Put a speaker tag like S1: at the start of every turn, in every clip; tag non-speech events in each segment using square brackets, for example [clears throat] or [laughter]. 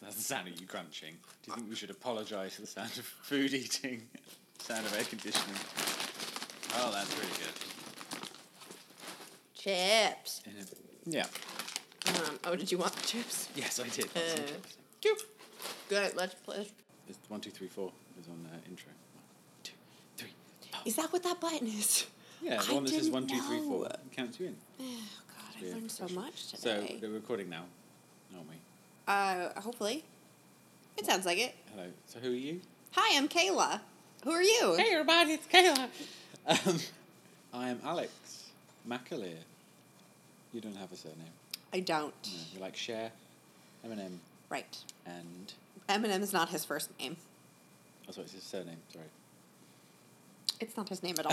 S1: the sound of you crunching. Do you think we should apologise for the sound of food eating, [laughs] sound of air conditioning? Oh, that's really good.
S2: Chips.
S1: In a- Yeah.
S2: Um, oh, did you want the chips?
S1: Yes, I did.
S2: Uh,
S1: That's interesting.
S2: Good. Let's play.
S1: It's one, two, three, four. Is on the intro. One, two, three.
S2: Is that what that button is?
S1: Yeah, the
S2: I
S1: one that says
S2: didn't
S1: one, two, three, four
S2: know.
S1: counts you in.
S2: Oh God, I
S1: Yeah,
S2: learned so
S1: fresh.
S2: much
S1: So
S2: today.
S1: we're recording now, aren't we?
S2: uh, hopefully, it sounds like it.
S1: Hello. So who are you?
S2: Hi, I'm Kayla. Who are you?
S1: everybody, it's Kayla. Um, I am Alex McAleer. You don't have a surname.
S2: I don't.
S1: No. You're Mm. like Cher, Eminem,
S2: Right.
S1: and
S2: Eminem is not his first name.
S1: oh, sorry, it's his surname. Sorry.
S2: It's not his name at all.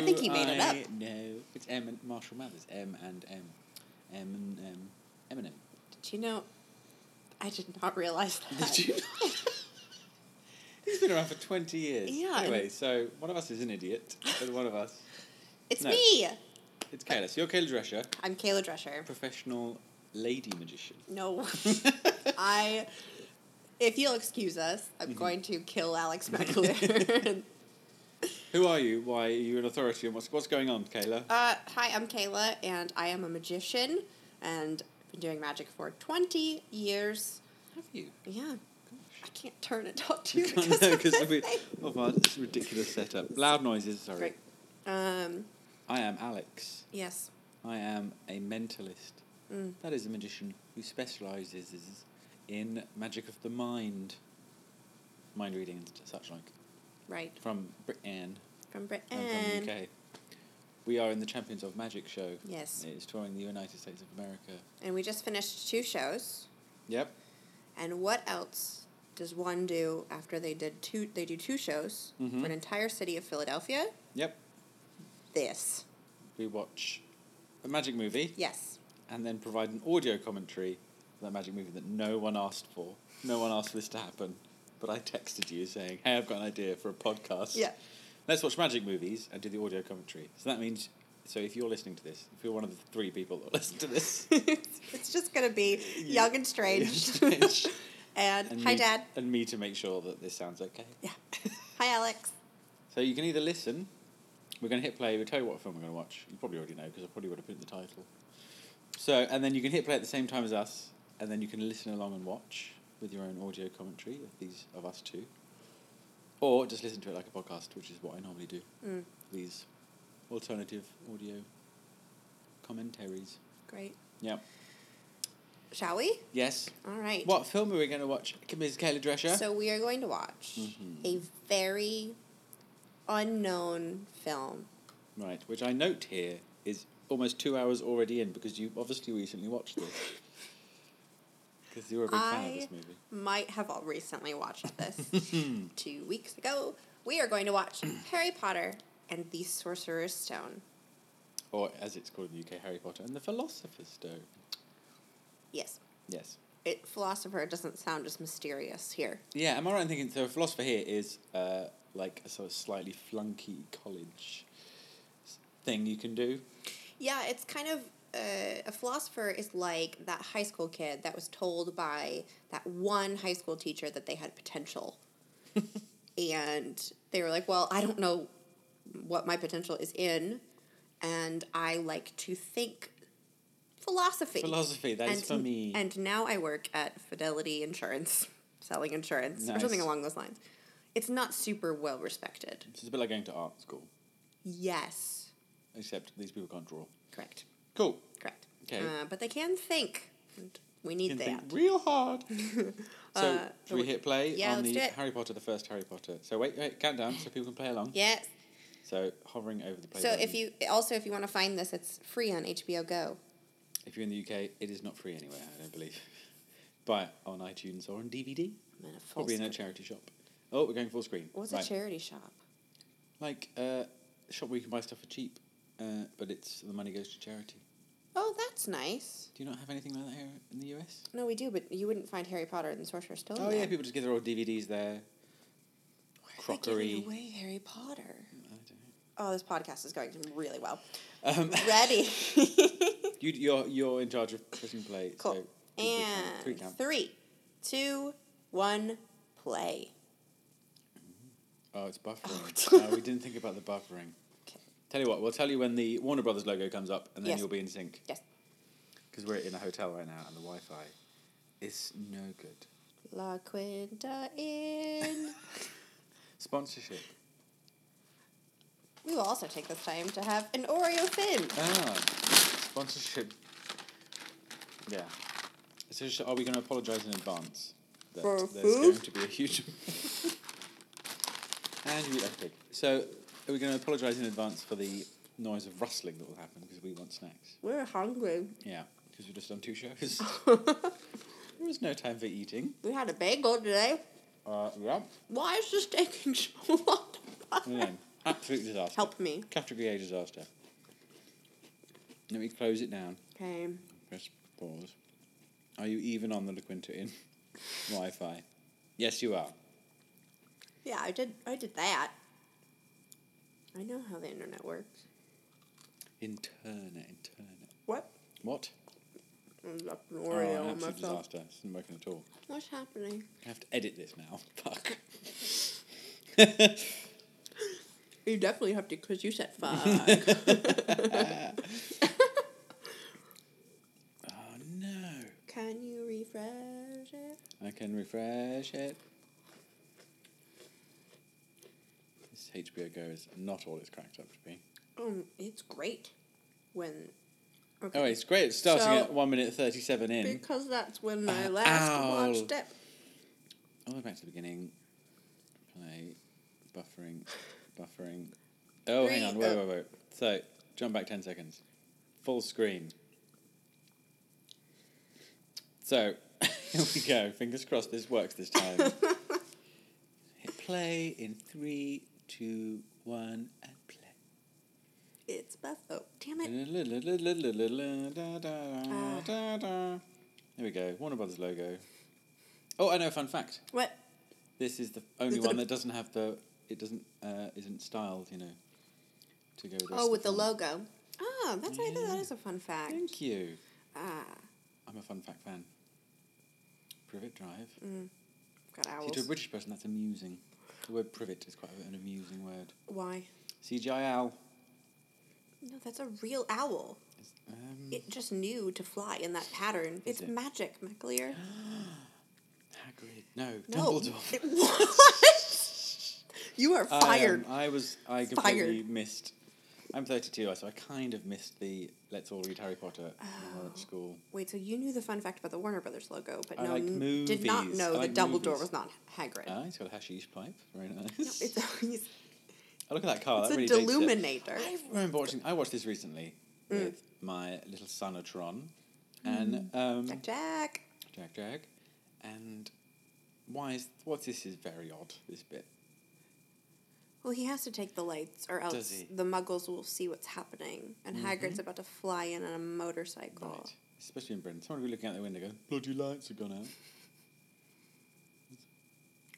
S1: [laughs]
S2: [laughs] think he made it up.
S1: No, it's M and Marshall Mathers. M and M, M and M, Eminem.
S2: [laughs]
S1: [laughs]
S2: Did you know? I did not realize that.
S1: Did you? [laughs] He's been around for twenty years.
S2: Yeah, and-
S1: Anyway, so one of us is an idiot, and one of us,
S2: It's
S1: No.
S2: me.
S1: it's Kayla. So you're Kayla Drescher,
S2: I'm Kayla Drescher.
S1: professional lady magician. [laughs]
S2: No. [laughs] I, if you'll excuse us, I'm going to kill [laughs] Alex McAleer.
S1: Who are you? Why are you an authority? And what's what's going on, Kayla?
S2: uh, hi, I'm Kayla, and I am a magician, and I've been doing magic for 20 years.
S1: Have you?
S2: Yeah. I can't turn it
S1: [laughs]
S2: up to you
S1: I
S2: because
S1: know,
S2: of
S1: 'cause
S2: this
S1: of it.
S2: thing.
S1: Oh, wow, it's a ridiculous setup. Loud noises, sorry.
S2: Great. Um,
S1: I am Alex.
S2: yes. Mm,
S1: I am a mentalist. That is a magician who specialises in magic of the mind, mind reading and such like.
S2: Right.
S1: From Britain
S2: From Britain.
S1: and from the UK. We are in the Champions of Magic show.
S2: Yes.
S1: It is touring the United States of America.
S2: And we just finished two shows.
S1: Yep.
S2: And what else does one do after they did two? They do two shows
S1: Mhm.
S2: for an entire city of Philadelphia.
S1: Yep.
S2: This,
S1: We watch a magic movie.
S2: yes,
S1: and then provide an audio commentary for that magic movie that no one asked for. No one asked for this to happen, but I texted you saying, "Hey, I've got an idea for a podcast.
S2: Yeah.
S1: let's watch magic movies and do the audio commentary." So that means, so if you're listening to this, if you're one of the three people that [laughs] listen to
S2: [laughs]
S1: this,
S2: [laughs] it's just gonna be
S1: [laughs]
S2: young and strange.
S1: and strange.
S2: [laughs] and,
S1: and
S2: hi,
S1: me-
S2: Dad.
S1: and me to make sure that this sounds okay. [laughs]
S2: Yeah. hi, Alex.
S1: So you can either listen. We're going to hit play. We'll tell you what film we're going to watch. You probably already know because I probably would have put it in the title. So, and then you can hit play at the same time as us, and then you can listen along and watch with your own audio commentary of these of us two, or just listen to it like a podcast, which is what I normally do.
S2: Mm.
S1: These alternative audio commentaries.
S2: Great.
S1: Yeah.
S2: Shall we?
S1: Yes.
S2: All right.
S1: What film are we going to watch, Ms. Kayla Drescher?
S2: So we are going to watch
S1: Mhm.
S2: a very unknown film.
S1: right, which I note here is almost two hours already in because you obviously recently watched this.
S2: [laughs]
S1: Because you were a big fan of
S2: I-
S1: this movie. Hmm.
S2: Might have all recently watched
S1: [laughs]
S2: this two weeks ago. We are going to
S1: [clears throat]
S2: watch Harry Potter and the Sorcerer's Stone.
S1: Or as it's called in the UK, Harry Potter and the Philosopher's Stone.
S2: Yes.
S1: Yes.
S2: It philosopher doesn't sound as mysterious here.
S1: Yeah, am I right in thinking so a philosopher here is uh, like a sort of slightly flunky college s- thing you can do?
S2: Yeah, it's kind of uh, a philosopher is like that high school kid that was told by that one high school teacher that they had
S1: [laughs]
S2: potential. and they were like, "Well, I don't know what my potential is in, and I like to think philosophy."
S1: Philosophy, that is
S2: and,
S1: for me.
S2: And now I work at Fidelity Insurance, selling insurance or something
S1: Nice.
S2: along those lines. It's not super well respected.
S1: it's a bit like going to art school,
S2: Yes,
S1: except these people can't draw.
S2: correct.
S1: Cool.
S2: Correct.
S1: Okay.
S2: Uh, but they can think. And we need
S1: You
S2: that.
S1: can think real
S2: [laughs]
S1: hard. so,
S2: Uh,
S1: should we
S2: we-
S1: hit play
S2: yeah,
S1: on
S2: let's
S1: the
S2: do it.
S1: Harry Potter, the first Harry Potter? So, wait, wait, countdown so people can play along.
S2: Yes.
S1: So, hovering over the play.
S2: So
S1: button.
S2: if you also if you want to find this, it's free on HBO Go.
S1: If you're in the UK, it is not free anywhere, I don't believe. [laughs] But on iTunes or on DVD,
S2: I'm in a full
S1: probably in a
S2: screen.
S1: charity shop. Oh, we're going full screen.
S2: What's
S1: Right.
S2: a charity shop?
S1: Like uh, a shop where you can buy stuff for cheap, uh, but it's the money goes to charity.
S2: Oh, that's nice.
S1: Do you not have anything like that here in the US?
S2: No, we do, but you wouldn't find Harry Potter and the Sorcerer's Stone.
S1: Oh
S2: there.
S1: yeah, people just give their old DVDs there.
S2: Why are they giving
S1: Crockery.
S2: away Harry Potter.
S1: I don't know.
S2: Oh, this podcast is going really
S1: [laughs]
S2: well.
S1: Um,
S2: Ready? [laughs]
S1: you, you're you're in charge of prison play.
S2: cool.
S1: So
S2: and
S1: three count.
S2: three, two, one, play.
S1: Oh, it's buffering.
S2: [laughs] Oh.
S1: no, we didn't think about the buffering.
S2: Okay.
S1: Tell you what, we'll tell you when the Warner Brothers logo comes up, and then
S2: Yes.
S1: you'll be in sync.
S2: Yes.
S1: Because we're in a hotel right now, and the Wi-Fi is no good.
S2: La Quinta Inn.
S1: Sponsorship.
S2: we will also take this time to have an Oreo fin.
S1: Ah, sponsorship. Yeah. So sh- are we going to apologise in advance that
S2: For
S1: there's
S2: food?
S1: going to be a huge. [laughs] and you eat like a pig. So are we going to apologise in advance for the noise of rustling that will happen because we want snacks?
S2: We're hungry.
S1: Yeah, because we've just done two
S2: [laughs]
S1: shows. there was no time for eating.
S2: We had a bagel today.
S1: Uh, yeah.
S2: Why is this taking [laughs] so long?
S1: yeah. Absolute disaster.
S2: Help me.
S1: Category A disaster. Let me close it down.
S2: Okay.
S1: Press pause. Are you even on the La Quinta [laughs] Inn Wi Fi? Yes, you are.
S2: Yeah, I did. I did that. I know how the internet works.
S1: Internet, internet.
S2: What?
S1: What?
S2: I left an
S1: oh,
S2: Oreo
S1: an
S2: on
S1: absolute
S2: myself.
S1: disaster. It's not working at all.
S2: What's happening?
S1: I have to edit this now. [laughs] Fuck.
S2: You definitely have to, because you said
S1: [laughs]
S2: fuck.
S1: [laughs] Oh no.
S2: Can you refresh it?
S1: I can refresh it. This HBO Go is not all it's cracked up to be.
S2: Um, it's great when.
S1: Oh, it's great. It's starting
S2: So-
S1: at 1 minute 37 in.
S2: Because that's when I
S1: Uh,
S2: last
S1: ow.
S2: watched it.
S1: All the way back to the beginning. Play, buffering, buffering. Oh, hang on,
S2: Three,
S1: wait,
S2: uh,
S1: wait, wait. So, jump back 10 seconds. Full screen. So, [laughs] here we go. Fingers crossed this works this time. Hit play in three, two, one, and play.
S2: It's Buffo. Damn
S1: Mm.
S2: it.
S1: Da, da, da, da, da. There we go. Warner Brothers logo. Oh, I know, a fun fact.
S2: What?
S1: This is the only
S2: Is it
S1: one
S2: a-
S1: that doesn't have the. It doesn't. Uh, isn't styled, you know. To go. With
S2: Oh, with the
S1: logo.
S2: logo. Oh, that's right. That
S1: Yeah.
S2: is a fun fact.
S1: Thank you.
S2: Ah,
S1: I'm a fun fact fan. Privet Drive.
S2: Mm. got
S1: See, to a
S2: owls.
S1: British person, that's amusing. The word privet is quite an amusing word.
S2: Why?
S1: CGI owl.
S2: No, that's a real owl.
S1: It's- Um,
S2: It just knew to fly in that pattern. It's
S1: it?
S2: magic, MacLear.
S1: [gasps] Hagrid. No.
S2: No.
S1: Dumbledore.
S2: It- what? you are
S1: [laughs] I, um,
S2: fired.
S1: I, was. I completely missed. I'm 32, so I kind of missed the "Let's all read Harry Potter" when I was
S2: Oh.
S1: at school.
S2: Wait, so you knew the fun fact about the Warner Brothers logo, but
S1: I
S2: no,
S1: like
S2: n- did not
S1: movies.
S2: know
S1: I like
S2: that Dumbledore
S1: movies.
S2: was not Hagrid.
S1: Ah, he's got a hashish pipe. Very nice.
S2: no, it's a, [laughs] he's,
S1: Oh, look at that car.
S2: it's
S1: that
S2: a
S1: really dates it.
S2: deluminator. Mm.
S1: I remember watching. I watched this recently with my little son Atron and um,
S2: Jack Jack.
S1: Jack Jack. And why is what this is very odd. This bit.
S2: Well, he has to take the lights, or else
S1: he? Mm-hmm.
S2: the muggles will see what's happening. And Hagrid's about to fly in on a motorcycle.
S1: Right. Especially in Britain, someone will be looking out the window going, "Bloody lights have gone out."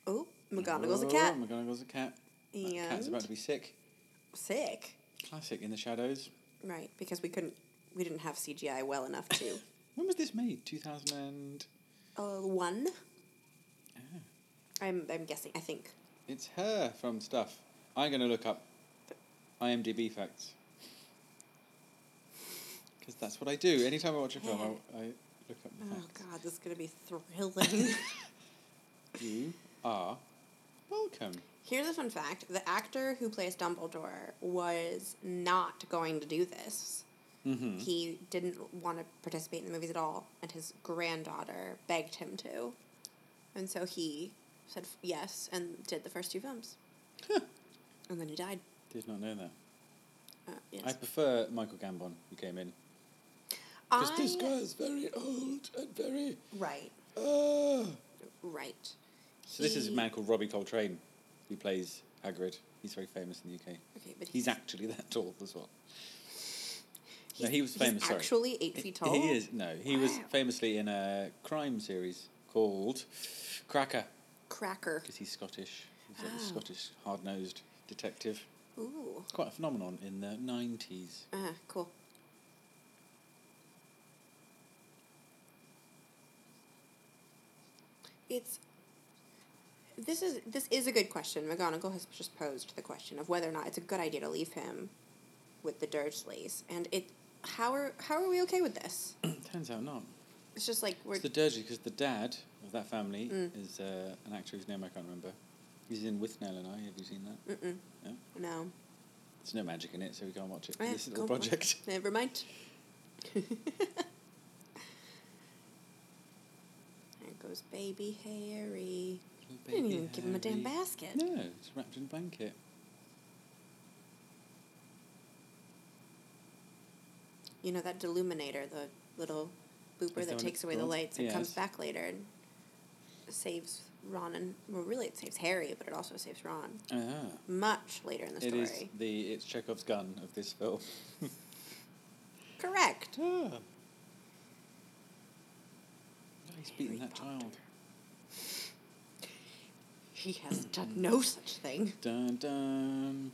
S2: Oh, McGonagall's a
S1: Oh,
S2: cat.
S1: McGonagall's a cat. That cat's
S2: And
S1: about to be sick.
S2: sick.
S1: Classic in the shadows.
S2: Right, because we couldn't, we didn't have CGI well enough to.
S1: When was this made? Two thousand and.
S2: [coughs] uh, one. Ah. I'm, I'm guessing. I think.
S1: It's her from stuff. I'm going to look up IMDb facts. Because that's what I do. Anytime I watch a film, I, I look up the
S2: Oh
S1: facts.
S2: God, this is gonna be thrilling. [laughs]
S1: You are welcome.
S2: Here's a fun fact: the actor who plays Dumbledore was not going to do this. Mm-hmm. He didn't want to participate in the movies at all, and his granddaughter begged him to, and so he said f- yes and did the first two films. And then he died.
S1: Did not know that.
S2: Uh, yes.
S1: I prefer Michael Gambon, who came in. Because this guy
S2: I,
S1: is very old and very.
S2: right,
S1: Uh.
S2: right.
S1: So, this is a
S2: He-
S1: man called Robbie Coltrane, who plays Hagrid. He's very famous in the UK.
S2: Okay, but
S1: He's actually [laughs] that tall as well. no, he was
S2: he's
S1: famous. sorry.
S2: actually eight feet tall.
S1: He is no. He was
S2: Wow.
S1: famously in a crime series called Cracker
S2: Cracker.
S1: because he's Scottish. He's like a
S2: Oh.
S1: Scottish hard-nosed detective.
S2: Ooh.
S1: It's quite a phenomenon in the nineties. [clears throat]
S2: Ah, cool. it's this is this is a good question. McGonagall has just posed the question of whether or not it's a good idea to leave him with the Dursleys, and it how are how are we okay with this?
S1: Turns out not.
S2: It's just like we're
S1: It's the Dursley because the dad of that family
S2: Mm.
S1: is uh, an actor whose name I can't remember. He's in With Nell and I. Have you seen that?
S2: mm-mm,
S1: Yeah.
S2: no.
S1: There's no magic in it, so we can't watch it.
S2: Eh,
S1: this little
S2: go on.
S1: project. [laughs]
S2: Never mind. there goes baby Harry. I didn't even give him
S1: [laughs]
S2: a damn
S1: Baby Harry.
S2: basket.
S1: No, it's wrapped in a blanket.
S2: You know that deluminator, the little booper
S1: Is that
S2: that
S1: what
S2: takes
S1: it's
S2: away the
S1: called?
S2: lights and comes
S1: Yes.
S2: back later and saves Ron and well, really it saves Harry, but it also saves Ron
S1: Ah,
S2: much later in the
S1: it
S2: story.
S1: is the it's Chekhov's gun of this film. [laughs]
S2: Correct.
S1: Ah. He's beaten
S2: Harry
S1: that child.
S2: He has done no such thing.
S1: Dun dun.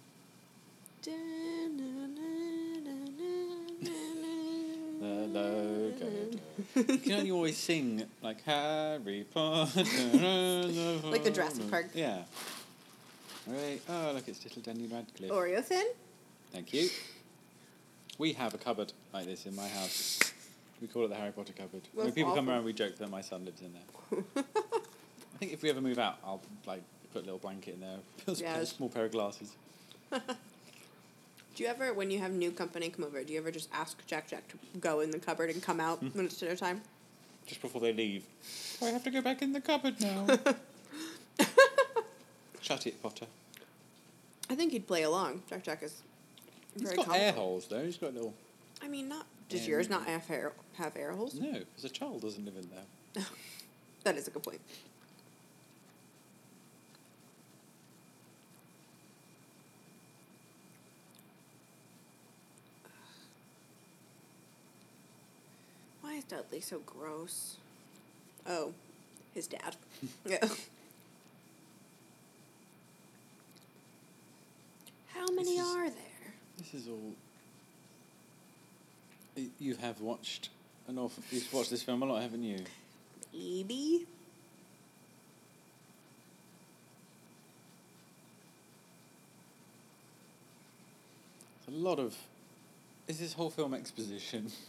S1: The logo. You can you always sing like Harry Potter?
S2: [laughs] Like the Jurassic Park.
S1: Yeah. Right. Oh, look, it's little Daniel Radcliffe.
S2: Oreo thin?
S1: Thank you. We have a cupboard like this in my house. We call it the Harry Potter cupboard. when
S2: That's
S1: people come
S2: awful.
S1: around, we joke that my son lives in there.
S2: [laughs]
S1: I think if we ever move out, I'll like put a little blanket in there, [laughs] put a
S2: Yes.
S1: small pair of glasses.
S2: Do you ever, when you have new company come over, do you ever just ask Jack Jack to go in the cupboard and come out when it's dinner time?
S1: just before they leave. I have to go back in the cupboard
S2: [laughs]
S1: now. Shut it, Potter.
S2: I think he'd play along. Jack Jack is
S1: He's
S2: very
S1: got air
S2: comical.
S1: holes though. He's got little.
S2: I mean, not does
S1: Yeah,
S2: yours
S1: maybe.
S2: not have air have air holes?
S1: No, because a child doesn't live in there.
S2: That is a good point. Why is Dudley so gross? Oh, his
S1: [laughs]
S2: dad. yeah. How many
S1: is-
S2: are there?
S1: This is all. Y- You have watched an awful. You've watched this film a lot, haven't you?
S2: Maybe.
S1: It's a lot of. Is this whole film exposition? [laughs]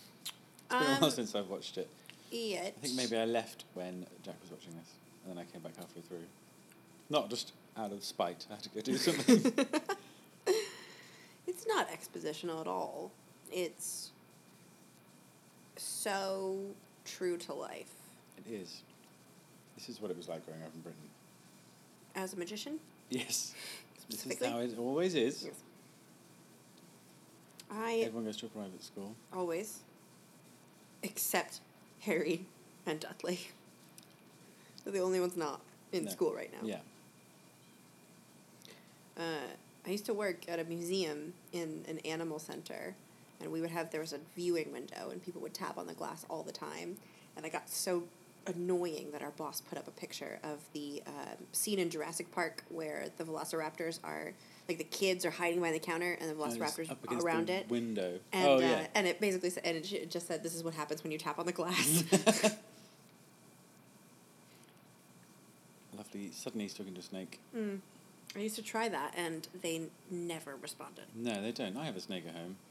S1: It's been a while
S2: Um,
S1: since I've watched it.
S2: it.
S1: I think maybe I left when Jack was watching this, and then I came back halfway through. Not just out of spite. I had to go
S2: [laughs]
S1: do something.
S2: It's not expositional at all. It's so true to life.
S1: It is. This is what it was like growing up in Britain.
S2: As a magician,
S1: Yes. This is
S2: Specifically?
S1: how it always is.
S2: Yes. I
S1: Everyone goes to a private school.
S2: always, except Harry and Dudley, [laughs] they're the only ones not in
S1: No.
S2: school right now.
S1: Yeah.
S2: uh, I used to work at a museum in an animal center, and we would have there was a viewing window, and people would tap on the glass all the time, and I got so annoying that our boss put up a picture of the um, scene in Jurassic Park where the velociraptors are like the kids are hiding behind the counter and the
S1: And it's
S2: velociraptors
S1: up against the
S2: around it.
S1: Window.
S2: And,
S1: oh,
S2: uh,
S1: yeah.
S2: and it basically said, and it ju- it just said, "This is what happens when you tap on the
S1: [laughs]
S2: glass." [laughs]
S1: Lovely. Suddenly he's talking to a snake.
S2: Mm. I used to try that, and they n- never responded.
S1: No, they don't. I have a snake at
S2: [gasps]
S1: home.
S2: Oh,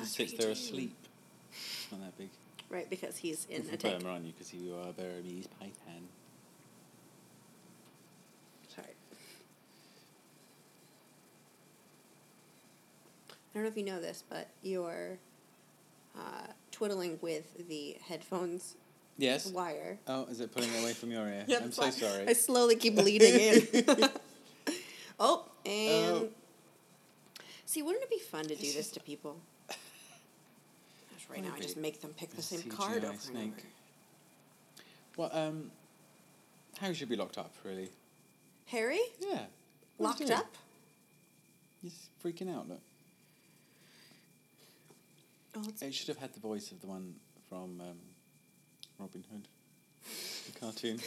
S1: Just
S2: that's
S1: sits
S2: right,
S1: there
S2: you do.
S1: asleep. Not that big.
S2: right? Because he's
S1: You're
S2: in
S1: from
S2: a tank.
S1: Burma, aren't you? Because you are a Burmese python.
S2: Sorry. I don't know if you know this, but your uh, twiddling with the headphones
S1: Yes. [laughs]
S2: wire.
S1: Oh, is it pulling it away from your ear?
S2: [laughs] Yeah,
S1: I'm
S2: that's
S1: so
S2: why
S1: sorry.
S2: I
S1: [laughs]
S2: slowly keep leading in. oh, and
S1: Oh.
S2: see, wouldn't it be fun to do
S1: This
S2: this
S1: is-
S2: to people? Gosh, right now I
S1: Maybe.
S2: just make them pick the
S1: A
S2: same
S1: CGI
S2: card over and
S1: snake.
S2: over.
S1: Well, um, Harry should be locked up, really.
S2: Harry
S1: Yeah. What are you
S2: locked
S1: doing?
S2: up.
S1: He's freaking out, look.
S2: Oh, it's
S1: It should have had the voice of the one from um, Robin Hood, the
S2: [laughs]
S1: cartoon,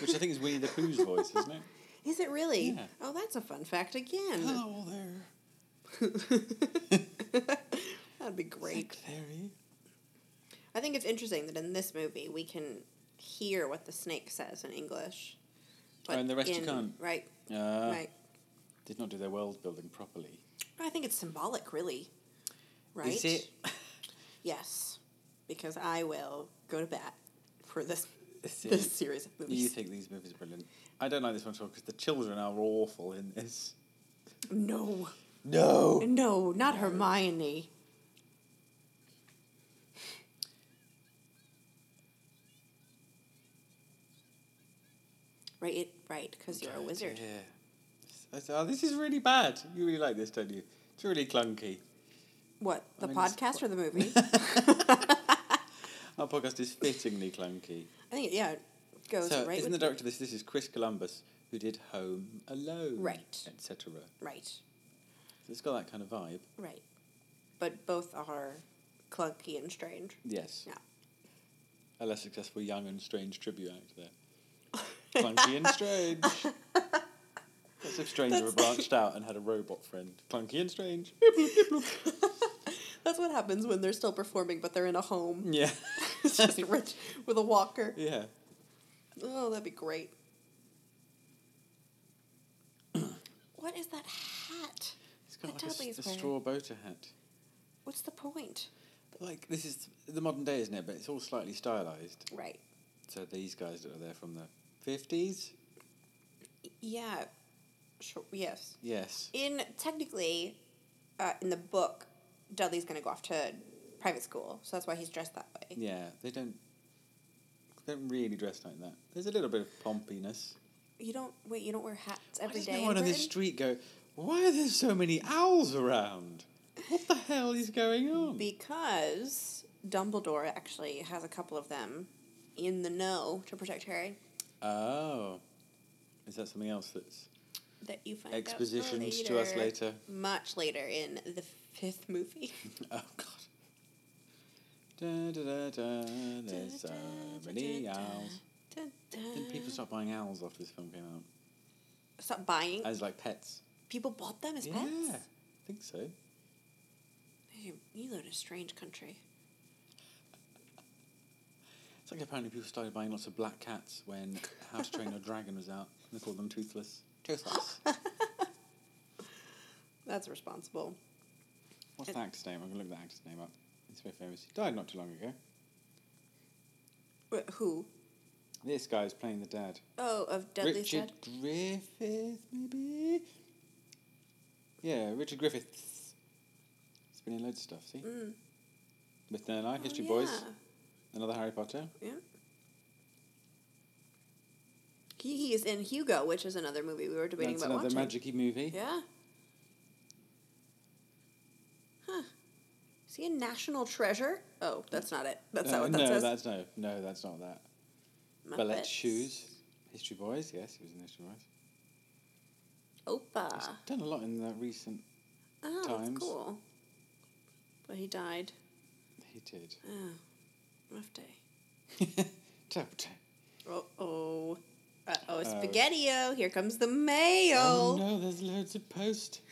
S1: which I think is Winnie the Pooh's voice, isn't it?
S2: Is it really?
S1: Yeah.
S2: Oh, that's a fun fact again.
S1: [laughs] Hello there,
S2: That'd be great.
S1: Secretary.
S2: I think it's interesting that in this movie we can hear what the snake says in English.
S1: Oh, and the rest you can't.
S2: Right,
S1: Uh,
S2: right.
S1: Did not do their world building properly.
S2: I think it's symbolic, really. Right?
S1: Is it?
S2: Yes, because I will go to bat for this
S1: Is it-
S2: this series of movies.
S1: You think these movies are brilliant? I don't like this one at all because the children are awful in this.
S2: No,
S1: No.
S2: no, not Hermione. Right, it, right, because you're a wizard.
S1: Yeah. Oh, this is really bad. You really like this, don't you? It's really clunky.
S2: What the
S1: I mean, it's
S2: podcast or
S1: [laughs]
S2: the movie?
S1: Our podcast is fittingly clunky.
S2: I think yeah, it goes
S1: so,
S2: right.
S1: isn't the
S2: with
S1: director of this? This is Chris Columbus, who did Home Alone,
S2: Right.
S1: Etc.
S2: right,
S1: So it's got that kind of vibe.
S2: right, but both are clunky and
S1: [laughs]
S2: strange.
S1: Yes.
S2: Yeah.
S1: A less successful young and strange tribute act there. Clunky and strange.
S2: [laughs]
S1: That's if Strange were branched out and had a robot friend. Clunky and
S2: [laughs]
S1: strange.
S2: That's what happens when they're still performing, but they're in a home. [laughs]
S1: Yeah.
S2: it's just rich with a walker.
S1: Yeah.
S2: Oh, that'd be great. [clears throat] what is that hat?
S1: It's got like
S2: That
S1: a s-
S2: Dudley's
S1: a,
S2: wearing.
S1: straw boater hat.
S2: What's the point?
S1: Like this is the modern day, isn't it? But it's all slightly stylized.
S2: Right.
S1: So these guys that are there from the fifties.
S2: Yeah. Sure. Yes.
S1: Yes.
S2: In technically, uh, in the book, Dudley's gonna go off to private school, so that's why he's dressed that way.
S1: Yeah. They don't. They don't really dress like that. There's a little bit of pompiness.
S2: You don't wait. You don't wear hats
S1: Why
S2: every
S1: does
S2: day.
S1: no
S2: in
S1: one on the
S2: Britain?
S1: street go? Why are there so many owls around? What the hell is going on?
S2: Because Dumbledore actually has a couple of them in the know to protect Harry.
S1: oh, is that something else that's
S2: That you find out
S1: expositions to us later? [laughs]
S2: Much later in the fifth movie.
S1: Oh God. Da, da, da, da, there's so many owls.
S2: Dun, dun.
S1: Didn't people stop buying owls after this film came out?
S2: Stop buying.
S1: As like pets.
S2: people bought them as
S1: yeah,
S2: pets.
S1: I think so.
S2: Hey, You live in a strange country.
S1: It's like apparently people started buying lots of black cats when How to Train Your Dragon was out. And they called them toothless. Toothless.
S2: That's responsible.
S1: [laughs] What's the actor's name? I'm gonna look that actor's name up. He's very famous. He died not too long ago.
S2: Wh- Who?
S1: This guy's playing the dad.
S2: Oh, of Dudley's
S1: Richard
S2: dad.
S1: Griffith, maybe. Yeah, Richard Griffiths. He's been in loads of stuff. See,
S2: Mm.
S1: with Third Eye, History
S2: oh,
S1: Boys,
S2: yeah.
S1: another Harry Potter.
S2: Yeah. He, he is in Hugo, which is another movie we were debating
S1: That's
S2: about
S1: another
S2: watching.
S1: magic-y movie.
S2: Yeah. Huh. Is he a national treasure? Oh, that's not it. That's
S1: Uh,
S2: not what that
S1: no,
S2: says.
S1: that's no, no, that's not that. Ballet
S2: Muppets.
S1: shoes, History Boys. Yes, he was in History Boys.
S2: Opa.
S1: He's done a lot in the recent.
S2: Oh, that's
S1: times.
S2: cool. But he died.
S1: He [laughs] did.
S2: Oh, rough day.
S1: Tut.
S2: Uh oh. Uh oh,
S1: Uh-oh.
S2: spaghetti Here comes the mayo.
S1: Oh no, there's loads of post.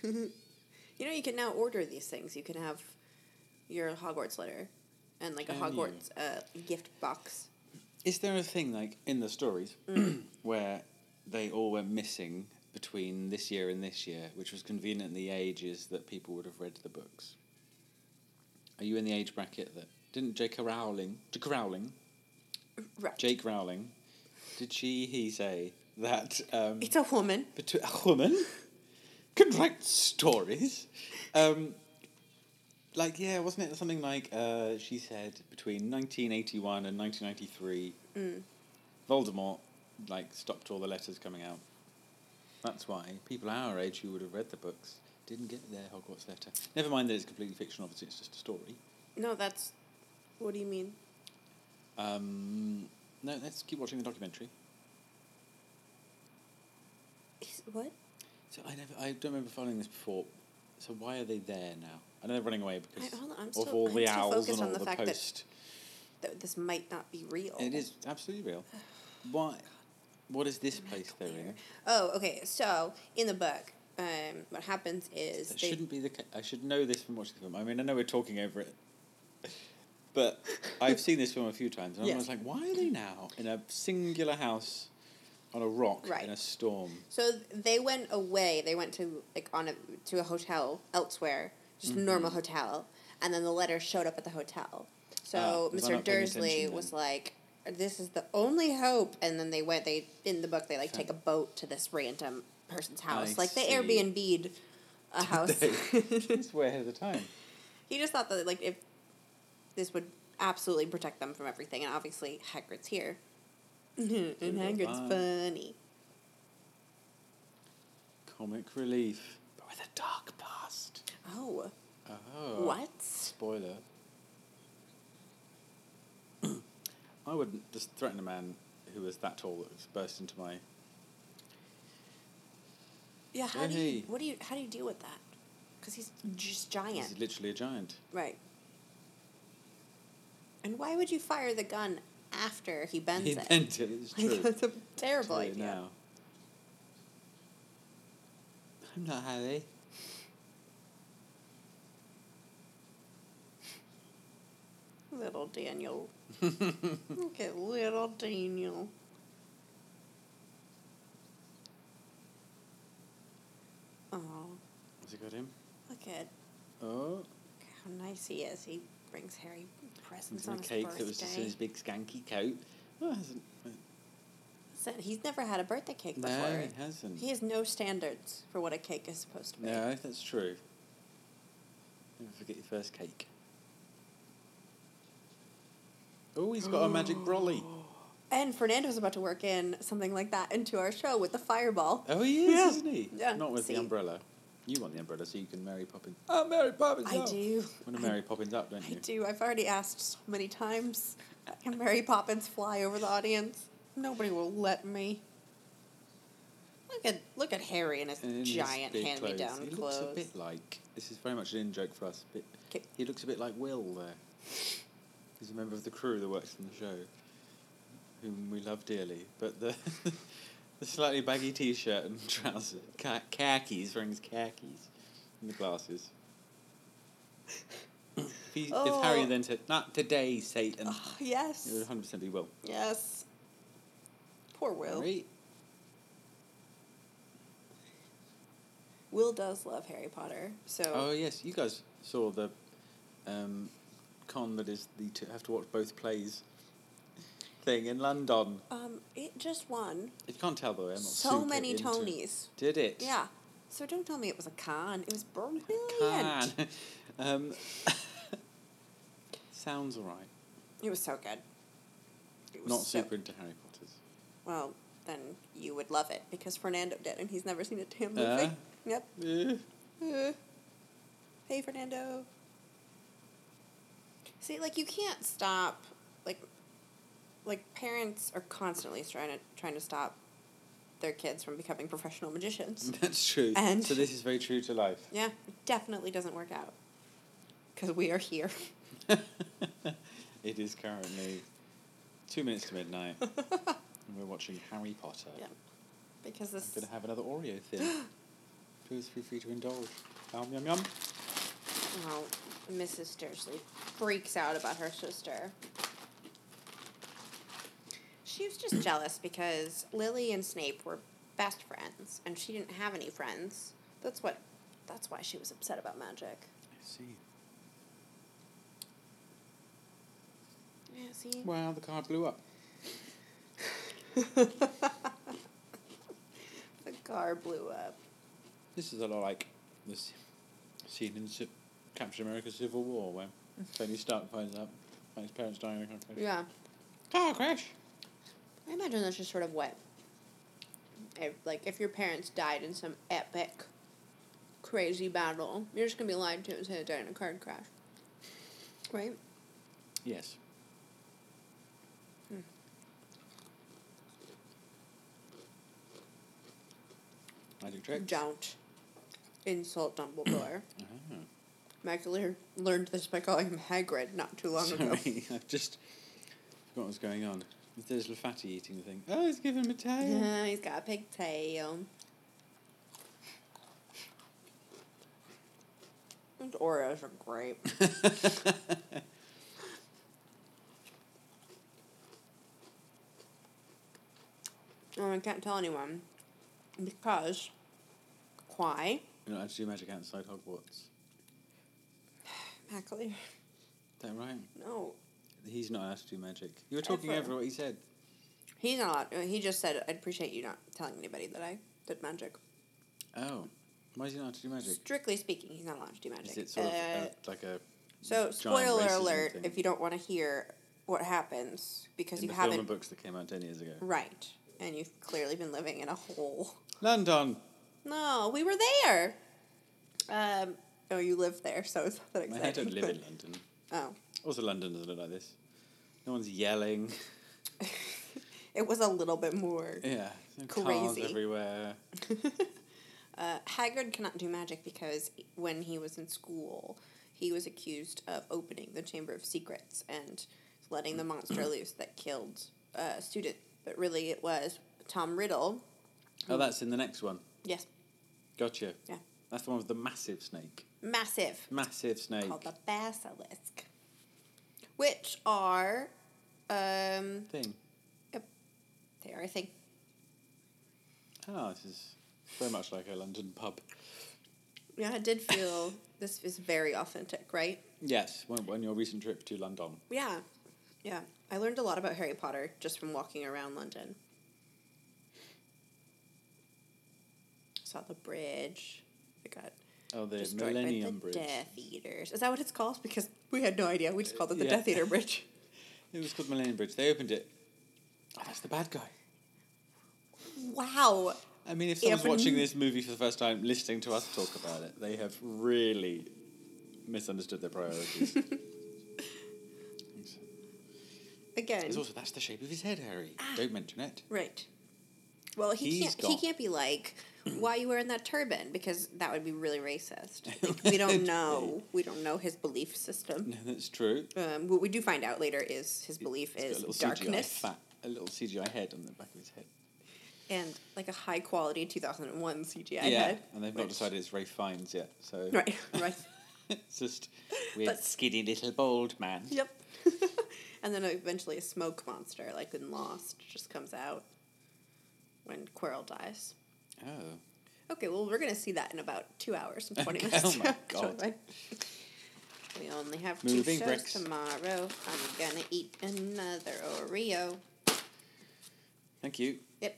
S2: You know, you can now order these things. You can have your Hogwarts letter and like a
S1: Can you?
S2: Hogwarts uh, gift box.
S1: Is there a thing like in the stories
S2: Mm.
S1: [clears throat] where they all went missing between this year and this year, which was conveniently ages that people would have read the books? Are you in the age bracket that didn't J.K. Rowling, J.K. Rowling,
S2: Right.
S1: Jake Rowling, did she he say that um,
S2: It's a woman.
S1: between a woman can write stories? Um, like yeah, wasn't it something like uh, she said between nineteen eighty one and nineteen ninety three? Voldemort like stopped all the letters coming out. That's why people our age who would have read the books didn't get their Hogwarts letter. Never mind that it's completely fictional. Obviously, it's just a story.
S2: No, that's. What do you mean?
S1: Um, no, let's keep watching the documentary.
S2: Is, what?
S1: So I never, I don't remember following this before. So why are they there now? I know they're running away because
S2: hold on, I'm
S1: of
S2: still-
S1: all
S2: I'm
S1: the
S2: still
S1: owls
S2: focused
S1: and
S2: on
S1: all
S2: the
S1: the,
S2: fact that- Oh,
S1: post.
S2: That this might not be real.
S1: It is absolutely real. Why? What is this place they're in?
S2: Oh, okay. So in the book, um, what happens is
S1: That
S2: they
S1: shouldn't be the. Ca- I should know this from watching the film. I mean, I know we're talking over it,
S2: [laughs]
S1: But I've seen this film a few times, and I
S3: Yes.
S1: was like, why are they now in a singular house on a rock
S2: Right.
S1: in a storm?
S2: So th- they went away. They went to like on a to a hotel elsewhere, just
S1: Mm-hmm.
S2: a normal hotel, and then the letter showed up at the hotel. So
S1: Ah, was I
S2: Mr.
S1: not paying
S2: Dursley
S1: attention
S2: was
S1: then?
S2: like, "This is the only hope." And then they went. They in the book they like take a boat to this random person's house, like they
S1: see.
S2: Airbnb'd
S1: [laughs]
S2: a house.
S1: He's way ahead of the time.
S2: [laughs] he just thought that like if this would absolutely protect them from everything, and obviously Hagrid's here, [laughs] and Hagrid's
S1: fine.
S2: funny.
S1: Comic relief, but with a dark past.
S2: Oh,
S1: Oh.
S2: what?
S1: Spoiler. I wouldn't just threaten a man who was that tall that would burst into my.
S2: Yeah, how do you
S1: Jenny.
S2: what do you how do you deal with that? Because he's just giant,
S1: He's literally a giant.
S2: right? And why would you fire the gun after he bends
S1: He
S2: [laughs] it?
S1: bent it. It's
S2: Like,
S1: true.
S2: that's a
S1: Tell
S2: terrible
S1: you
S2: idea.
S1: now. I'm not [laughs] Harry. [laughs]
S2: Little Daniel.
S1: Hmm.
S2: Look at little Daniel. Oh,
S1: Has it got him?
S2: look at
S1: Oh,
S2: look how nice he is. He brings Harry presents
S1: it's
S2: on
S1: my
S2: his
S1: cake
S2: birthday.
S1: that was just in his big skanky coat. No, it hasn't.
S2: So he's never had a birthday cake before.
S1: No, he hasn't.
S2: He has no standards for what a cake is supposed to be.
S1: No, that's true. Never forget your first cake. Oh, he's got a [gasps] magic brolly.
S2: And Fernando's about to work in something like that into our show with the fireball.
S1: Oh, he is,
S2: Yeah.
S1: isn't he?
S2: Yeah,
S1: Not with
S2: see.
S1: the umbrella. You want the umbrella so you can marry Poppins. Oh, Mary Poppins!
S2: I do.
S1: want to marry Poppins up, don't
S2: I
S1: you?
S2: do. I've already asked so many times. Can Mary Poppins fly over the audience? Nobody will let me. Look at look at Harry in his
S1: And in his
S2: giant
S1: big
S2: hand me down
S1: He
S2: clothes.
S1: looks a bit like this is very much an in joke for us. But
S2: 'Kay.
S1: he looks a bit like Will there. He's a member of the crew that works on the show, whom we love dearly. But the [laughs] the slightly baggy T-shirt and [laughs] trousers, ka- khakis, wearing khakis, and the glasses. if, he, if Harry
S2: Oh.
S1: then said, "Not today, Satan,"
S2: Oh,
S1: it would
S2: [sighs] yes.
S1: hundred percent be Will.
S2: Yes. Poor Will.
S1: Harry,
S2: Will does love Harry Potter. So
S1: Oh yes, you guys saw the um, con that is the to have to watch both plays thing in London.
S2: um it just won
S1: You can't tell though. I'm not
S2: so
S1: super
S2: many
S1: into-
S2: Tonys.
S1: Did it?
S2: Yeah. Oh, So don't tell me it was a con. It was brilliant.
S1: Can. [laughs] um, sounds alright.
S2: It was so good. It was
S1: Not
S2: so-
S1: super into Harry Potter's.
S2: Well, then you would love it because Fernando did, and he's never seen a damn movie.
S1: Uh.
S2: Yep.
S1: Eh.
S2: Uh. Hey, Fernando. See, like you can't stop, like, like parents are constantly trying to trying to stop their kids from becoming professional magicians.
S1: [laughs] That's true.
S2: And-
S1: so this is very true to life. [laughs]
S2: yeah, it definitely doesn't work out because we are here. [laughs]
S1: It is currently two minutes to midnight, and we're watching Harry Potter.
S2: Yeah. Because this.
S1: I'm gonna have another Oreo thing. [gasps] Please feel free to indulge. Yum yum yum.
S2: Oh, Mrs. Dursley freaks out about her sister. She was just jealous because Lily and Snape were best friends, and she didn't have any friends. That's what. That's why she was upset about magic.
S1: I see.
S2: Yeah, [laughs] see.
S1: Wow, the card blew up.
S2: The car blew up.
S1: This is a lot like this scene in Ci- Captain America Civil War [laughs] where Tony Stark finds out about his parents dying in a car crash.
S2: Yeah,
S1: Car crash!
S2: I imagine that's just sort of what. If, like if your parents died in some epic, crazy battle, you're just gonna be lied to and say they died in a car crash. Right.
S1: Yes.
S2: Hmm.
S1: Magic trick.
S2: Don't insult Dumbledore.
S1: Ah,
S2: Michael learned this by calling him Hagrid not too long
S1: [laughs]
S2: ago. [laughs]
S1: Sorry, I've just forgot what's going on. Is there little fatty eating the thing? Oh, he's giving him a tail.
S2: [laughs] Yeah, Ah, he's got a pigtail.
S1: [laughs]
S2: Those Oreos are great. Oh, I can't tell anyone because why?
S1: You know, I just do magic outside Hogwarts.
S2: Mackley,
S1: Is that right?
S2: no,
S1: He's not allowed to do magic. You were talking
S2: Ever.
S1: over what he said.
S2: he's not. allowed- He just said, "I'd appreciate you not telling anybody that I did magic."
S1: Oh, why is he not allowed to do magic?
S2: Strictly speaking, he's not allowed to do magic.
S1: Is it sort of
S2: Uh,
S1: uh, like a
S2: so,
S1: giant
S2: spoiler
S1: racism
S2: alert:
S1: thing?
S2: if you don't want to hear what happens because
S1: in
S2: you
S1: the
S2: haven't
S1: film and books that came out ten years ago?
S2: right, and you've clearly been living in a hole.
S1: London.
S2: No, we were there. Um, oh, you live there, so it's not that exciting.
S1: I don't live in London.
S2: [laughs] Oh,
S1: Also, London doesn't look like this. No one's [laughs] yelling.
S2: it was a little bit more.
S1: Yeah, there's no cars
S2: Crazy.
S1: everywhere.
S2: Uh, Hagrid cannot do magic because when he was in school, he was accused of opening the Chamber of Secrets and letting the monster loose that killed a student. But really, it was Tom Riddle.
S1: Oh, that's in the next one.
S2: Yes,
S1: Gotcha.
S2: Yeah.
S1: That's the one with the massive snake.
S2: massive.
S1: Massive snake
S2: Called the basilisk, which are, um,
S1: thing.
S2: they are a thing.
S1: Oh, this is very much like a London pub.
S2: Yeah, I did feel this is very authentic, right?
S1: Yes, when, when your recent trip to London.
S2: Yeah. Yeah. I learned a lot about Harry Potter just from walking around London. Saw the bridge. I got
S1: Oh, the
S2: destroyed by
S1: Millennium
S2: the
S1: Bridge.
S2: Death Eaters. Is that what it's called? Because we had no idea. We just called it the
S1: Yeah.
S2: Death
S1: [laughs]
S2: Eater Bridge.
S1: It was called Millennium Bridge. They opened it. Oh, that's the bad guy.
S2: Wow.
S1: I mean, if
S2: Yeah,
S1: someone's
S2: but-
S1: watching this movie for the first time, listening to us talk about it, they have really misunderstood their
S2: [laughs]
S1: priorities.
S2: Again.
S1: It's also that's the shape of his head, Harry.
S2: Ah.
S1: Don't mention it.
S2: Right. Well, he
S1: He's
S2: can't. He
S1: gone.
S2: can't
S1: [clears throat]
S2: be like, "Why are you wearing that turban?" Because that would be
S1: [laughs]
S2: really racist. Like, we don't know. We don't know his belief system.
S1: [laughs] No, that's true.
S2: Um, what we do find out later is his belief
S1: He's got
S2: is darkness
S1: CGI fat, a little CGI head on the back of his head.
S2: and like a high quality two thousand and one CGI
S1: yeah,
S2: head.
S1: and they've
S2: which-
S1: not decided it's Ray Fiennes yet, so
S2: Right. Right.
S1: [laughs] it's
S2: [laughs]
S1: just weird,
S2: But-
S1: skinny little bald man.
S2: yep. [laughs] and then eventually a smoke monster, like in Lost, just comes out when Quirrell dies.
S1: Oh,
S2: Okay, well, we're going to see that in about two hours and 20
S1: Okay, [laughs]
S2: minutes. [laughs]
S1: oh my God.
S2: Totally. we only have
S1: Moving
S2: two shows
S1: bricks.
S2: tomorrow. I'm going to eat another Oreo.
S1: thank you.
S2: Yep.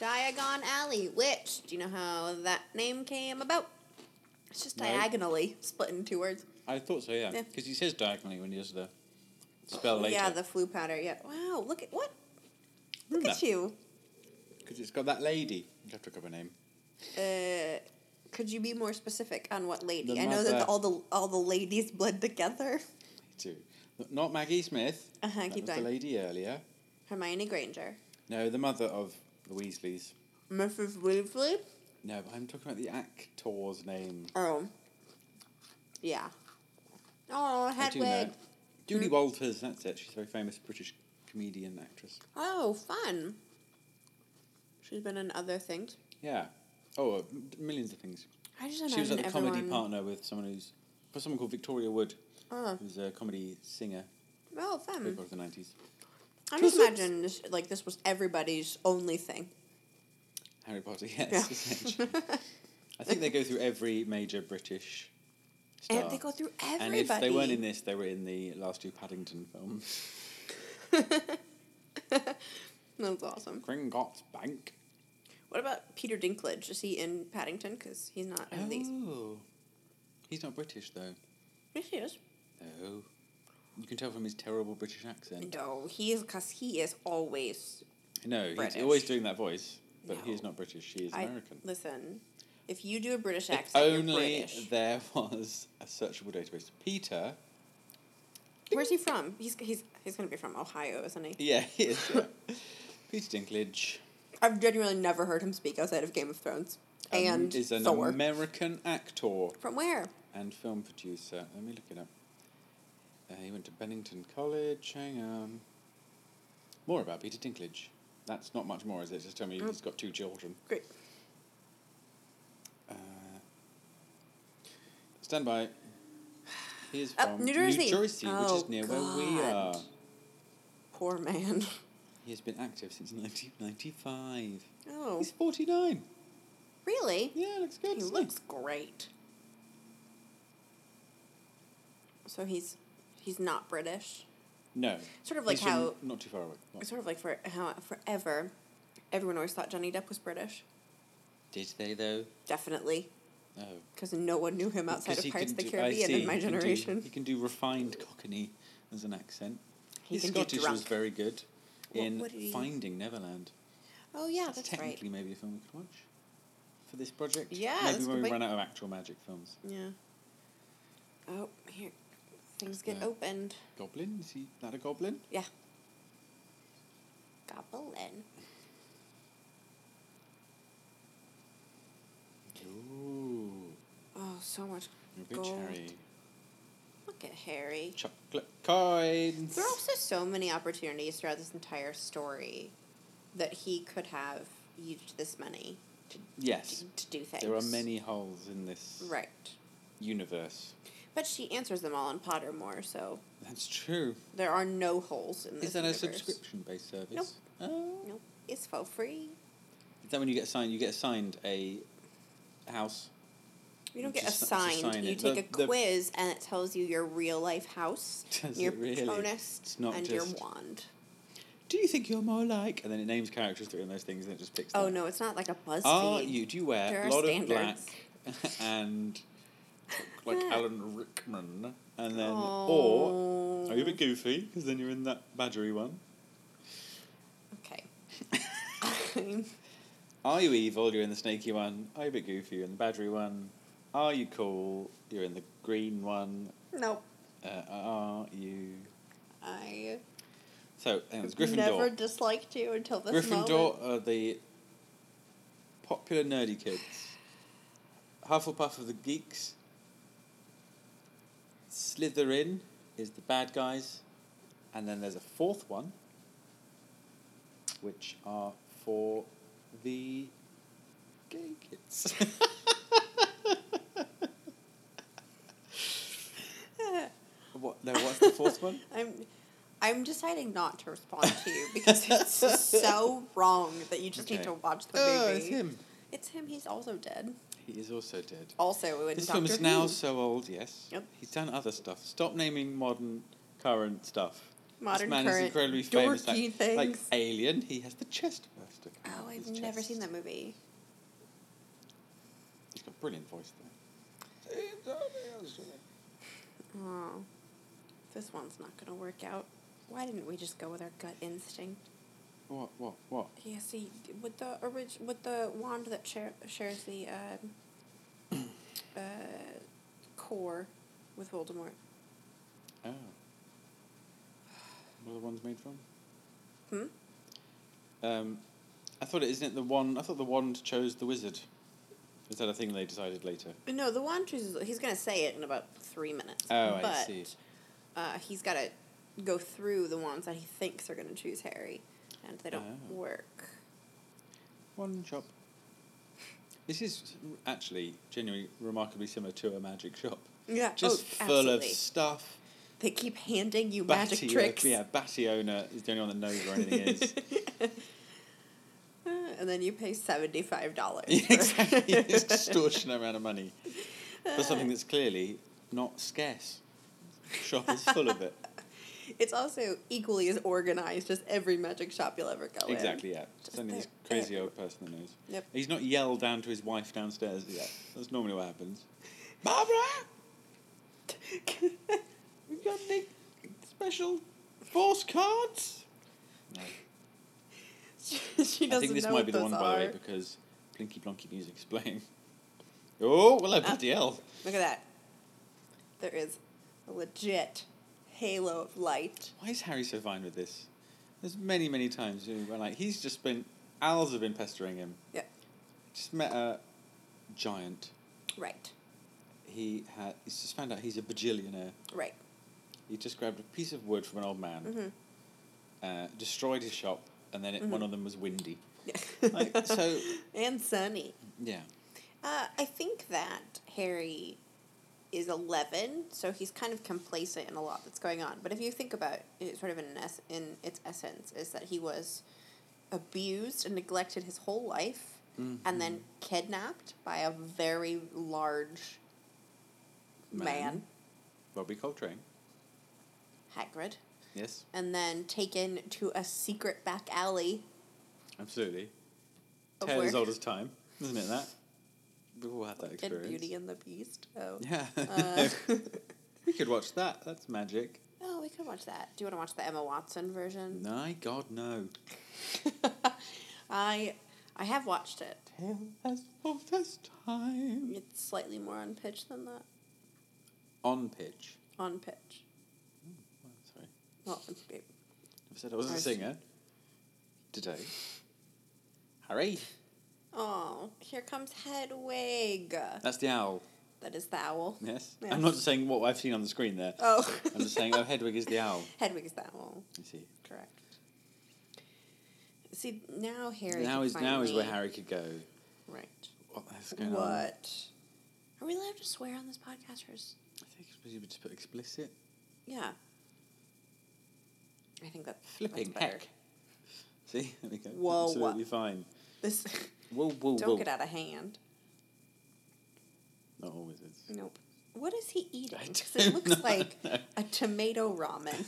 S2: Diagon Alley, which, do you know how that name came about? It's just
S1: No.
S2: diagonally split in two words.
S1: I thought so, yeah,
S2: Yeah.
S1: because he says diagonally when he does the spell Oh, later.
S2: Yeah, the flu powder. Yeah. Wow, look at what? Look at
S1: Remember?
S2: you. Because
S1: Because it's got that lady. You have to look up her name.
S2: Uh, could you be more specific on what lady?
S1: The
S2: I know that
S1: mother.
S2: all the all the ladies bled together.
S1: Too. Not Maggie Smith.
S2: Uh-huh,
S1: that
S2: keep
S1: was
S2: going.
S1: The lady earlier.
S2: Hermione Granger.
S1: No, the mother of the Weasleys.
S2: Mrs. Weasley?
S1: No, but I'm talking about the actor's name.
S2: Oh. Yeah. Oh,
S1: I do know.
S2: Hedwig. Hmm.
S1: Julie Walters, that's it. She's a very famous British comedian actress.
S2: Oh, fun. She's been in other things.
S1: Yeah. Oh, uh, m- millions of things.
S2: I just imagine
S1: she was like the
S2: everyone...
S1: comedy partner with someone who's, for someone called Victoria Wood,
S2: Oh,
S1: who's a comedy singer,
S2: oh
S1: big
S2: fun.
S1: part of the 90s.
S2: I just imagine this, like this was everybody's only thing.
S1: Harry Potter, [laughs] yes,
S2: Yeah. [laughs]
S1: essentially. I think they go through every major British star.
S2: And Eh, they go through
S1: And
S2: everybody.
S1: if they weren't in this, they were in the last two Paddington films.
S2: [laughs] That's awesome.
S1: Gringotts Bank.
S2: What about Peter Dinklage? Is he in Paddington? Because he's not in these.
S1: Oh. He's not British, though.
S2: Yes, he is.
S1: No. You can tell from his terrible British accent.
S2: No, he is because he is always
S1: No,
S2: British.
S1: he's always doing that voice, but he's
S2: No.
S1: not British. She is
S2: I-
S1: American.
S2: listen, if you do a British
S1: If
S2: accent,
S1: only
S2: you're British.
S1: there was a searchable database. Peter.
S2: Where's he from? He's he's he's gonna be from Ohio, isn't he?
S1: Yeah, he
S2: [laughs]
S1: is. yeah. Peter Dinklage.
S2: I've genuinely never heard him speak outside of Game of Thrones
S1: um,
S2: and
S1: is an
S2: Thor.
S1: American actor
S2: from where?
S1: and film producer. Let me look it up. Uh, he went to Bennington College. Hang on. More about Peter Dinklage. That's not much more, is it? Just tell
S2: Oh.
S1: me he's got two children.
S2: Great.
S1: Uh, stand by. He is
S2: Oh,
S1: from
S2: New Jersey.
S1: New Jersey, which
S2: Oh,
S1: is near where we are.
S2: God. Poor man. [laughs]
S1: He has been active since 1995.
S2: Oh,
S1: He's 49.
S2: really?
S1: Yeah, looks good.
S2: He
S1: doesn't
S2: looks great. So he's he's not British.
S1: No.
S2: Sort of like
S1: He's from
S2: how-
S1: Not too far away. What?
S2: Sort of like for how forever, everyone always thought Johnny Depp was British.
S1: Did they, though?
S2: Definitely,
S1: No.
S2: because no one knew him outside
S1: 'Cause
S2: of
S1: he
S2: Pirates of
S1: can
S2: the
S1: do- I
S2: Caribbean
S1: see,
S2: in my
S1: he can do-
S2: generation.
S1: He can do refined Cockney as an accent.
S2: He
S1: His
S2: can do
S1: Scottish was
S2: drunk.
S1: very good
S2: What-
S1: in
S2: what did he-
S1: Finding Neverland.
S2: Oh yeah,
S1: That's
S2: that's right.
S1: technically maybe a film we could watch for this project.
S2: Yeah,
S1: Maybe
S2: this
S1: when
S2: could
S1: we
S2: be-
S1: run out of actual magic films.
S2: Yeah. Oh, here. Things
S1: What's
S2: get
S1: that?
S2: opened.
S1: Goblin? Is he that a goblin?
S2: Yeah. Goblin.
S1: Ooh.
S2: Oh, so much
S1: You're a bit
S2: gold.
S1: cherry.
S2: Look at Harry.
S1: Chocolate coins.
S2: There are also so many opportunities throughout this entire story that he could have used this money to,
S1: yes.
S2: to, to do things.
S1: There are many holes in this
S2: Right.
S1: universe.
S2: But she answers them all in Pottermore, so
S1: That's true.
S2: there are no holes in this
S1: Is that a
S2: universe.
S1: subscription based service?
S2: Nope.
S1: Oh.
S2: Nope. It's for free.
S1: Is that when you get assigned? You get assigned a house. [laughs]
S2: You don't get
S1: Just not to
S2: assigned.
S1: sign
S2: you
S1: it.
S2: take
S1: The- the-
S2: a quiz and it tells you your real life house,
S1: Does
S2: your
S1: it really?
S2: bonus,
S1: It's not
S2: and
S1: just-
S2: your wand.
S1: Do you think you're more like? And then it names characters that are in those things, and it just picks.
S2: Oh
S1: that.
S2: no, it's not like a BuzzFeed.
S1: Are Ah, you? Do you
S2: There
S1: wear
S2: are
S1: a lot of black [laughs]
S2: standards.
S1: and like Alan Rickman, and then or are
S2: Oh.
S1: you a bit goofy because then you're in that badgery one?
S2: Okay. [laughs] I'm-
S1: Are you evil? You're in the snaky one. Are you a bit goofy? You're in the badgery one. Are you cool? You're in the green one.
S2: nope.
S1: Uh, are you?
S2: I
S1: So hang on, it's Gryffindor.
S2: never disliked you until this moment.
S1: Gryffindor are the popular nerdy kids. Hufflepuff are the geeks. Slytherin is the bad guys. And then there's a fourth one, which are for the gay
S2: [laughs]
S1: kids. what, no, what's the fourth one?
S2: [laughs] I'm I'm deciding not to respond to you because [laughs] it's just so wrong that you just
S1: Okay.
S2: need to watch the
S1: [laughs] Oh,
S2: movie.
S1: it's him.
S2: It's him, He's also dead.
S1: He is also dead.
S2: Also, in
S1: This
S2: Doctor
S1: film is
S2: Who.
S1: now so old, yes.
S2: Yep.
S1: He's done other stuff. Stop naming modern, current stuff. this
S2: Modern
S1: man
S2: current
S1: is incredibly famous.
S2: dorky
S1: Like, like
S2: things.
S1: Alien, he has the chest burster. coming out
S2: Oh,
S1: of
S2: I've
S1: his
S2: never
S1: chest.
S2: seen that movie.
S1: He's got a brilliant voice there.
S2: Oh, this one's not gonna work out. Why didn't we just go with our gut instinct?
S1: What, what, what?
S2: Yeah, see, with the orig- with the wand that share- shares the um,
S1: [coughs]
S2: uh, core with Voldemort.
S1: Oh. What are the ones made from?
S2: Hmm.
S1: Um, I thought it isn't it the one. I thought the wand chose the wizard. Is that a thing they decided later?
S2: No, the wand chooses. He's gonna say it in about three minutes.
S1: Oh,
S2: but,
S1: I see.
S2: Uh, he's gotta go through the ones that he thinks are gonna choose Harry, and they don't
S1: Oh.
S2: work.
S1: One shop. This is actually genuinely remarkably similar to a magic shop.
S2: Yeah.
S1: Just
S2: oh,
S1: full
S2: absolutely.
S1: of stuff.
S2: They keep handing you magic
S1: Batty- uh,
S2: tricks.
S1: Yeah, Batty owner is the only one that knows where anything
S2: [laughs]
S1: is. [laughs]
S2: Uh, and then you pay seventy
S1: [laughs]
S2: five dollars.
S1: exactly.
S2: [laughs]
S1: It's extortionate amount of money for
S2: Uh,
S1: something that's clearly not scarce. Shop is full of it.
S2: [laughs] Oh, It's also equally as organized as every magic shop you'll ever go in.
S1: Exactly, yeah. It's
S2: Just
S1: only this
S2: there,
S1: crazy old person that knows.
S2: Yep.
S1: He's not yelled down to his wife downstairs yet. That's normally what happens. Barbara! We've got any special force cards? No.
S2: [laughs] she doesn't
S1: I think this
S2: know
S1: might
S2: what
S1: be the
S2: those
S1: one, by the way,
S2: are.
S1: because Blinky Blonky Music's playing. Oh,
S2: Uh.
S1: well, I bloody hell.
S2: Look at that. There is a legit halo of light.
S1: Why is Harry so fine with this? There's many, many times where, like, he's just been... Owls have been pestering him.
S2: Yeah.
S1: Just met a giant.
S2: Right.
S1: He had... He's just found out he's a bajillionaire.
S2: Right.
S1: He just grabbed a piece of wood from an old man,
S2: Mhm.
S1: uh, destroyed his shop, and then it,
S2: Mm-hmm.
S1: one of them was windy.
S2: Yeah.
S1: Like, so,
S2: Mm-hmm. [laughs] and sunny.
S1: yeah.
S2: Uh, I think that Harry is 11, so he's kind of complacent in a lot that's going on. But if you think about it, sort of in, an es- in its essence, is that he was abused and neglected his whole life
S1: Mm-hmm.
S2: and then kidnapped by a very large man,
S1: Man. Bobby Coltrane.
S2: Hagrid,
S1: Yes,
S2: and then taken to a secret back alley.
S1: absolutely.
S2: Of
S1: Tale
S2: where
S1: as old as time, isn't it? That we've all had that
S2: did
S1: experience.
S2: Beauty and the Beast. Oh.
S1: Yeah,
S2: [laughs] Uh,
S1: [laughs] we could watch that. That's magic.
S2: oh, we could watch that. Do you want to watch the Emma Watson version?
S1: My God, no.
S2: [laughs] I I have watched it.
S1: Tale as old as time.
S2: It's slightly more on pitch than that.
S1: On pitch.
S2: On pitch.
S1: Oh, sorry,
S2: Well, it-
S1: I said I was a
S2: Nice.
S1: singer. Today. Harry.
S2: oh, here comes Hedwig.
S1: That's the owl.
S2: That is the owl.
S1: Yes.
S2: Yes.
S1: I'm not just saying what I've seen on the screen there.
S2: Oh,
S1: I'm just
S2: [laughs]
S1: saying, oh, Hedwig is the owl.
S2: Hedwig is the owl.
S1: You see.
S2: Correct. See now Harry.
S1: now
S2: can
S1: is now is where
S2: finally-
S1: Harry could go.
S2: Right.
S1: What the heck's going on? I
S2: what? Are we allowed to swear on this podcast? Or is...
S1: think it's supposed to just put explicit.
S2: Yeah. I think that,
S1: Flipping
S2: that's better.
S1: heck. See, there we go.
S2: Whoa.
S1: Absolutely fine.
S2: This [laughs]
S1: Whoa, whoa,
S2: don't
S1: whoa.
S2: get out of hand.
S1: Not always is.
S2: Nope. What is he eating?
S1: I
S2: [laughs] 'Cause
S1: don't
S2: it looks
S1: know. [laughs]
S2: like a tomato ramen.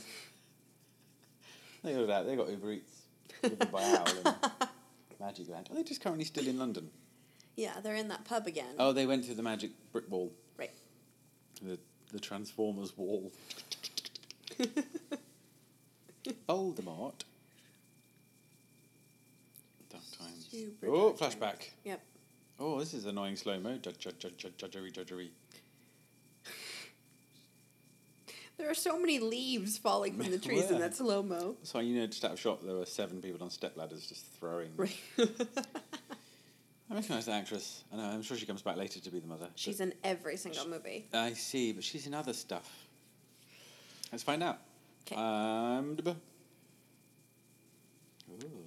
S1: They got that. They got Uber Eats. Driven by owl and
S2: [laughs]
S1: Magic Land. Are they just currently still in London?
S2: Yeah, they're in that pub again.
S1: Oh, they went to the Magic Brick Wall,
S2: Right.
S1: the the Transformers
S2: [laughs]
S1: Wall. Voldemort. Dark times.
S2: Super
S1: oh,
S2: dark
S1: flashback.
S2: Yep.
S1: Oh, this is annoying slow mo. Judge, judge, judge, judge, judgery, judgery.
S2: There are so many leaves falling from the trees
S1: Yeah.
S2: in that slow mo.
S1: So you know, just out of shot, there were seven people on step ladders just throwing.
S2: Right.
S1: I recognise the actress. I know. I'm sure she comes back later to be the mother. but-
S2: [laughs] She's in every single movie.
S1: I see, but she's in other stuff. Let's find out.
S2: 'Kay.
S1: Um, duh, buh. Ooh,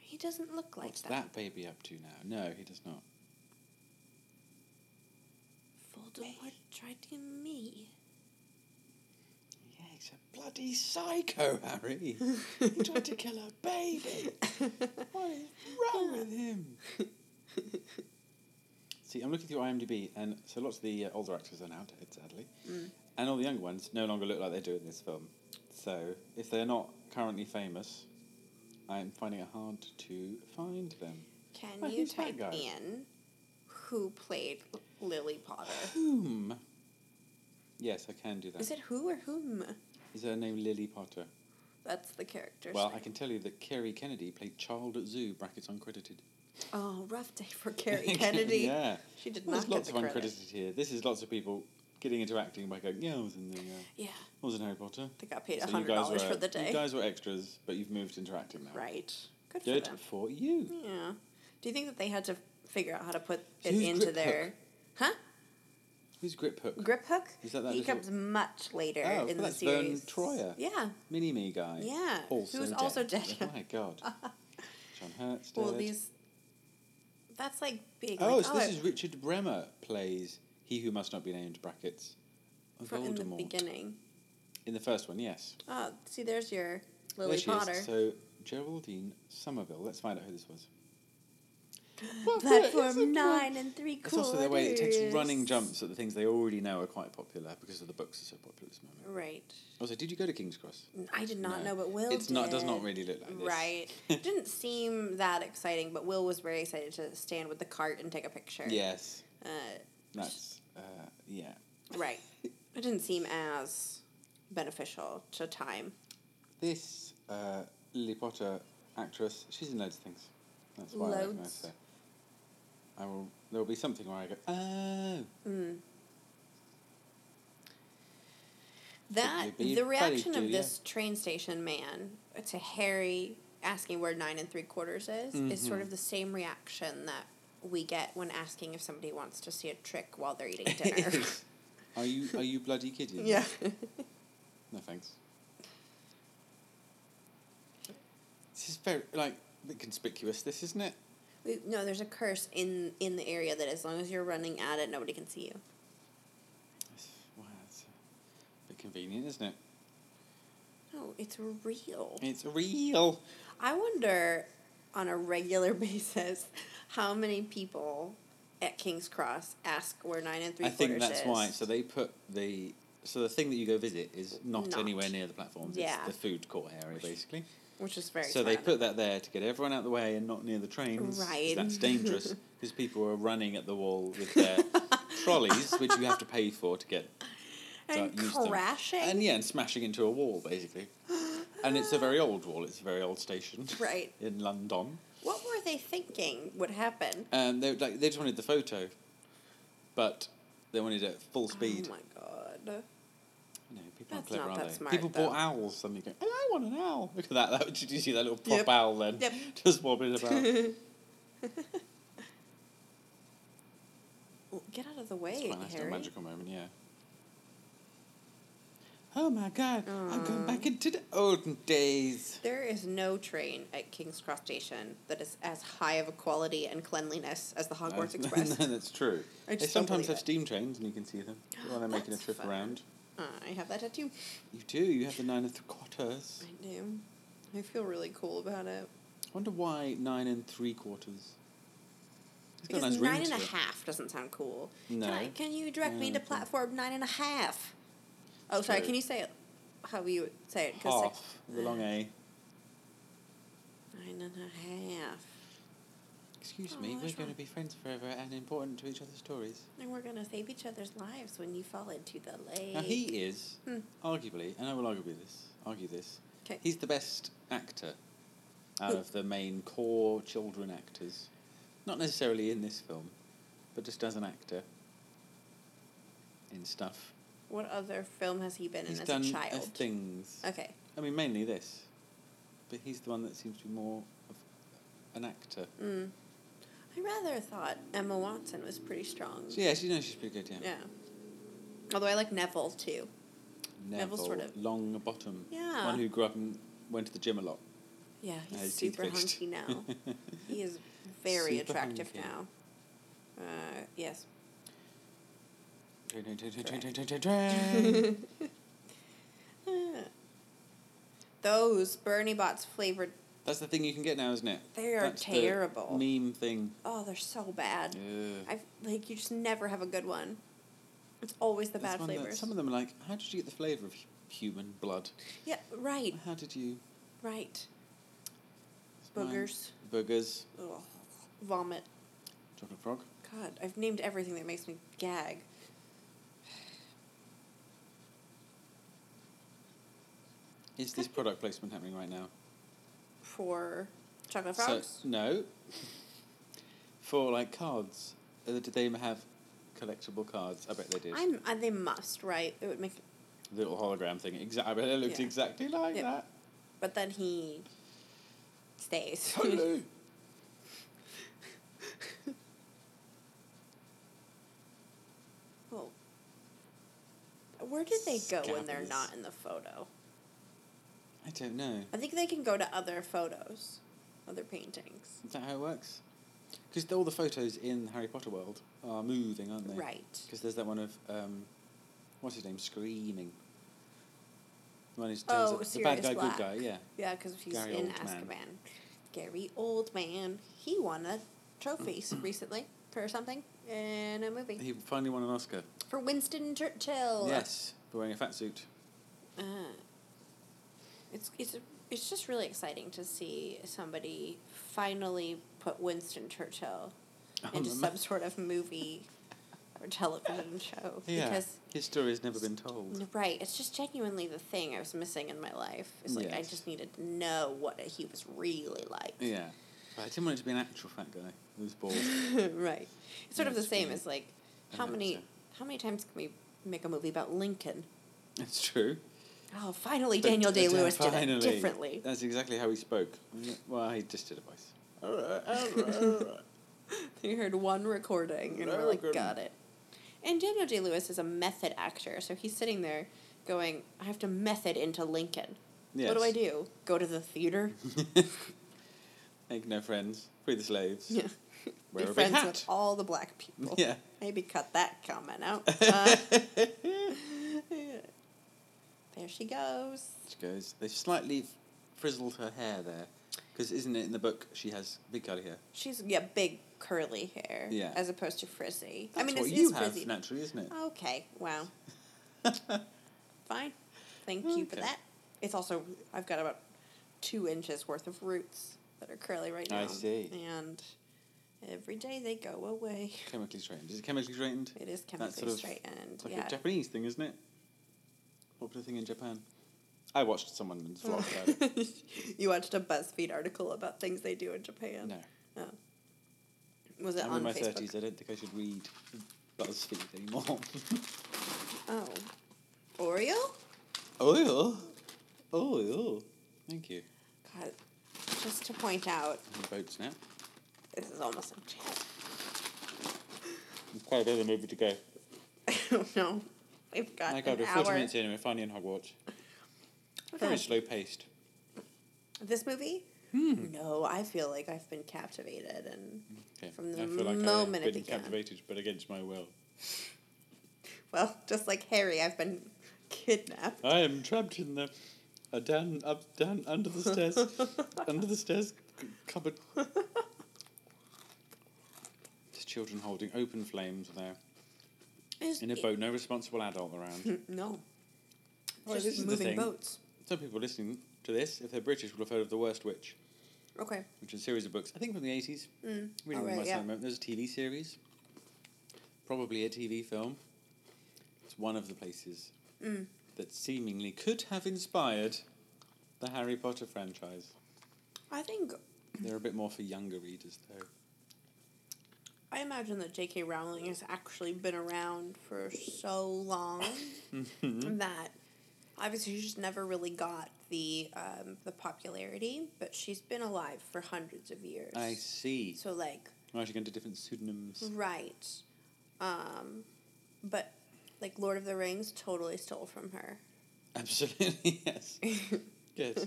S2: He doesn't look like
S1: what's that baby up to now? No, he does not.
S2: Voldemort tried to get
S1: [laughs]
S2: me.
S1: Yeah, he's a bloody psycho, [laughs] Harry. he tried to kill her baby. What is wrong with him? See, I'm looking through IMDb, and so lots of the uh, older actors are now dead, sadly, and all the younger ones no longer look like they do in this film. So, if they're not currently famous, I'm finding it hard to find them.
S2: Can
S1: Well,
S2: you
S1: who's that
S2: type
S1: guy?
S2: in who played L- Lily Potter?
S1: [laughs] Whom? Yes, I can do that.
S2: Is it who or whom?
S1: Is her name Lily Potter?
S2: That's the character's
S1: Well, I
S2: name.
S1: can tell you that Kerry Kennedy played Child at Zoo (brackets uncredited).
S2: Oh, rough day for Carrie Kennedy.
S1: [laughs] yeah.
S2: She did
S1: Well,
S2: not
S1: There's lots
S2: get
S1: of
S2: the credit.
S1: uncredited here. This is lots of people getting into acting by going, yeah, I was in the, uh, I
S2: Yeah,
S1: was in Harry Potter.
S2: they got paid
S1: So
S2: a
S1: you
S2: hundred
S1: guys
S2: dollars
S1: were-
S2: for the day.
S1: You guys were extras, but you've moved into acting now.
S2: right. Good for
S1: Good
S2: them.
S1: for you.
S2: Yeah. Do you think that they had to figure out how to put it
S1: Who's
S2: into
S1: Grip
S2: their huh
S1: Who's Grip Hook?
S2: grip hook?
S1: Is that that
S2: he
S1: little-
S2: comes much later
S1: Oh, well,
S2: in the
S1: that's Vern
S2: series.
S1: Troyer.
S2: Yeah.
S1: Mini Me guy.
S2: Yeah,
S1: Also
S2: who's
S1: dead.
S2: also dead.
S1: Oh my
S2: [laughs]
S1: God. John Hurt's dead.
S2: Well, these. That's like big.
S1: oh,
S2: like,
S1: so
S2: oh,
S1: this
S2: I-
S1: is Richard Bremer plays He Who Must Not Be Named (brackets
S2: from in the
S1: Voldemort.
S2: beginning.
S1: In the first one, yes.
S2: Oh, see, there's your Lily
S1: There she is.
S2: Potter.
S1: So Geraldine Somerville. Let's find out who this
S2: [gasps]
S1: was.
S2: Platform nine and three
S1: It's
S2: quarters.
S1: also the way it takes running jumps at the things they already know are quite popular because of the books are so popular at this moment.
S2: Right.
S1: Also, did you go to King's Cross?
S2: N- I did not
S1: No.
S2: know, but Will.
S1: It's not. Does not
S2: did.
S1: really look like this.
S2: Right.
S1: [laughs]
S2: it didn't seem that exciting, but Will was very excited to stand with the cart and take a picture.
S1: Yes.
S2: Uh,
S1: That's. Uh, yeah.
S2: right. It didn't seem as beneficial to time.
S1: This uh, Lily Potter actress, she's in loads of things. That's why I recognise
S2: Loads.
S1: her. I will. There will be something where I go. Oh.
S2: That
S1: be
S2: the
S1: bloody
S2: reaction of
S1: Julia.
S2: this train station man to Harry asking where nine and three quarters is is sort of the same reaction that we get when asking if somebody wants to see a trick while they're eating
S1: [laughs]
S2: dinner. [laughs]
S1: Are you are you bloody kidding? me?
S2: yeah.
S1: No thanks. This is very like a bit conspicuous. This isn't it?
S2: [laughs] We- no, there's a curse in in the area that as long as you're running at it, nobody can see you.
S1: It's convenient, isn't it?
S2: No, it's real.
S1: It's real.
S2: I wonder on a regular [laughs] basis how many people at King's Cross ask where nine and three
S1: I think
S2: quarters
S1: that's
S2: is.
S1: why. So they put the so the thing that you go visit is not,
S2: Not.
S1: anywhere near the platforms.
S2: Yeah.
S1: It's the food court area basically.
S2: which is very
S1: So they
S2: smart.
S1: put that there to get everyone out of the way and not near the trains. 'cause
S2: Right.
S1: That's
S2: [laughs]
S1: dangerous because people are running at the wall with their trolleys, which you have to pay for to get
S2: and
S1: don't use them.
S2: crashing.
S1: and yeah, and smashing into a wall
S2: [gasps]
S1: basically. And it's a very old wall. It's a very old station. [laughs]
S2: Right.
S1: In London.
S2: What were they thinking would happen?
S1: Um, they like they just wanted the photo, but they wanted it at full speed.
S2: Oh my god.
S1: No, people aren't
S2: That's
S1: clever,
S2: not
S1: aren't
S2: that
S1: they?
S2: smart,
S1: people
S2: though.
S1: bought owls suddenly go, oh, I want an owl. [laughs] Look at that. that did you see that little prop
S2: Yep.
S1: owl then?
S2: Yep.
S1: [laughs] Just wobbling
S2: [laughs]
S1: about.
S2: Well, Get out of the way,
S1: Quite a nice little
S2: Harry.
S1: magical moment, yeah. Oh my god, I'm going back into the olden days.
S2: There is no train at King's Cross Station that is as high of a quality and cleanliness as the Hogwarts
S1: [laughs] No,
S2: Express.
S1: no, that's true.
S2: I
S1: They
S2: just don't
S1: sometimes
S2: believe
S1: have
S2: it.
S1: steam trains and you can see them while they're making a
S2: That's
S1: trip
S2: fun.
S1: around.
S2: Uh, I have that tattoo.
S1: You do, you have the nine and three quarters.
S2: I do. I feel really cool about it.
S1: I wonder why nine and three quarters. It's got a
S2: Because
S1: nice ring
S2: nine and
S1: to
S2: a
S1: it.
S2: half doesn't sound cool.
S1: No.
S2: Can, I, can you direct
S1: Nine
S2: me to
S1: and a half.
S2: platform nine and a half? Oh, sorry.
S1: Sorry.
S2: Can you say it? How you say it? 'Cause like-
S1: Half, the long A.
S2: Nine and a half.
S1: Excuse
S2: Oh,
S1: me, we're
S2: that's
S1: going to
S2: right.
S1: be friends forever and important to each other's stories.
S2: And we're gonna save each other's lives when you fall into the lake.
S1: Now he is
S2: Hmm.
S1: arguably, and I will argue this, argue this.
S2: 'Kay.
S1: He's the best actor out
S2: Who?
S1: of the main core children actors. Not necessarily in this film, but just as an actor in stuff.
S2: What other film has he been
S1: he's
S2: in as
S1: done
S2: a
S1: uh,
S2: child?
S1: things.
S2: Okay.
S1: I mean, mainly this, but he's the one that seems to be more of an actor.
S2: Mm. I rather thought Emma Watson was pretty strong.
S1: So yeah, she knows she's pretty good. Yeah.
S2: Yeah. Although I like Neville too.
S1: Neville,
S2: Neville's sort of-
S1: long bottom.
S2: Yeah.
S1: One who grew up and went to the gym a lot.
S2: Yeah, he's
S1: Had his teeth
S2: super
S1: fixed. [laughs]
S2: hunky now. he is very
S1: Super
S2: attractive
S1: hunky.
S2: now. Uh,
S1: [laughs]
S2: yes.
S1: Train, train, train, train,
S2: Correct.
S1: train, train, train, train.
S2: Those Bernie Bots flavored,
S1: That's the thing you can get now, isn't it?
S2: they are
S1: That's the
S2: terrible.
S1: meme thing.
S2: oh, they're so bad.
S1: Yeah.
S2: I've like you just never have a good one. It's always the bad flavors.
S1: some of them are like, how did you get the flavour of hu- human blood?
S2: yeah, right,
S1: How did you?
S2: right.
S1: It's mine.
S2: Boogers,
S1: Boogers.
S2: Ugh. vomit.
S1: Chocolate frog.
S2: God, I've named everything that makes me gag.
S1: Is this product placement happening right now?
S2: For chocolate frogs.
S1: So no. [laughs] For like cards, Uh, did they have collectible cards? I bet they did.
S2: I'm. I, they must, right? It would make.
S1: The little hologram thing. Exactly. I bet it looked
S2: Yeah.
S1: exactly like
S2: Yep.
S1: that.
S2: But then he stays.
S1: Hello.
S2: [laughs] well, where do they go when they're
S1: Scabbers.
S2: not in the photo?
S1: I don't know.
S2: I think they can go to other photos, other paintings.
S1: Is that how it works? Because all the photos in Harry Potter world are moving, aren't they?
S2: Right.
S1: Because there's that one of um, what's his name screaming. The one who
S2: Oh,
S1: turns up- the bad
S2: Sirius
S1: guy,
S2: Black.
S1: good guy, yeah.
S2: Yeah, because he's
S1: Gary
S2: in
S1: Oldman.
S2: Azkaban. Gary Oldman. He won a
S1: [clears throat]
S2: trophy s- recently for something in a movie.
S1: He finally won an Oscar.
S2: For Winston Churchill.
S1: Yes, for wearing a fat suit.
S2: Uh, it's, it's, it's just really exciting to see somebody finally put Winston Churchill
S1: [laughs]
S2: into
S1: Um,
S2: some sort of movie or
S1: [laughs]
S2: television show.
S1: yeah,
S2: Because
S1: his story has never been told.
S2: Right. It's just genuinely the thing I was missing in my life. It's like I
S1: Yes.
S2: just needed to know what he was really like. [laughs]
S1: Yeah, but I didn't want it to be an actual fat guy who was bald.
S2: right. It's sort of the
S1: That's
S2: same
S1: great.
S2: as like
S1: I
S2: how
S1: hope
S2: many
S1: so.
S2: how many times can we make a movie about Lincoln?
S1: That's true.
S2: Oh, finally
S1: But-
S2: Daniel Day
S1: but, uh,
S2: Lewis did
S1: finally,
S2: it differently.
S1: That's exactly how he spoke. Well, he just did a
S2: [laughs]
S1: voice.
S2: You heard one recording and we're like,
S1: Lincoln.
S2: got it. And Daniel Day Lewis is a method actor, so he's sitting there going, I have to method into Lincoln. What do
S1: [laughs]
S2: I
S1: Yes.
S2: do? Go to
S1: [laughs]
S2: the theater?
S1: Make no friends. Free the slaves.
S2: yeah. Be
S1: Wear a big
S2: friends
S1: hat.
S2: with
S1: [laughs]
S2: all the black people.
S1: Yeah. [laughs]
S2: Uh, Maybe cut that comment out. Uh, [laughs] There she goes.
S1: She goes. They slightly frizzled her hair there, because isn't it in the book she has big curly hair?
S2: She's yeah, big curly hair.
S1: Yeah.
S2: As opposed to frizzy. I
S1: That's
S2: mean,
S1: what
S2: it's,
S1: you
S2: it's
S1: have
S2: frizzy. Uh.
S1: naturally, isn't it?
S2: Okay. Wow. Fine. Thank you for
S1: Okay.
S2: that. It's also I've got about two inches worth of roots that are curly right now.
S1: I see.
S2: And every day they go away.
S1: [laughs]
S2: [laughs]
S1: chemically straightened. Is it chemically straightened?
S2: It is
S1: That
S2: chemically
S1: sort of-
S2: straightened.
S1: It's like
S2: yeah. [laughs]
S1: a Japanese thing, isn't it? Popular thing in Japan. I watched
S2: [laughs]
S1: someone's vlog about it.
S2: you watched a BuzzFeed article about things they do in Japan. Oh.
S1: No.
S2: Was it
S1: I'm
S2: on
S1: in my
S2: Facebook?
S1: thirties. I don't think I should read BuzzFeed anymore. [laughs]
S2: Oh. Oreo?
S1: oh, oh, oh. Thank you.
S2: God. Just to point out,
S1: I'm boats now.
S2: this is almost a chat.
S1: It's quite a bit of a movie to go.
S2: [laughs] I don't know. We've got
S1: Oh My God,
S2: an
S1: we're forty
S2: hour.
S1: minutes in and we're finally in Hogwarts. Very
S2: Okay.
S1: slow paced.
S2: This movie?
S1: Hmm.
S2: No, I feel like I've been captivated and
S1: Okay.
S2: From the
S1: I feel like
S2: moment it
S1: I've been
S2: began.
S1: captivated, but against my will.
S2: well, just like Harry, I've been kidnapped.
S1: I am trapped in the uh, down up down under the
S2: [laughs]
S1: stairs under the stairs c- cupboard. Just children holding open flames there
S2: It's-
S1: in a
S2: it-
S1: boat. No responsible adult
S2: [laughs]
S1: around.
S2: Hmm, No.
S1: Well,
S2: just
S1: this is the
S2: moving
S1: thing.
S2: boats.
S1: Some people listening to this, if they're British, will have heard of The Worst Witch,
S2: Okay.
S1: which is a series of books. I think from the eighties.
S2: Mm.
S1: Reading
S2: All
S1: them
S2: right,
S1: myself at
S2: yeah.
S1: the moment. There's a TV series, probably a TV film. It's one of the places
S2: hmm.
S1: that seemingly could have inspired the Harry Potter franchise.
S2: I think
S1: They're a bit more for younger readers, though.
S2: I imagine that J.K. Rowling has actually been around for so long
S1: Hmm.
S2: that obviously she's never really got the um, the popularity, but she's been alive for hundreds of years.
S1: I see.
S2: So like
S1: I'm actually going to different
S2: Mm.
S1: pseudonyms.
S2: right, um, but like Lord of the Rings totally stole
S1: [laughs]
S2: from her.
S1: Absolutely, [laughs] yes. yes.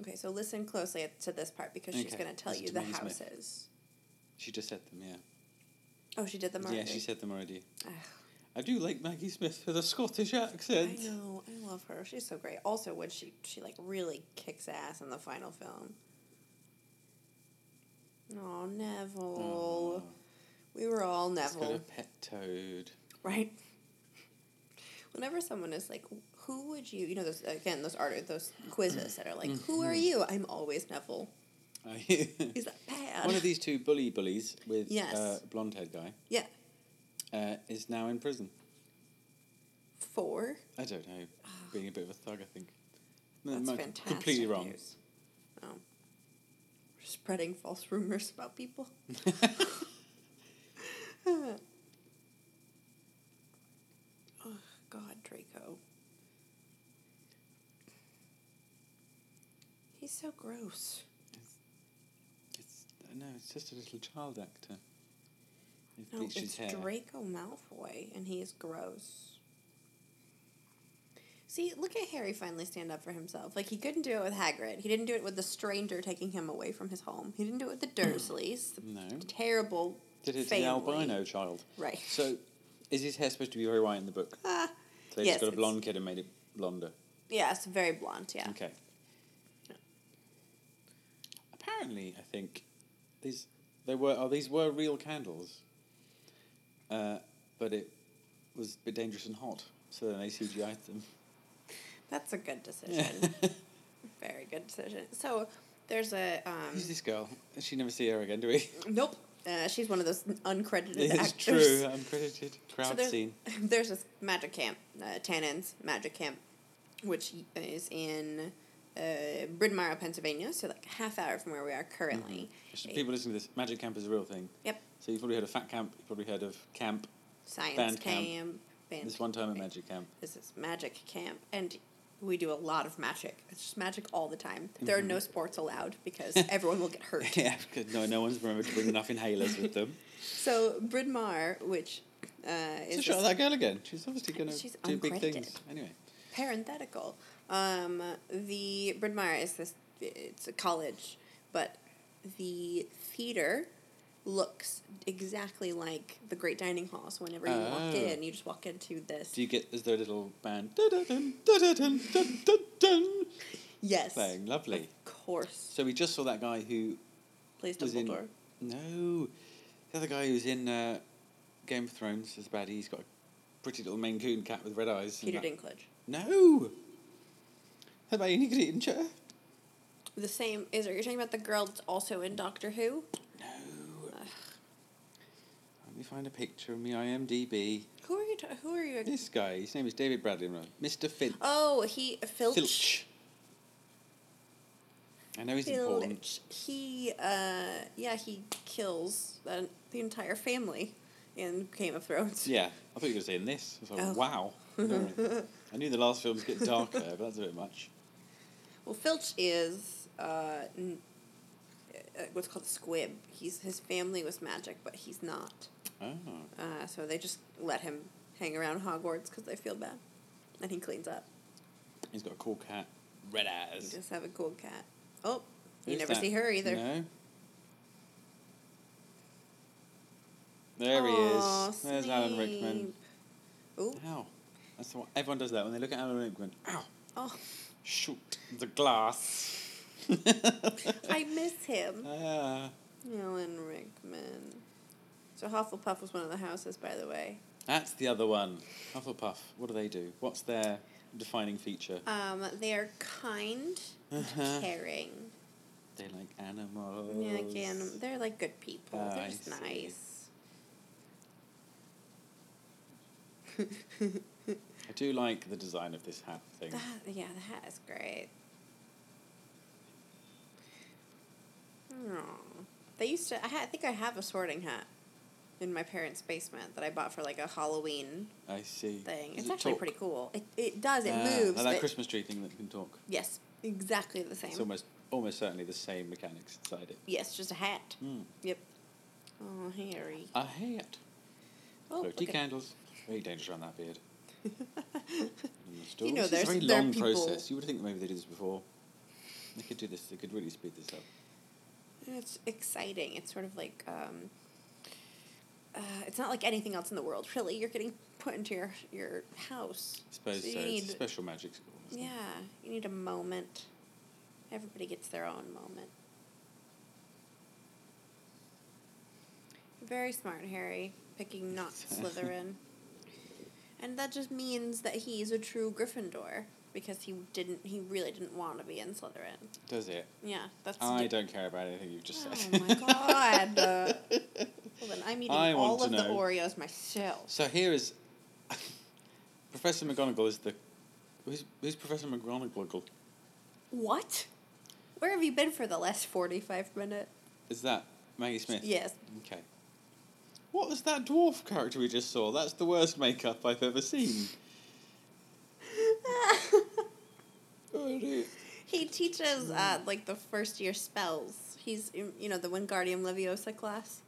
S2: Okay, so listen closely to this part because she's
S1: Okay,
S2: going to tell
S1: listen
S2: you
S1: to
S2: the
S1: Maggie Smith.
S2: houses.
S1: She just said them, yeah.
S2: Oh, she did them already.
S1: Yeah, she said them already.
S2: Ugh.
S1: I do like Maggie Smith for the Scottish
S2: I
S1: accent.
S2: know. I love her. She's so great. Also, when she she like really kicks ass in the final film. Oh, Neville.
S1: Aw,
S2: We were all
S1: Oh, it's got a
S2: Neville,
S1: pet toad.
S2: right? Whenever someone is like, "Who would you?" You know, those again, those art, those quizzes that are like, "Who
S1: Mm-hmm.
S2: are you?" I'm always Neville.
S1: [laughs]
S2: Is that bad?
S1: One of these two bully bullies with
S2: Yes.
S1: uh, blonde haired guy
S2: [laughs] yeah,
S1: uh, is now in prison.
S2: four.
S1: I don't know. Being a bit of a thug, I think. No,
S2: Ah. That's
S1: am I
S2: fantastic.
S1: Completely wrong.
S2: news. Oh. We're spreading false rumors about
S1: [laughs]
S2: people. [laughs] oh, God, Draco. He's so gross.
S1: It's, no, it's just a little child actor. He's
S2: No,
S1: bleached his
S2: Oh, it's
S1: hair.
S2: Draco Malfoy, and he is gross. See, look at Harry finally stand up for himself. Like, he couldn't do it with Hagrid. He didn't do it with the stranger taking him away from his home. He didn't do it with the Dursleys, the
S1: No.
S2: terrible
S1: Did it to
S2: family.
S1: the albino child.
S2: Right.
S1: So, is his hair supposed to be very white in the book?
S2: [laughs] Ah,
S1: So they
S2: Yes,
S1: just got a
S2: it's-
S1: blonde kid and made it blonder.
S2: yeah, it's very blonde, yeah.
S1: Okay. Apparently, I think these they were oh, these were real candles, uh, but it was a bit dangerous and hot, so then they CGI'd them.
S2: That's a
S1: [laughs]
S2: good decision. very good decision. So, there's a... Um,
S1: Who's this girl? She never see her again, do
S2: [laughs]
S1: we?
S2: nope. Uh, she's one of those uncredited
S1: it's
S2: actors.
S1: true. Uncredited crowd
S2: there's,
S1: scene.
S2: [laughs] there's this magic camp, uh, Tannen's magic camp, which is in uh, Bryn Mawr, Pennsylvania, so like a half hour from where we are currently.
S1: Just People listening to this, magic camp is a real thing.
S2: Yep,
S1: So you've probably heard of fat camp. You've probably heard of camp.
S2: science
S1: Band
S2: camp.
S1: camp.
S2: band
S1: This one time at
S2: camp.
S1: magic
S2: [laughs]
S1: camp. [laughs]
S2: This is magic camp, and we do a lot of magic. It's just magic all the time. There
S1: Mm-hmm.
S2: are no sports allowed because everyone will get
S1: [laughs]
S2: hurt.
S1: yeah, because no, no one's remembered to bring enough inhalers with them.
S2: So Bryn Mawr, which uh,
S1: So
S2: is this-
S1: shout out that girl again. She's obviously going to
S2: She's
S1: do big
S2: uncredited.
S1: things. Anyway,
S2: parenthetical. Um, the Bryn Mawr is this. It's a college, but the theater looks exactly like the Great Dining Hall. So whenever you walk
S1: Oh.
S2: in, you just walk into this.
S1: Do you get is there a little band dun-dun-dun, dun-dun-dun, dun-dun-dun
S2: yes,
S1: playing? Lovely.
S2: of course,
S1: So we just saw that guy who
S2: plays
S1: was in
S2: Dumbledore.
S1: no, the other guy who's in uh, Game of Thrones is baddie. He's got a pretty little Maine Coon cat with red eyes. and
S2: Peter
S1: that-
S2: Dinklage.
S1: No. How about you? You could eat in chair.
S2: The same is. Are you talking about the girl that's also in Doctor Who?
S1: No. Let me find a picture of me IMDb.
S2: Who are you? Ta- who are you?
S1: This guy, his name is David Bradley, right? Mr. Finch.
S2: Oh, he Filch.
S1: Filch. I know he's important.
S2: Filch. He, uh, yeah, he kills the, the entire family in Game of Thrones.
S1: Yeah, I thought you were going to say in this. I was like,
S2: Oh. [laughs]
S1: wow. Alright. I knew the last films get darker, but that's a bit much.
S2: Well, Filch is uh, n- uh, what's called a squib. He's his family was magic, but he's not.
S1: Oh.
S2: Uh, so they just let him hang around Hogwarts because they feel bad, and he cleans up.
S1: He's got a cool cat. Red
S2: You
S1: eyes.
S2: just have a cool cat. Oh, you
S1: Who's
S2: never
S1: that?
S2: see her either.
S1: No. There he
S2: Aw,
S1: is. There's Alan Rickman.
S2: Snape. Ooh,
S1: Ow. That's what everyone does that when they look at Alan Rickman. Ow.
S2: oh,
S1: Shoot the glass. [laughs]
S2: I miss him.
S1: Ah.
S2: Alan Rickman. So Hufflepuff was one of the houses, by the way.
S1: that's the other one. Hufflepuff. What do they do? What's their defining feature?
S2: Um, they are kind, and
S1: Uh-huh.
S2: caring.
S1: They like animals.
S2: Yeah, like anim- they're like good people.
S1: Ah,
S2: they're
S1: I
S2: just
S1: see. [laughs]
S2: nice.
S1: I do like the design of this hat thing.
S2: That, yeah, the hat is great. Aw. They used to. I, ha- I think I have a sorting hat in my parents' basement that I bought for like a Halloween
S1: I see.
S2: thing.
S1: Does
S2: it's
S1: it
S2: actually
S1: talk?
S2: pretty cool. It, it does. It
S1: Ah, Like
S2: moves.
S1: that
S2: but-
S1: Christmas tree thing that can talk.
S2: yes, exactly the same.
S1: It's almost almost certainly the same mechanics inside it.
S2: Yes, just a hat.
S1: Mm.
S2: Yep. Oh, Harry.
S1: A hat.
S2: Oh,
S1: Floaty
S2: look [laughs] at-
S1: candles. Very dangerous around that beard. In the store.
S2: You know,
S1: This is
S2: there's-
S1: a very
S2: there are
S1: long
S2: people-
S1: process. You would think that maybe they did this before. They could do this. They could really speed this up.
S2: It's exciting. It's sort of like um, uh, it's not like anything else in the world, really. You're getting put into your your house.
S1: I suppose
S2: So
S1: so.
S2: you
S1: It's
S2: need-
S1: a special magic school. isn't it?
S2: Yeah, you need a moment. Everybody gets their own moment. Very smart, Harry,
S1: [laughs]
S2: picking not Slytherin. And that just means that he's a true Gryffindor because he didn't. He really didn't want to be in Slytherin.
S1: Does it?
S2: Yeah, that's.
S1: I
S2: di-
S1: don't care about anything you've just
S2: Oh
S1: said.
S2: my god. [laughs] Uh, well, then I'm eating
S1: I want
S2: all
S1: to
S2: of the
S1: know.
S2: Oreos myself.
S1: [laughs] so here is [laughs] Professor McGonagall is the who's, who's Professor McGonagall?
S2: What? Where have you been for the last 45 minutes?
S1: Is that Maggie Smith?
S2: Yes.
S1: Okay. What was that dwarf character we just saw? That's the worst makeup I've ever
S2: [sighs]
S1: seen.
S2: [laughs]
S1: Oh, dear.
S2: he teaches uh, like the first year spells. He's, in- you know, the Wingardium Leviosa class.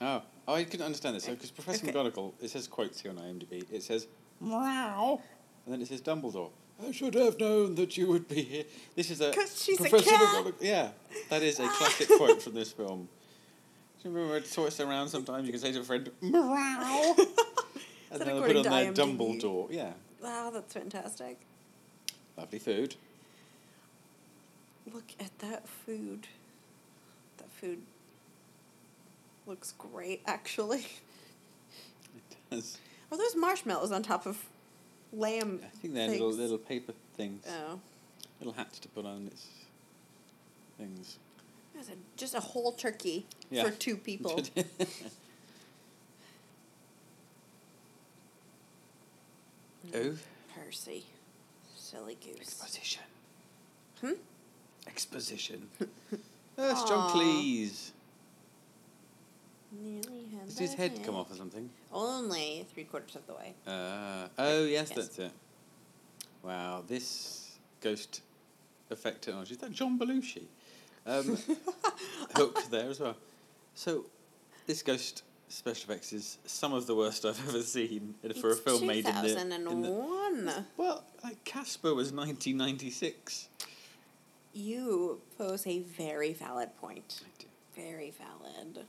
S1: Oh, oh I couldn't understand this because Professor
S2: Okay.
S1: McGonagall. It says quotes here on IMDb. It says "Meow," and then it says Dumbledore. I should have known that you would be here. This is a
S2: 'Cause she's a
S1: Professor
S2: cat.
S1: McGonagall- Yeah, that is a
S2: [laughs]
S1: classic quote from this film. Do you remember when toss around sometimes? You can say to a friend, "Meow," and
S2: that
S1: they'll put
S2: according
S1: on
S2: to
S1: their
S2: IMDb?
S1: Dumbledore. Yeah,
S2: [laughs] Wow, that's fantastic.
S1: lovely food.
S2: Look at that food. That food looks great, actually. [laughs]
S1: It does.
S2: Are those marshmallows on top of lamb?
S1: I think they're little
S2: things?
S1: little paper things,
S2: Oh.
S1: little hats to put on its things.
S2: That's a, just a whole turkey
S1: Yeah.
S2: for
S1: [laughs]
S2: two [laughs] people.
S1: oh.
S2: Percy. Silly goose.
S1: Exposition.
S2: Hmm?
S1: Exposition. That's John
S2: Aw.
S1: Cleese.
S2: [laughs] Nearly had
S1: Did his
S2: the
S1: head come off or something?
S2: Only three quarters of the way.
S1: Uh, oh, yes,
S2: Yes.
S1: that's it. Wow, this ghost effect technology. Is that John Belushi?
S2: [laughs]
S1: Um, hook there as well. So, this ghost special effects is some of the worst I've ever seen for a
S2: It's
S1: film made in the, in the
S2: 2001.
S1: Well, like Casper was 1996.
S2: You pose a very valid point.
S1: I do.
S2: Very valid.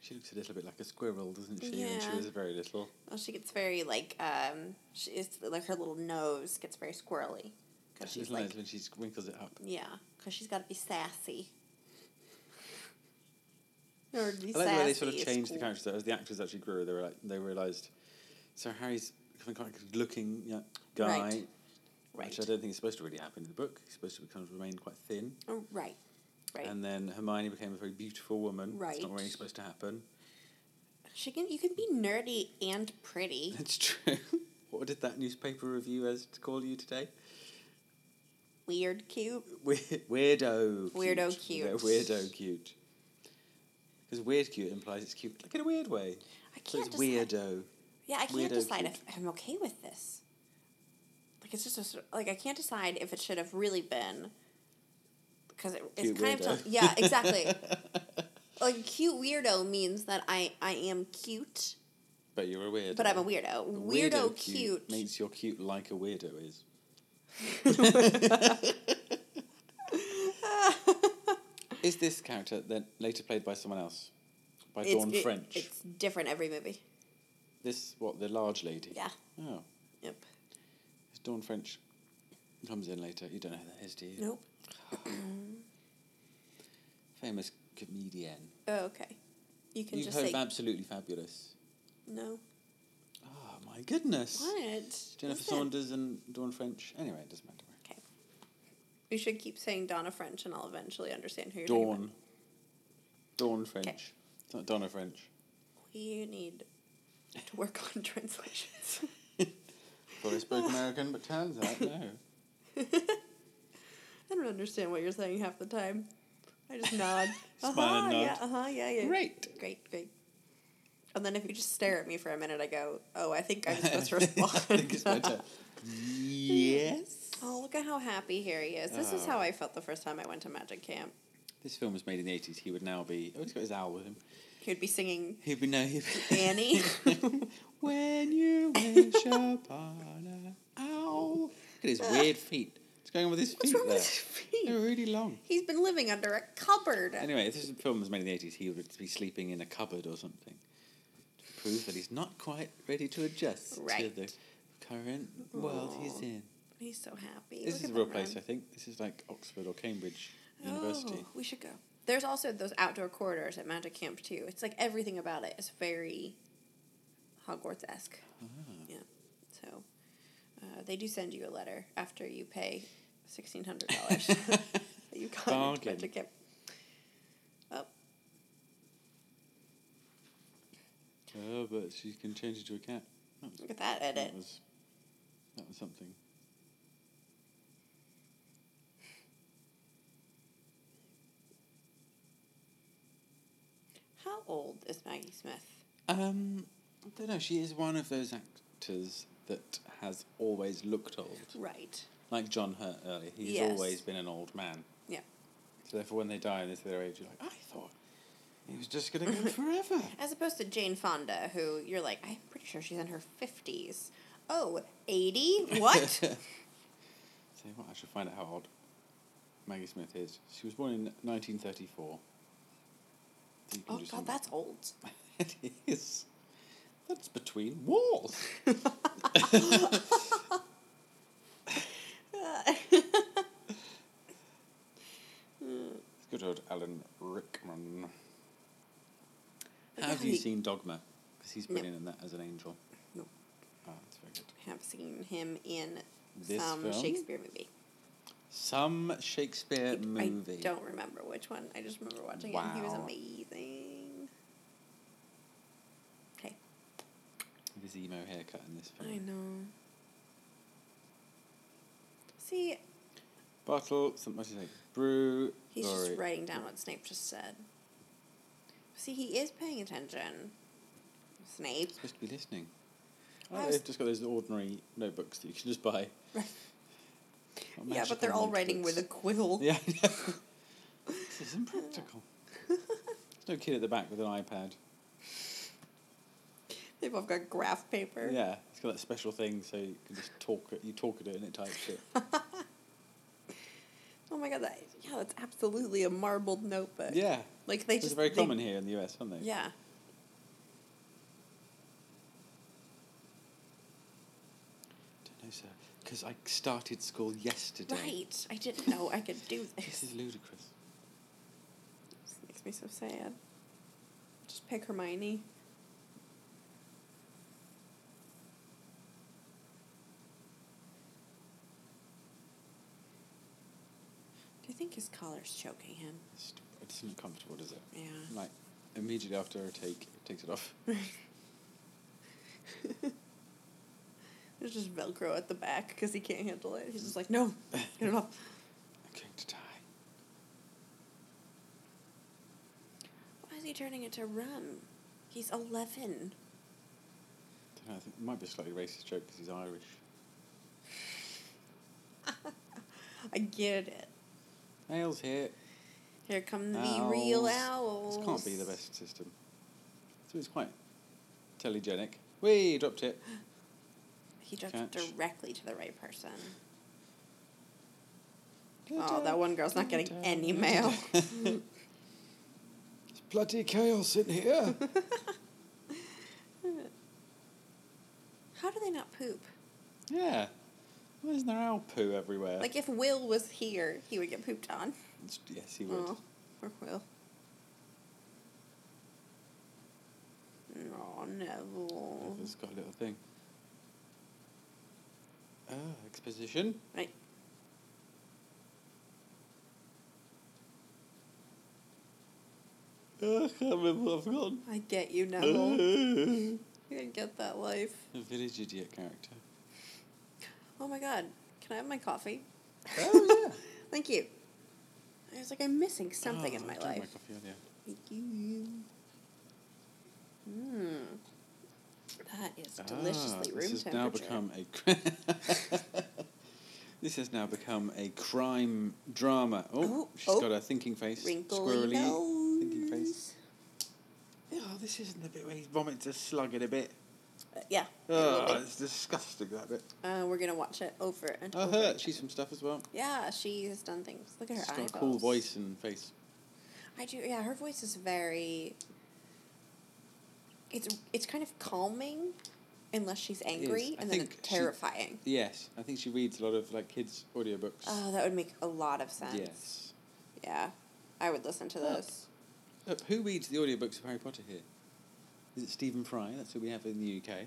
S1: She looks a little bit like a squirrel, doesn't she? When she
S2: Yeah.
S1: was very little.
S2: Well, she gets very like um, she is like her little nose gets very squirrely because
S1: She's
S2: she's
S1: nice
S2: like
S1: when she wrinkles it up.
S2: yeah because she's got to be sassy. Or be
S1: I like the way they
S2: sassy
S1: sort of
S2: is
S1: changed the
S2: cool.
S1: characters. though. As the actors actually grew, they were like, they realized. So Harry's kind of like a looking you know, guy,
S2: Right. Right.
S1: which I don't think is supposed to really happen in the book. He's supposed to become remain quite thin.
S2: Oh, right. Right.
S1: And then Hermione became a very beautiful woman. It's not
S2: Right.
S1: really supposed to happen. [laughs]
S2: she can you can be nerdy and
S1: [laughs]
S2: pretty.
S1: It's true. what did that newspaper review as to call you today?
S2: Weird, cute.
S1: Weir- [laughs] Weirdo.
S2: Weirdo
S1: Yeah,
S2: cute.
S1: weirdo cute. Because weird cute implies it's cute, like in a weird way.
S2: I
S1: So
S2: can't
S1: it's
S2: decide-
S1: weirdo.
S2: Yeah, I can't
S1: Weirdo
S2: decide
S1: cute.
S2: if I'm okay with this. Like it's just a, sort- like I can't decide if it should have really been because it, it's
S1: Cute
S2: kind
S1: weirdo.
S2: of t- yeah exactly.
S1: [laughs]
S2: like cute weirdo means that I I am cute,
S1: But you're a weirdo.
S2: but I'm a weirdo. Weirdo, cute. [laughs]
S1: Means you're cute like a weirdo is. is this character then later played by someone else? By
S2: It's-
S1: Dawn
S2: it-
S1: French.
S2: It's different every movie.
S1: This, what, the large lady?
S2: Yeah.
S1: Oh.
S2: Yep.
S1: Is Dawn French comes in later. You don't know who that is, do you?
S2: Nope.
S1: Famous comedian.
S2: Oh, okay. You can
S1: You've
S2: just
S1: heard
S2: say
S1: of Absolutely Fabulous.
S2: no.
S1: Oh, my goodness.
S2: What?
S1: Jennifer
S2: Listen.
S1: Saunders and Dawn French. Anyway, it doesn't matter.
S2: Okay. We should keep saying Donna French, and I'll eventually understand who you're talking
S1: Dawn. Dawn French. It's not Donna French.
S2: about. We need to work on [laughs] translations. [laughs]
S1: Thought I spoke American, but turns out no.
S2: I don't understand what you're saying half the time. I just nod.
S1: [laughs] Smile
S2: uh-huh,
S1: and nod.
S2: Yeah, uh-huh, yeah, [laughs] yeah.
S1: Great.
S2: Great, great. And then if you just stare at me for a minute, I go, oh, I
S1: [laughs]
S2: think I'm supposed to
S1: I think it's my
S2: respond. [laughs]
S1: turn. Yes.
S2: oh, look at how happy Harry is. This is
S1: Oh.
S2: how I felt the first time I went to magic camp.
S1: This film was made in the 80s. He would now be. Oh, he's got his owl with him.
S2: He would be singing
S1: He'd be no. He'd be, [laughs]
S2: Annie.
S1: when you wish upon a owl. Look at his weird feet. What's going on with his feet
S2: Uh. What's wrong
S1: there?
S2: with his feet?
S1: They're really long.
S2: He's been living under a cupboard.
S1: Anyway, if this film was made in the 80s, he would be sleeping in a cupboard or something to prove that he's not quite ready to adjust
S2: Right.
S1: to the current world he's
S2: Aw.
S1: in.
S2: He's so happy.
S1: This
S2: Look
S1: is
S2: at
S1: a real
S2: that
S1: place, I
S2: man.
S1: think. This is like Oxford or Cambridge University.
S2: Oh, we should go. There's also those outdoor corridors at Magic Camp too. It's like everything about it is very Hogwarts esque. Yeah. So uh, they do send you a letter after you pay sixteen hundred
S1: [laughs]
S2: dollars. [laughs] you got into
S1: Bargain.
S2: Magic Camp. Oh,
S1: Oh, but she can change into a cat. That was,
S2: look at that edit.
S1: that was, that was something. Mm-hmm.
S2: How old is Maggie Smith?
S1: Um, I don't know. She is one of those actors that has always looked old.
S2: Right.
S1: Like John Hurt earlier. He's
S2: Yes.
S1: always been an old man.
S2: Yeah.
S1: So therefore, when they die and this their age, you're like, I thought he was just going to
S2: [laughs]
S1: go forever.
S2: As opposed to Jane Fonda, who you're like, I'm pretty sure she's in her fifties. Oh, 80?
S1: [laughs]
S2: What?
S1: Say what? I should find out how old Maggie Smith is. She was born in 1934. You can
S2: oh
S1: do
S2: God,
S1: something.
S2: that's old.
S1: [laughs]
S2: [laughs]
S1: it is. That's between walls. Good old Alan Rickman.
S2: Look at
S1: Have
S2: how
S1: you
S2: he-
S1: seen Dogma? Because he's
S2: No.
S1: brilliant in that as an angel.
S2: No.
S1: Ah, that's very good.
S2: have seen him in
S1: This
S2: some
S1: film?
S2: Shakespeare movie.
S1: Some Shakespeare movie.
S2: I don't remember which one. I just remember watching it. and He was
S1: Wow.
S2: amazing. Okay,
S1: With his emo haircut in this film.
S2: I know. See,
S1: Bottle, some, what do you think? Brew.
S2: he's
S1: lorry.
S2: just writing down what Snape just said. See, he is paying attention. Snape.
S1: Supposed to be listening.
S2: I
S1: Oh,
S2: was-
S1: they've just got those ordinary notebooks that you can just buy.
S2: [laughs] Right.
S1: Not
S2: Yeah, but they're
S1: magical
S2: all writing with a
S1: [laughs] notebooks.
S2: quill.
S1: Yeah, I know.
S2: [laughs]
S1: this is impractical. There's no kid at the back with an iPad.
S2: They've both got graph paper.
S1: Yeah, it's got that special thing so you can just talk it. You talk at it and it types
S2: [laughs]
S1: it.
S2: Oh my god, that, yeah, that's absolutely a marbled notebook.
S1: yeah,
S2: Like they
S1: it's
S2: just
S1: very
S2: they-
S1: common here in the US, aren't they?
S2: Yeah.
S1: closer because I started school yesterday.
S2: Right. I didn't know I could do
S1: This
S2: this.
S1: is ludicrous.
S2: This makes me so sad. Just pick Hermione. Do you think his collar's choking him?
S1: It's, it isn't comfortable, does it?
S2: Yeah. [laughs]
S1: Like immediately after a take, it takes it off.
S2: There's just Velcro at the back because he can't handle it. He's just like, no, get it off.
S1: I'm going to die.
S2: Why is he turning it to rum? He's 11.
S1: Don't know, I think it might be a slightly racist joke because he's Irish.
S2: I get it.
S1: Ale's here.
S2: Here come the real owls.
S1: This can't be the best system. So it's quite telegenic. We dropped it.
S2: He dropped
S1: Catch.
S2: it directly to the right person. Oh, that one girl's not getting any mail.
S1: [laughs] It's bloody chaos in
S2: [laughs]
S1: here.
S2: How do they not poop?
S1: yeah. Why isn't there owl poo everywhere?
S2: Like, if Will was here, he would get pooped on.
S1: It's- yes, he would.
S2: Oh, poor Will. Oh, Neville.
S1: It's got a little thing. Oh, exposition.
S2: Right.
S1: Oh, [laughs] I can't remember what I've gone.
S2: I get you,
S1: Uh.
S2: Neville.
S1: a
S2: I get that life.
S1: village idiot character.
S2: Oh my god, can I have my coffee?
S1: Oh, yeah.
S2: Thank you. I was like, I'm missing [laughs] something
S1: Oh,
S2: in
S1: I
S2: my
S1: drank
S2: life.
S1: coffee earlier.
S2: Thank you. Mmm. That is deliciously
S1: Ah,
S2: room
S1: this has
S2: temperature.
S1: now become a cr- [laughs] this has now become a crime drama. Oh,
S2: Oh,
S1: she's
S2: oh.
S1: got a thinking face,
S2: wrinkly
S1: squirrely thinking face.
S2: nose.
S1: Oh, this isn't the bit where he vomits a slug in a bit.
S2: Uh, yeah. it will
S1: Oh,
S2: be.
S1: it's disgusting that bit.
S2: Uh, we're gonna watch it over and
S1: Oh,
S2: over.
S1: her,
S2: again.
S1: she's some stuff as well.
S2: Yeah, she has done things. Look at her
S1: She's got
S2: eyes.
S1: a cool voice and face.
S2: I do. Yeah, her voice is very. It's it's kind of calming, unless she's angry,
S1: I
S2: and then it's
S1: think she-
S2: terrifying.
S1: Yes, I think she reads a lot of like kids' audiobooks.
S2: Oh, that would make a lot of sense.
S1: yes.
S2: Yeah, I would listen to
S1: Look.
S2: those.
S1: Look, who reads the audiobooks of Harry Potter here? Is it Stephen Fry? That's who we have in the UK.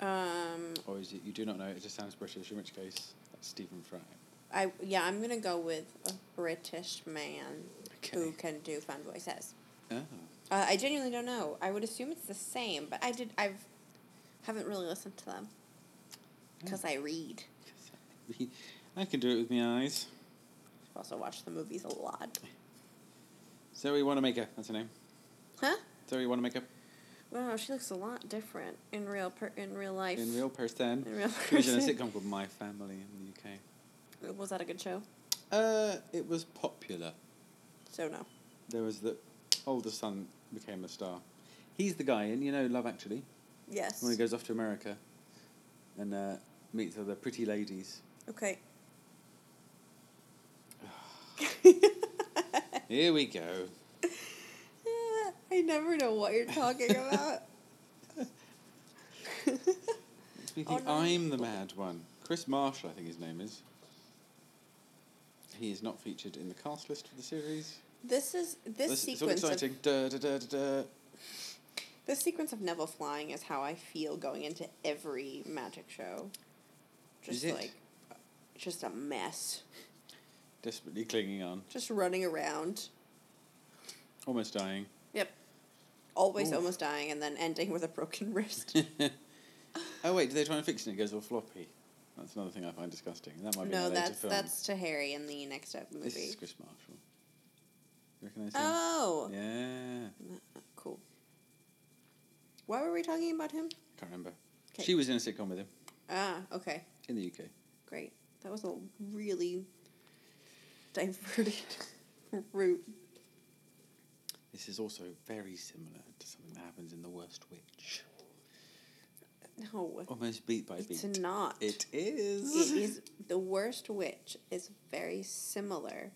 S2: Um,
S1: Or is it you do not know? It just sounds British. In which case, that's Stephen Fry.
S2: I yeah, I'm gonna go with a British man who
S1: Okay.
S2: can do fun voices.
S1: Oh,
S2: Uh, I genuinely don't know. I would assume it's the same, but I did. I've haven't really listened to them
S1: Hmm.
S2: because I read.
S1: [laughs] I can do it with my eyes.
S2: I've also watched the movies a lot.
S1: Zoe Wanamaker. That's her name.
S2: Huh?
S1: Zoe Wanamaker.
S2: Wow, she looks a lot different in real per- in real life.
S1: In real person.
S2: [laughs] In real
S1: She was in a
S2: person.
S1: sitcom called My Family in the UK.
S2: Was that a good show?
S1: Uh, it was popular.
S2: So no.
S1: There was the older son became a star. He's the guy in you know Love Actually
S2: Yes.
S1: when he goes off to America, and uh, meets other pretty ladies. [sighs]
S2: Okay.
S1: [laughs]
S2: [laughs]
S1: Here we go.
S2: Eh, I never know what you're
S1: [laughs]
S2: talking about.
S1: Makes me
S2: Oh,
S1: think
S2: no.
S1: I'm the mad one. Chris Marshall, I think his name is. He is not featured in the cast list for the series.
S2: This is this,
S1: it's all
S2: sequence of
S1: exciting. Da, da, da, da, da.
S2: this sequence of Neville flying is how I feel going into every magic show.
S1: Is
S2: Just
S1: it?
S2: like just a mess.
S1: Desperately clinging on,
S2: Just running around.
S1: almost dying. [laughs]
S2: Yep. Always
S1: Oof.
S2: almost dying and then ending with a
S1: [laughs]
S2: broken [laughs] wrist.
S1: Oh wait, do they try and fix it? and It goes all floppy. That's another thing I find disgusting. That might be in a
S2: no,
S1: later
S2: that's
S1: film.
S2: that's to Harry in the next up movie.
S1: This is Chris Marshall. You recognise him?
S2: Oh,
S1: Yeah.
S2: cool. Why were we talking about him?
S1: Can't remember.
S2: 'Kay.
S1: She was in a sitcom with him
S2: Ah, okay,
S1: in the UK.
S2: great. That was a really diverted [laughs] route.
S1: This is also very similar to something that happens in The Worst Witch.
S2: No,
S1: Almost beat by
S2: it's
S1: beat.
S2: not.
S1: Oh, It is.
S2: It is the worst witch is very similar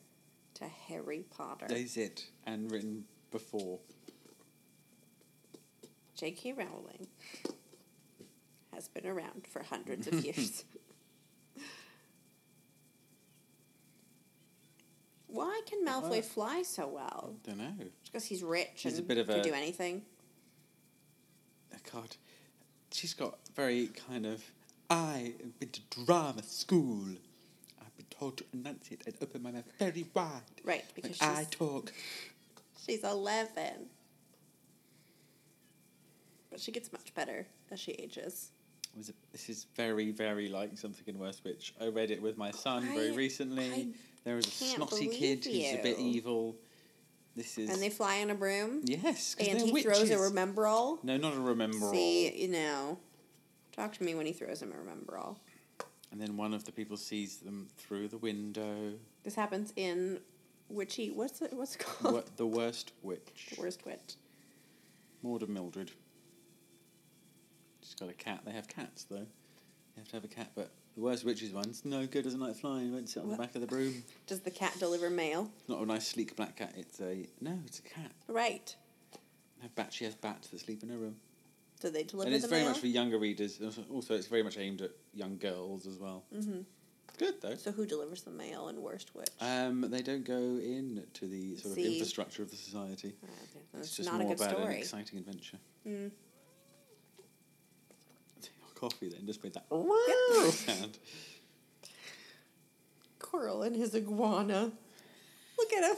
S2: to Harry Potter.
S1: Is it and written before? [laughs]
S2: J.K. Rowling has been around for hundreds of years. Malfoy
S1: work?
S2: fly so well?
S1: Don't know.
S2: Just because he's rich
S1: He's
S2: and
S1: a bit of
S2: can
S1: a-
S2: do anything.
S1: Oh, God, she's got very kind of. I have been to drama school. I've been told to enunciate and open my mouth very wide
S2: Right,
S1: when
S2: because
S1: I
S2: she's,
S1: talk.
S2: she's 11. But she gets much better as she ages.
S1: Was it- this is very, very like something in Worst Witch. I read it with my son very
S2: I-
S1: recently.
S2: I
S1: there is a
S2: can't
S1: snotty
S2: believe
S1: kid who's a bit
S2: you.
S1: evil. This is
S2: And they fly in a broom.
S1: yes, 'cause
S2: and
S1: they're
S2: he throws a
S1: witches.
S2: rememberall.
S1: no, not a remember.
S2: See, you know. Talk to me when he throws him a rememberall.
S1: And then one of the people sees them through the window.
S2: This happens in Witchy. What's it, what's it called?
S1: Wor- the worst witch.
S2: The [laughs] worst witch.
S1: Maud and Mildred. She's got a cat. They have cats though. You have to have a cat, but the worst witch is one's no good. Doesn't like flying. Won't sit on
S2: What?
S1: the back of the broom.
S2: Does the cat deliver mail?
S1: It's not a nice sleek black cat. It's a no. It's a cat.
S2: Right.
S1: Her bat. She has bats that sleep in her room.
S2: Do they deliver
S1: and it's
S2: the
S1: very
S2: mail?
S1: much for younger readers. and also- Also, it's very much aimed at young girls as well. Mm-hmm. Good though.
S2: so who delivers the mail in Worst Witch?
S1: Um, they don't go in to the sort of
S2: See.
S1: infrastructure of the society.
S2: Uh, okay.
S1: It's,
S2: That's
S1: just
S2: not a
S1: more
S2: good
S1: about an
S2: story.
S1: exciting adventure. [laughs]
S2: Mm.
S1: Coffee then just made that [laughs]
S2: Wow.
S1: sound.
S2: Coral and his iguana. Look at him.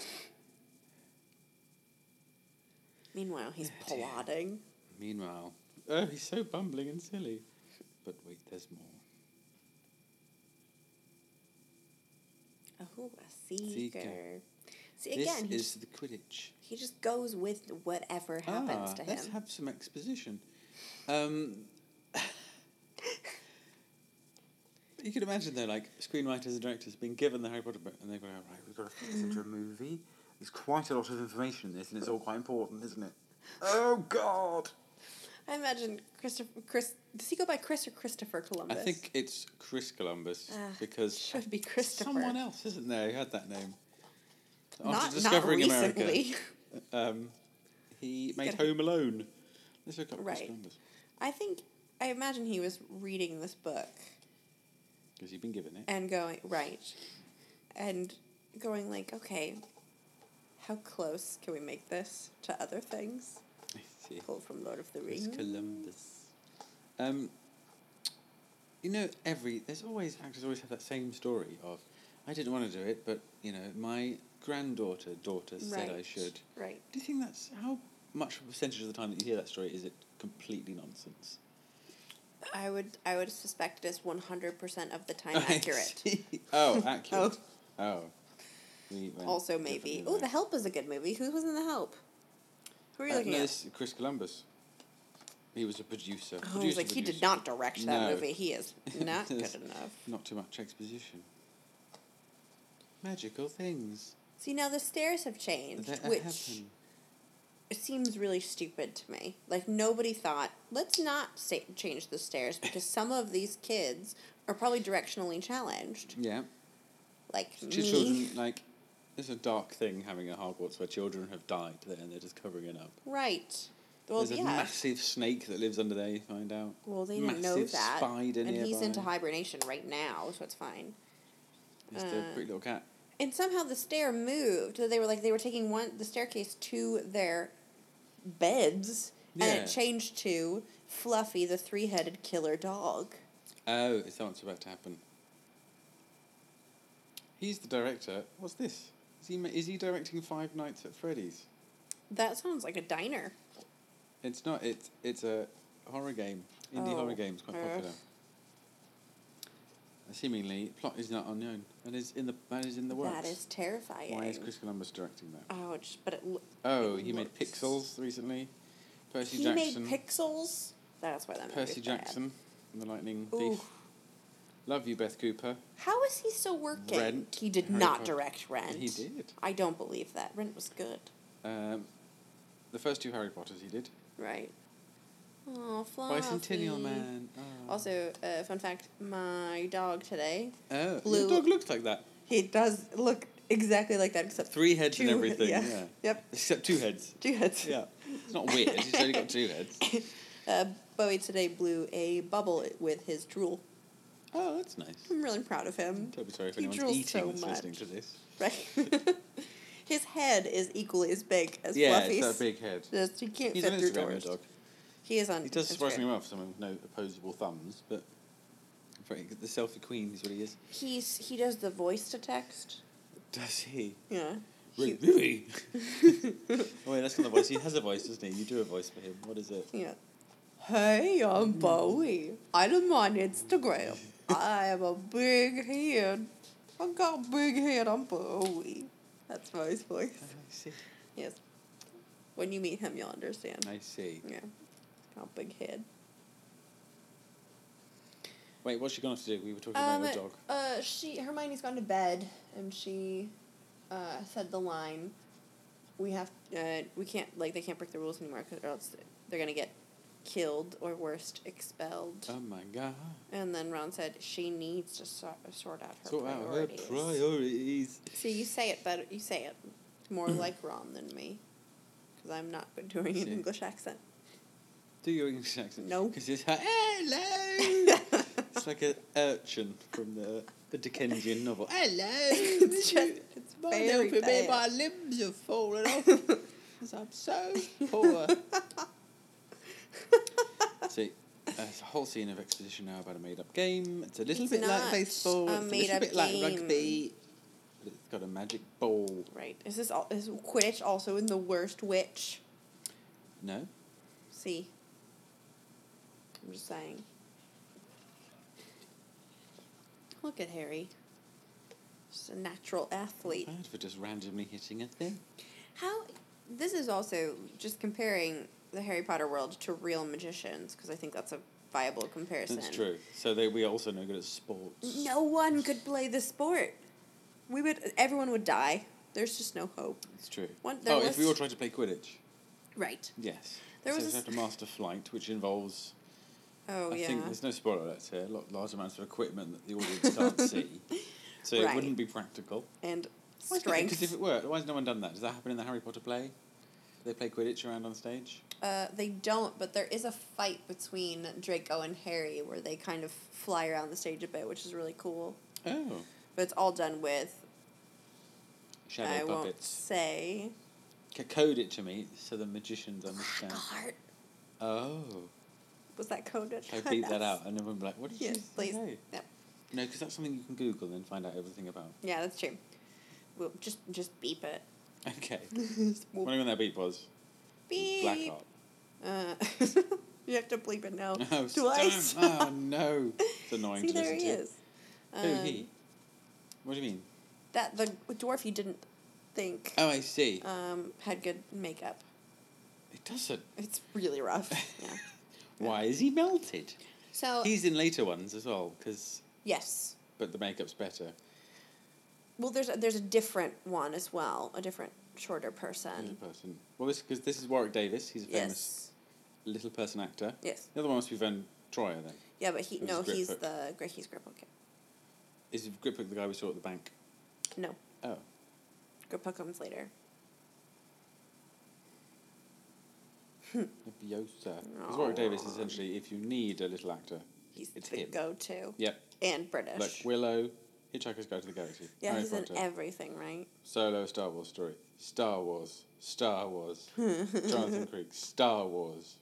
S2: Meanwhile, he's
S1: Oh, dear.
S2: plotting.
S1: Meanwhile, oh, he's so bumbling and silly. But wait, there's more.
S2: Oh, a seeker.
S1: Seeker.
S2: See, again, he,
S1: this is
S2: just,
S1: the Quidditch.
S2: he just goes with whatever happens
S1: ah,
S2: to him.
S1: let's have some exposition. Um, [laughs] you could imagine though, like screenwriters and directors have been given the Harry Potter book, and they go, "Right, we've got to fit this into
S2: Mm.
S1: a movie." There's quite a lot of information in this, and it's all quite important, isn't it? Oh God!
S2: I imagine Christopher. Chris, does he go by Chris or Christopher
S1: I
S2: Columbus?
S1: think it's Chris Columbus
S2: Ah,
S1: because
S2: should be Christopher.
S1: someone else, isn't there, who had that name? After
S2: Not,
S1: discovering
S2: not
S1: America.
S2: recently. [laughs]
S1: Um, he made
S2: gonna-
S1: Home Alone. Let's look up Chris
S2: Right.
S1: Columbus
S2: I think I imagine he was reading this book
S1: because you've been given it.
S2: and going right, and going like, okay, how close can we make this to other things?
S1: [laughs] I see.
S2: Pulled from Lord of the
S1: Chris
S2: Rings.
S1: Columbus. Um, you know, every there's always actors always have that same story of, I didn't want to do it, but you know, my granddaughter daughter said I
S2: Right.
S1: should.
S2: Right.
S1: Do you think that's how much percentage of the time that you hear that story is it completely nonsense?
S2: I would I would suspect it is one hundred percent of the time
S1: [laughs] I
S2: accurate.
S1: see.
S2: [laughs]
S1: oh, accurate. oh. We went
S2: Also
S1: different
S2: maybe.
S1: in
S2: Oh,
S1: there.
S2: The Help is a good movie. Who was in The Help? Who are you
S1: Uh,
S2: looking
S1: no,
S2: at?
S1: this is Chris Columbus. He was a producer.
S2: Oh, I was
S1: Producer,
S2: like, he did
S1: producer.
S2: not direct
S1: No.
S2: that movie. He is
S1: [laughs]
S2: not good
S1: Yes.
S2: enough.
S1: Not too much exposition. Magical things
S2: See, now the stairs have changed,
S1: that
S2: which
S1: happen.
S2: seems really stupid to me. Like, nobody thought, let's not sa- change the stairs because some of these kids are probably directionally challenged.
S1: Yeah,
S2: Like,
S1: Ch-
S2: me.
S1: children like it's a dark thing having a Hogwarts where children have died there and they're just covering it up.
S2: Right. Well,
S1: There's
S2: yeah.
S1: a massive snake that lives under there. You find out.
S2: well, they didn't know
S1: massive
S2: that.
S1: spider
S2: and he's
S1: nearby.
S2: into hibernation right now, so it's fine.
S1: There's
S2: uh,
S1: the pretty little cat.
S2: And somehow the stair moved. So they were like they were taking one the staircase to their beds, and
S1: Yeah.
S2: it changed to Fluffy, the three headed killer dog.
S1: Oh, is that what's about to happen? He's the director. What's this? Is he ma- is he directing Five Nights at Freddy's?
S2: That sounds like a diner.
S1: It's not. It's it's a horror game. Indie
S2: Oh,
S1: horror game's quite
S2: uh.
S1: popular. Uh, Seemingly, plot is not unknown and is in the and is in the works.
S2: That is terrifying.
S1: Why is Chris Columbus directing that?
S2: Ouch! But it, lo-
S1: Oh,
S2: it
S1: he made
S2: looks-
S1: Pixels recently. Percy
S2: he
S1: Jackson.
S2: made pixels. That's why that movie's
S1: Percy
S2: bad.
S1: Jackson and the Lightning
S2: Ooh.
S1: Thief. Love you, Beth Cooper.
S2: How is he still working?
S1: Rent,
S2: He did
S1: Harry
S2: not
S1: Potter.
S2: direct Rent.
S1: He did.
S2: I don't believe that. Rent was good,
S1: Um, the first two Harry Potters he did.
S2: right? Oh, Fluffy.
S1: Bicentennial Man. Oh.
S2: Also, uh, fun fact: my dog today.
S1: oh,
S2: Blue.
S1: your dog looks like that.
S2: He does look exactly like that, except
S1: Three heads and
S2: two-
S1: everything.
S2: yeah.
S1: yeah.
S2: Yep.
S1: Except two heads.
S2: Two heads.
S1: Yeah, it's not weird. He's only got two heads.
S2: Uh, Bowie today blew a bubble with his drool.
S1: [laughs] Oh, that's nice.
S2: I'm really proud of him.
S1: Totally sorry if
S2: He
S1: anyone's
S2: drools
S1: eating
S2: so
S1: that's listening
S2: much.
S1: to this.
S2: Right. [laughs] His head is equally as big as
S1: yeah, it's
S2: Fluffy's.
S1: that big head.
S2: Just, you can't
S1: He's
S2: fit
S1: an
S2: through
S1: Instagram
S2: doors.
S1: dog.
S2: He is on.
S1: He does surprisingly
S2: Instagram.
S1: well for someone with no opposable thumbs, but pretty good- the selfie queen is what he is.
S2: He's he does the voice to text.
S1: Does he?
S2: [laughs] Yeah.
S1: Really?
S2: He-
S1: oh wait, that's not the voice. He has a voice, doesn't he? You do a voice for him. What is it?
S2: yeah. Hey, I'm Bowie. I'm on Instagram. I have a big head. I got a big head. I'm Bowie. That's Bowie's voice.
S1: I see.
S2: Yes. When you meet him, you'll understand.
S1: I see.
S2: Yeah. Got a big head.
S1: Wait, what's she gonna have to do? We were talking
S2: Um,
S1: about the dog.
S2: uh, she Hermione's gone to bed, and she, uh, said the line, "We have, uh, we can't like they can't break the rules anymore, 'cause- or else they're gonna get killed or worst expelled."
S1: Oh my god.
S2: and then Ron said, "She needs to sort, sort out her
S1: Sort out her
S2: priorities."
S1: priorities.
S2: See, you say it better. You say it
S1: [clears throat]
S2: more like Ron than me, because I'm not good doing an
S1: See. [laughs]
S2: English accent.
S1: Do your English accent.
S2: No.
S1: Because it's like,
S2: [laughs]
S1: hello. it's like an urchin from the, the Dickensian novel. Hello.
S2: It's just- it's
S1: My little
S2: very
S1: bit,
S2: bad.
S1: My limbs have fallen off.
S2: [laughs]
S1: 'cause I'm so poor. See, there's uh, a whole scene of exposition now about a made-up game. It's a little
S2: It's
S1: bit like
S2: not
S1: baseball. it's a
S2: a
S1: little
S2: made-up
S1: bit like
S2: game.
S1: rugby. But it's got a magic ball.
S2: Right. Is this all? Is Quidditch also in the worst witch?
S1: No.
S2: See. I'm just saying. Look at Harry. Just a natural athlete.
S1: Bad for just randomly hitting a thing.
S2: How. This is also just comparing the Harry Potter world to real magicians, because I think that's a viable comparison.
S1: That's true. So they, we also know good at sports.
S2: No one could play the sport. We would. Everyone would die. There's just no hope.
S1: It's true.
S2: One- there
S1: oh, if we
S2: was-
S1: all tried to play Quidditch.
S2: Right.
S1: Yes.
S2: There
S1: so
S2: was
S1: you
S2: a
S1: have to
S2: s-
S1: master flight, which involves
S2: Oh
S1: I
S2: yeah.
S1: think there's no spoiler alerts here. Lot, large amounts of equipment that the audience
S2: [laughs]
S1: can't see, so it
S2: Right.
S1: wouldn't be practical.
S2: and
S1: Because if
S2: strength.
S1: it were, why has no one done that? Does that happen in the Harry Potter play? They play Quidditch around on stage.
S2: Uh, they don't, but there is a fight between Draco and Harry where they kind of fly around the stage a bit, which is really cool.
S1: Oh,
S2: But it's all done with
S1: shadow
S2: I won't
S1: puppets.
S2: say
S1: C- code it to me so the magicians understand.
S2: Blackheart.
S1: Oh,
S2: Was that coded?
S1: I beat that out, and everyone be like, "What did
S2: Yes,
S1: you
S2: please.
S1: say?"
S2: Yep.
S1: No, because that's something you can Google and find out everything about. [laughs]
S2: Yeah, that's true. We'll just just beep it. [laughs]
S1: Okay,
S2: We'll
S1: wondering when that beat was. [laughs]
S2: beep.
S1: Blackheart.
S2: Uh, [laughs] you have to bleep
S1: [laughs]
S2: it now.
S1: Oh,
S2: Twice. [laughs]
S1: damn. oh no, it's annoying
S2: See,
S1: to
S2: there
S1: listen
S2: he
S1: to.
S2: is.
S1: Who
S2: Um,
S1: he? What do you mean?
S2: That the dwarf you didn't think
S1: Oh, I see.
S2: um, had good makeup.
S1: it doesn't.
S2: It's really
S1: [laughs]
S2: rough. Yeah.
S1: Why is he melted?
S2: So
S1: He's in later ones as well, because
S2: yes,
S1: but the makeup's better.
S2: well, there's a, there's a different one as well, a different shorter
S1: Little
S2: person.
S1: person. Well, this because this is Warwick Davis. He's a famous
S2: Um. Yes,
S1: little person actor.
S2: yes,
S1: The other one must be Van Troyer then.
S2: yeah, but he
S1: Who's
S2: no,
S1: Grip
S2: he's
S1: Hook?
S2: the Greg, he's Grip Hook. yeah.
S1: Is Grip Hook the guy we saw at the bank?
S2: No,
S1: Oh,
S2: Grip Hook comes later.
S1: Leviosa. Because Warwick Davis is
S2: Aw.
S1: essentially, if you need a little actor,
S2: He's
S1: it's
S2: the
S1: him.
S2: go-to
S1: Yep.
S2: and British.
S1: Look, Willow, Hitchhiker's Guide to the Galaxy.
S2: yeah,
S1: Harry
S2: he's
S1: Potter.
S2: in everything, right?
S1: Solo a Star Wars story. Star Wars. Star
S2: [laughs]
S1: Wars. Jonathan Creek. Star Wars.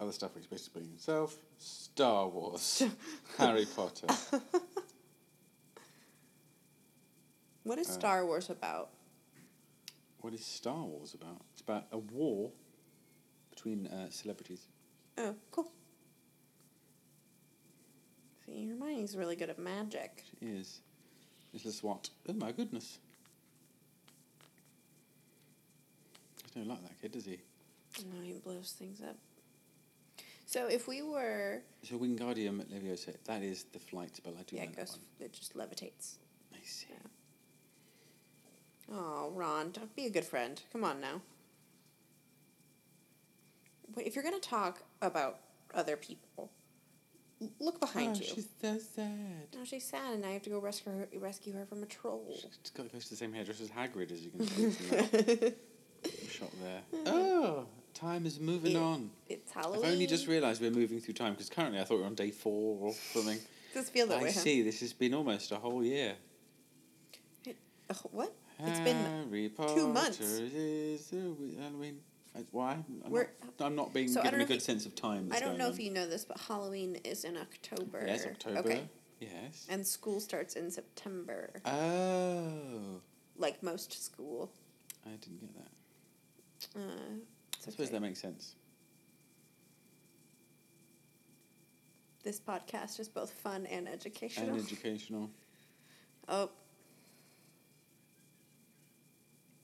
S1: Other stuff he's supposed to be himself. Star
S2: [laughs]
S1: Wars. Harry Potter.
S2: What
S1: Uh.
S2: is Star Wars about?
S1: What is Star Wars about? It's about a war between uh, celebrities.
S2: Oh, cool. See, Hermione's really good at magic.
S1: It is. Little SWAT. Oh my goodness. He's no like that kid, does he?
S2: No, Oh, he blows things up. So if we were,
S1: So Wingardium Leviosa, that is the flight spell. I do
S2: yeah,
S1: know
S2: it
S1: that
S2: goes.
S1: one.
S2: It just levitates.
S1: I see.
S2: Yeah. Oh, Ron, don't be a good friend. Come on now. Wait, if you're gonna talk about other people, l- look behind
S1: Oh,
S2: you.
S1: she's so sad.
S2: Now she's sad, and I have to go rescue her, rescue her from a troll.
S1: She's got close to the same hairdresser as Hagrid, as you can tell from [laughs] that shot there. Oh, time is moving
S2: Yeah.
S1: on.
S2: [laughs] It's
S1: I've
S2: Halloween.
S1: only just realised we're moving through time because currently I thought we were on day four or something.
S2: Does feel [laughs] that
S1: I
S2: way? huh?
S1: see. This has been almost a whole year.
S2: Oh, what? It's been
S1: Harry
S2: two months.
S1: Potter is the wi- Halloween. I- Why? I'm,
S2: We're-
S1: not, I'm not being
S2: So I
S1: given a
S2: don't know if
S1: good
S2: you-
S1: sense of time.
S2: I
S1: That's
S2: don't
S1: going
S2: know
S1: on.
S2: if you know this, but Halloween is in October.
S1: Yes, October.
S2: Okay.
S1: Yes.
S2: And school starts in September,
S1: Oh,
S2: like most school.
S1: I didn't get that.
S2: Uh,
S1: I
S2: it's
S1: suppose
S2: okay.
S1: that makes sense.
S2: This podcast is both fun and educational.
S1: And educational.
S2: oh,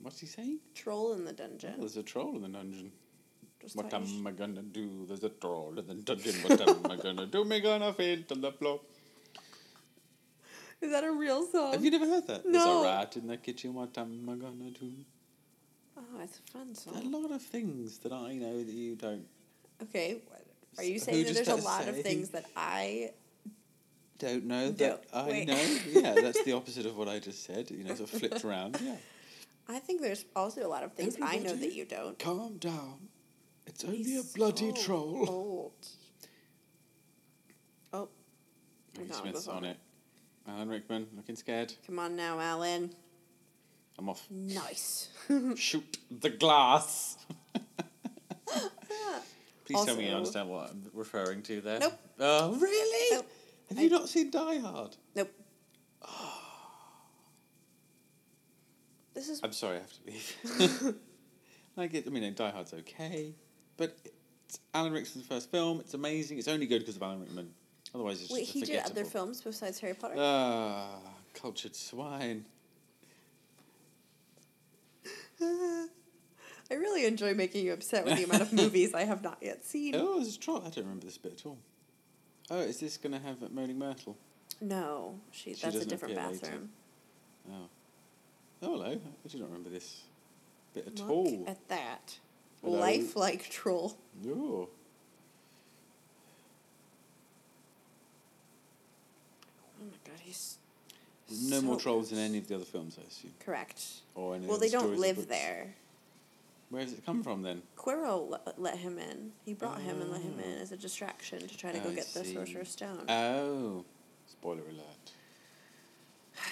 S1: What's he saying?
S2: troll in the
S1: Oh,
S2: dungeon.
S1: there's a troll in the dungeon.
S2: Just
S1: What
S2: thought you
S1: am I gonna do? There's a troll in the dungeon. What am I gonna do? Me gonna fail to the floor.
S2: should- [laughs] Is that a real song?
S1: Have you never heard that? There's a
S2: No.
S1: rat in the kitchen. What am I gonna do?
S2: oh, it's a fun
S1: A
S2: song.
S1: lot of things that I know that you don't.
S2: Okay. what- Are you
S1: So
S2: saying
S1: who
S2: that
S1: just
S2: there's a
S1: does
S2: lot
S1: say?
S2: of things that I
S1: Don't know that
S2: Don't-
S1: I
S2: wait.
S1: know.
S2: [laughs]
S1: Yeah, that's the opposite of what I just said. You know, sort of flipped around. Yeah.
S2: I think there's also a lot of things I know that you don't.
S1: Calm down. It's only
S2: He's
S1: a bloody
S2: so
S1: troll.
S2: Old. Oh.
S1: Maggie
S2: No, it
S1: Smith's
S2: was on
S1: on it. Alan Rickman, looking scared.
S2: Come on now, Alan.
S1: I'm off.
S2: Nice. [laughs]
S1: Shoot the glass. Please tell me you
S2: Also-
S1: understand what I'm referring to there.
S2: Nope.
S1: Oh, really?
S2: Nope.
S1: Have
S2: I-
S1: you not seen Die Hard? [sighs]
S2: Nope. This is
S1: I'm sorry, I have to leave. [laughs] like it, I mean, Die Hard's okay, but it's Alan Rickman's first film. It's amazing. It's only good because of Alan Rickman. Otherwise, it's
S2: wait.
S1: just
S2: He did other
S1: forgettable.
S2: films besides Harry Potter.
S1: Ah, cultured swine.
S2: I really enjoy making you upset with the
S1: [laughs]
S2: amount of movies I have not yet seen.
S1: Oh, there's a troll. I don't remember this bit at all. Oh, is this going to have Moaning Myrtle?
S2: No, she.
S1: She
S2: that's a
S1: doesn't
S2: different
S1: appear later.
S2: bathroom.
S1: Oh. Oh, hello. I do not remember this bit at
S2: Look
S1: all.
S2: at that.
S1: Hello.
S2: Lifelike troll.
S1: Ooh.
S2: Oh my god, he's.
S1: No more
S2: so-
S1: trolls in any of the other films, I assume.
S2: Correct.
S1: Or any of the
S2: well, they
S1: other
S2: don't
S1: stories or
S2: live
S1: books.
S2: there.
S1: Where does it come from then?
S2: Quirrell le- let him in. He brought him and let him in as a distraction to try to go
S1: Oh. I
S2: get the
S1: see.
S2: Sorcerer's Stone.
S1: Oh. Spoiler alert. [sighs]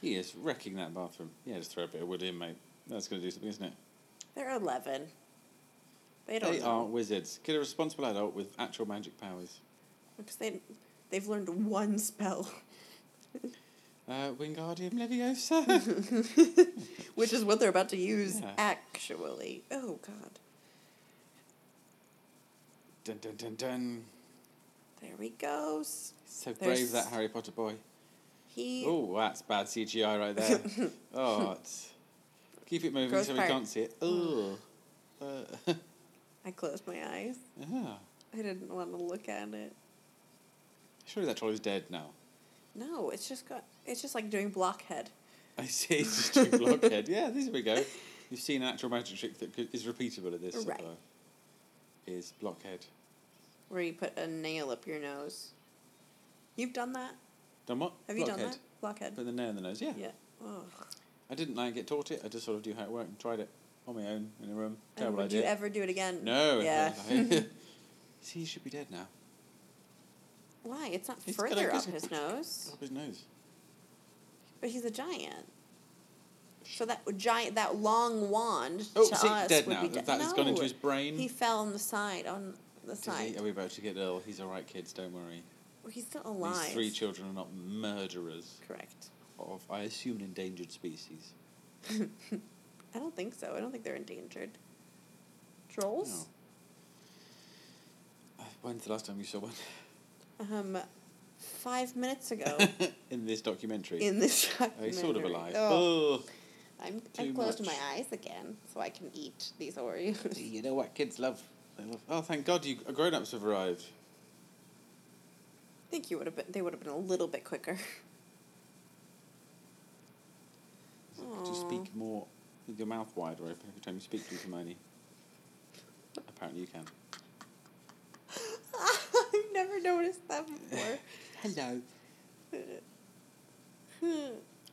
S1: He is wrecking that bathroom. Yeah, just throw a bit of wood in, mate. That's going to do something, isn't it?
S2: They're 11. They don't
S1: They
S2: know.
S1: are wizards. Kill a responsible adult with actual magic powers.
S2: Because they, they've learned one spell, [laughs]
S1: Uh, Wingardium
S2: [laughs]
S1: Leviosa.
S2: which is what they're about to use,
S1: Yeah.
S2: actually. Oh, God.
S1: dun, dun, dun, dun.
S2: There we go. S-
S1: So brave
S2: There's-
S1: that Harry Potter boy.
S2: He
S1: Oh, that's bad CGI right
S2: [laughs]
S1: there. oh, it's... keep it moving
S2: Gross
S1: so we
S2: part.
S1: can't see it. Oh, uh, [laughs]
S2: I closed my eyes.
S1: yeah.
S2: I didn't want to look at it.
S1: Surely that troll is dead now.
S2: No, it's just got. It's just like doing blockhead.
S1: I see. It's just a blockhead. Yeah, there we go. You've seen an actual magic trick that could, is repeatable at this.
S2: Right.
S1: supper. Is blockhead
S2: Where you put a nail up your nose. You've done that?
S1: done what?
S2: Have you
S1: blockhead.
S2: done that? Blockhead.
S1: Put the nail in the nose. Yeah.
S2: yeah. Ugh.
S1: I didn't like it. Taught it. I just sort of knew how it worked and tried it on my own in a room.
S2: And
S1: Terrible
S2: would
S1: idea.
S2: you ever do it again?
S1: no.
S2: Yeah.
S1: [laughs] see, he should be dead now.
S2: [laughs] Why? It's not
S1: He's got a
S2: further up
S1: good-
S2: his nose.
S1: [laughs] Up his nose.
S2: But he's a giant. So that giant, that long wand
S1: Oh,
S2: to
S1: see,
S2: us
S1: dead
S2: would
S1: now.
S2: be dead.
S1: That has gone into
S2: No.
S1: his brain.
S2: He fell on the side. On the
S1: Does he-
S2: side.
S1: are we about to get ill? He's all right, kids. Don't worry.
S2: He's still alive.
S1: These three children are not murderers
S2: Correct.
S1: of, I assume, an endangered species.
S2: I don't think so. I don't think they're endangered. Trolls.
S1: Uh, When's the last time you saw one?
S2: Um, five minutes
S1: [laughs]
S2: ago [laughs]
S1: in this documentary.
S2: in this.
S1: oh, he's sort of
S2: documentary.
S1: alive. Oh.
S2: Oh, I'm.
S1: too
S2: I've closed
S1: much.
S2: my eyes again, so I can eat these Oreos. [laughs]
S1: You know what kids love? They love. Oh, thank God you grown ups have arrived.
S2: I think you would have been. They would have been a little bit quicker.
S1: Could you speak more with your mouth wider open every time you speak to Hermione? Apparently you can.
S2: [laughs] I've never noticed that before. [laughs]
S1: [laughs] Hello. I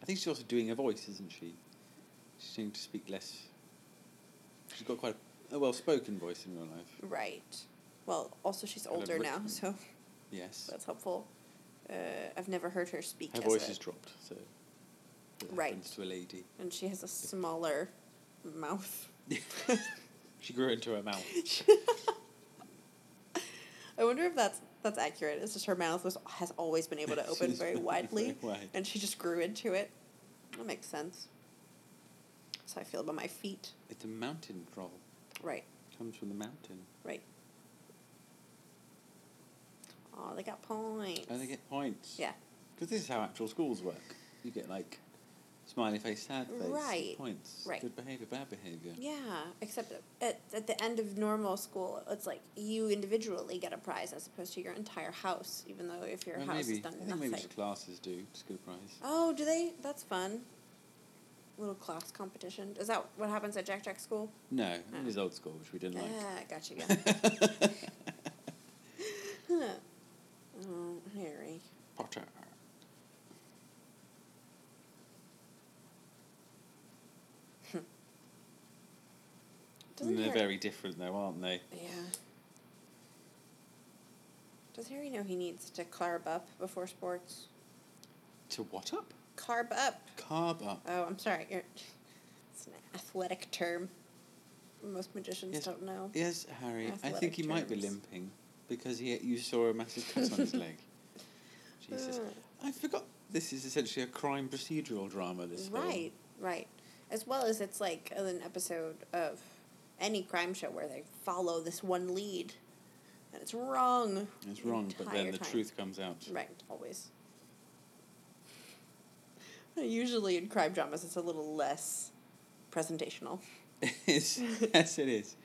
S1: think she's also doing a voice, isn't she? She's doing to speak less. She's got quite a, a well spoken voice in real life.
S2: right. Well, also she's
S1: Kind of
S2: older now,
S1: Rickman.
S2: so
S1: Yes.
S2: that's helpful. Uh, I've never heard her speak.
S1: Her
S2: as
S1: voice
S2: a-
S1: is dropped, so that
S2: Right.
S1: happens to a lady. [laughs]
S2: And she has a smaller mouth. [laughs]
S1: She grew it into her mouth.
S2: I wonder if that's that's accurate. It's just her mouth was, has always been
S1: [laughs]
S2: able to open
S1: She's
S2: very
S1: very
S2: widely,
S1: [laughs] wide.
S2: and she just grew into it. That makes sense. That's how I feel about my feet.
S1: It's a mountain troll.
S2: Right,
S1: Comes from the mountain.
S2: right. Oh, they got points.
S1: Oh, they get points.
S2: Yeah,
S1: Because this is how actual schools work. You get like smiley face, sad face.
S2: Right.
S1: Points.
S2: Right.
S1: Good behavior, bad behavior.
S2: yeah. Except at, at the end of normal school, it's like you individually get a prize as opposed to your entire house. Even though if your
S1: Well,
S2: house
S1: maybe.
S2: has done
S1: I think
S2: nothing.
S1: maybe just classes do school prize.
S2: Oh, do they? That's fun. Little class competition. Is that what happens at Jack Jack school?
S1: No, it is old school, which we didn't like.
S2: Ah, gotcha, gotcha.
S1: [laughs]
S2: Huh. oh, Harry.
S1: Potter.
S2: Doesn't
S1: Mm, they're
S2: Harry,
S1: very different though, aren't they?
S2: Yeah. Does Harry know he needs to carb up before sports?
S1: To what up?
S2: Carb up.
S1: Carb up.
S2: Oh, I'm sorry. You're, [laughs] it's an athletic term. Most magicians
S1: Yes.
S2: don't know.
S1: Yes, Harry. I think
S2: Athletic
S1: he might be
S2: terms.
S1: limping because he you saw a massive cut on his
S2: [laughs]
S1: leg. Jesus,
S2: Mm.
S1: I forgot. This is essentially a crime procedural drama. This film.
S2: Right, right. As well as it's like an episode of any crime show where they follow this one lead, and it's wrong.
S1: It's
S2: the
S1: wrong, but then
S2: entire
S1: the
S2: time.
S1: truth comes out.
S2: Right, always. Usually in crime dramas, it's a little less presentational.
S1: [laughs] yes, yes, it is.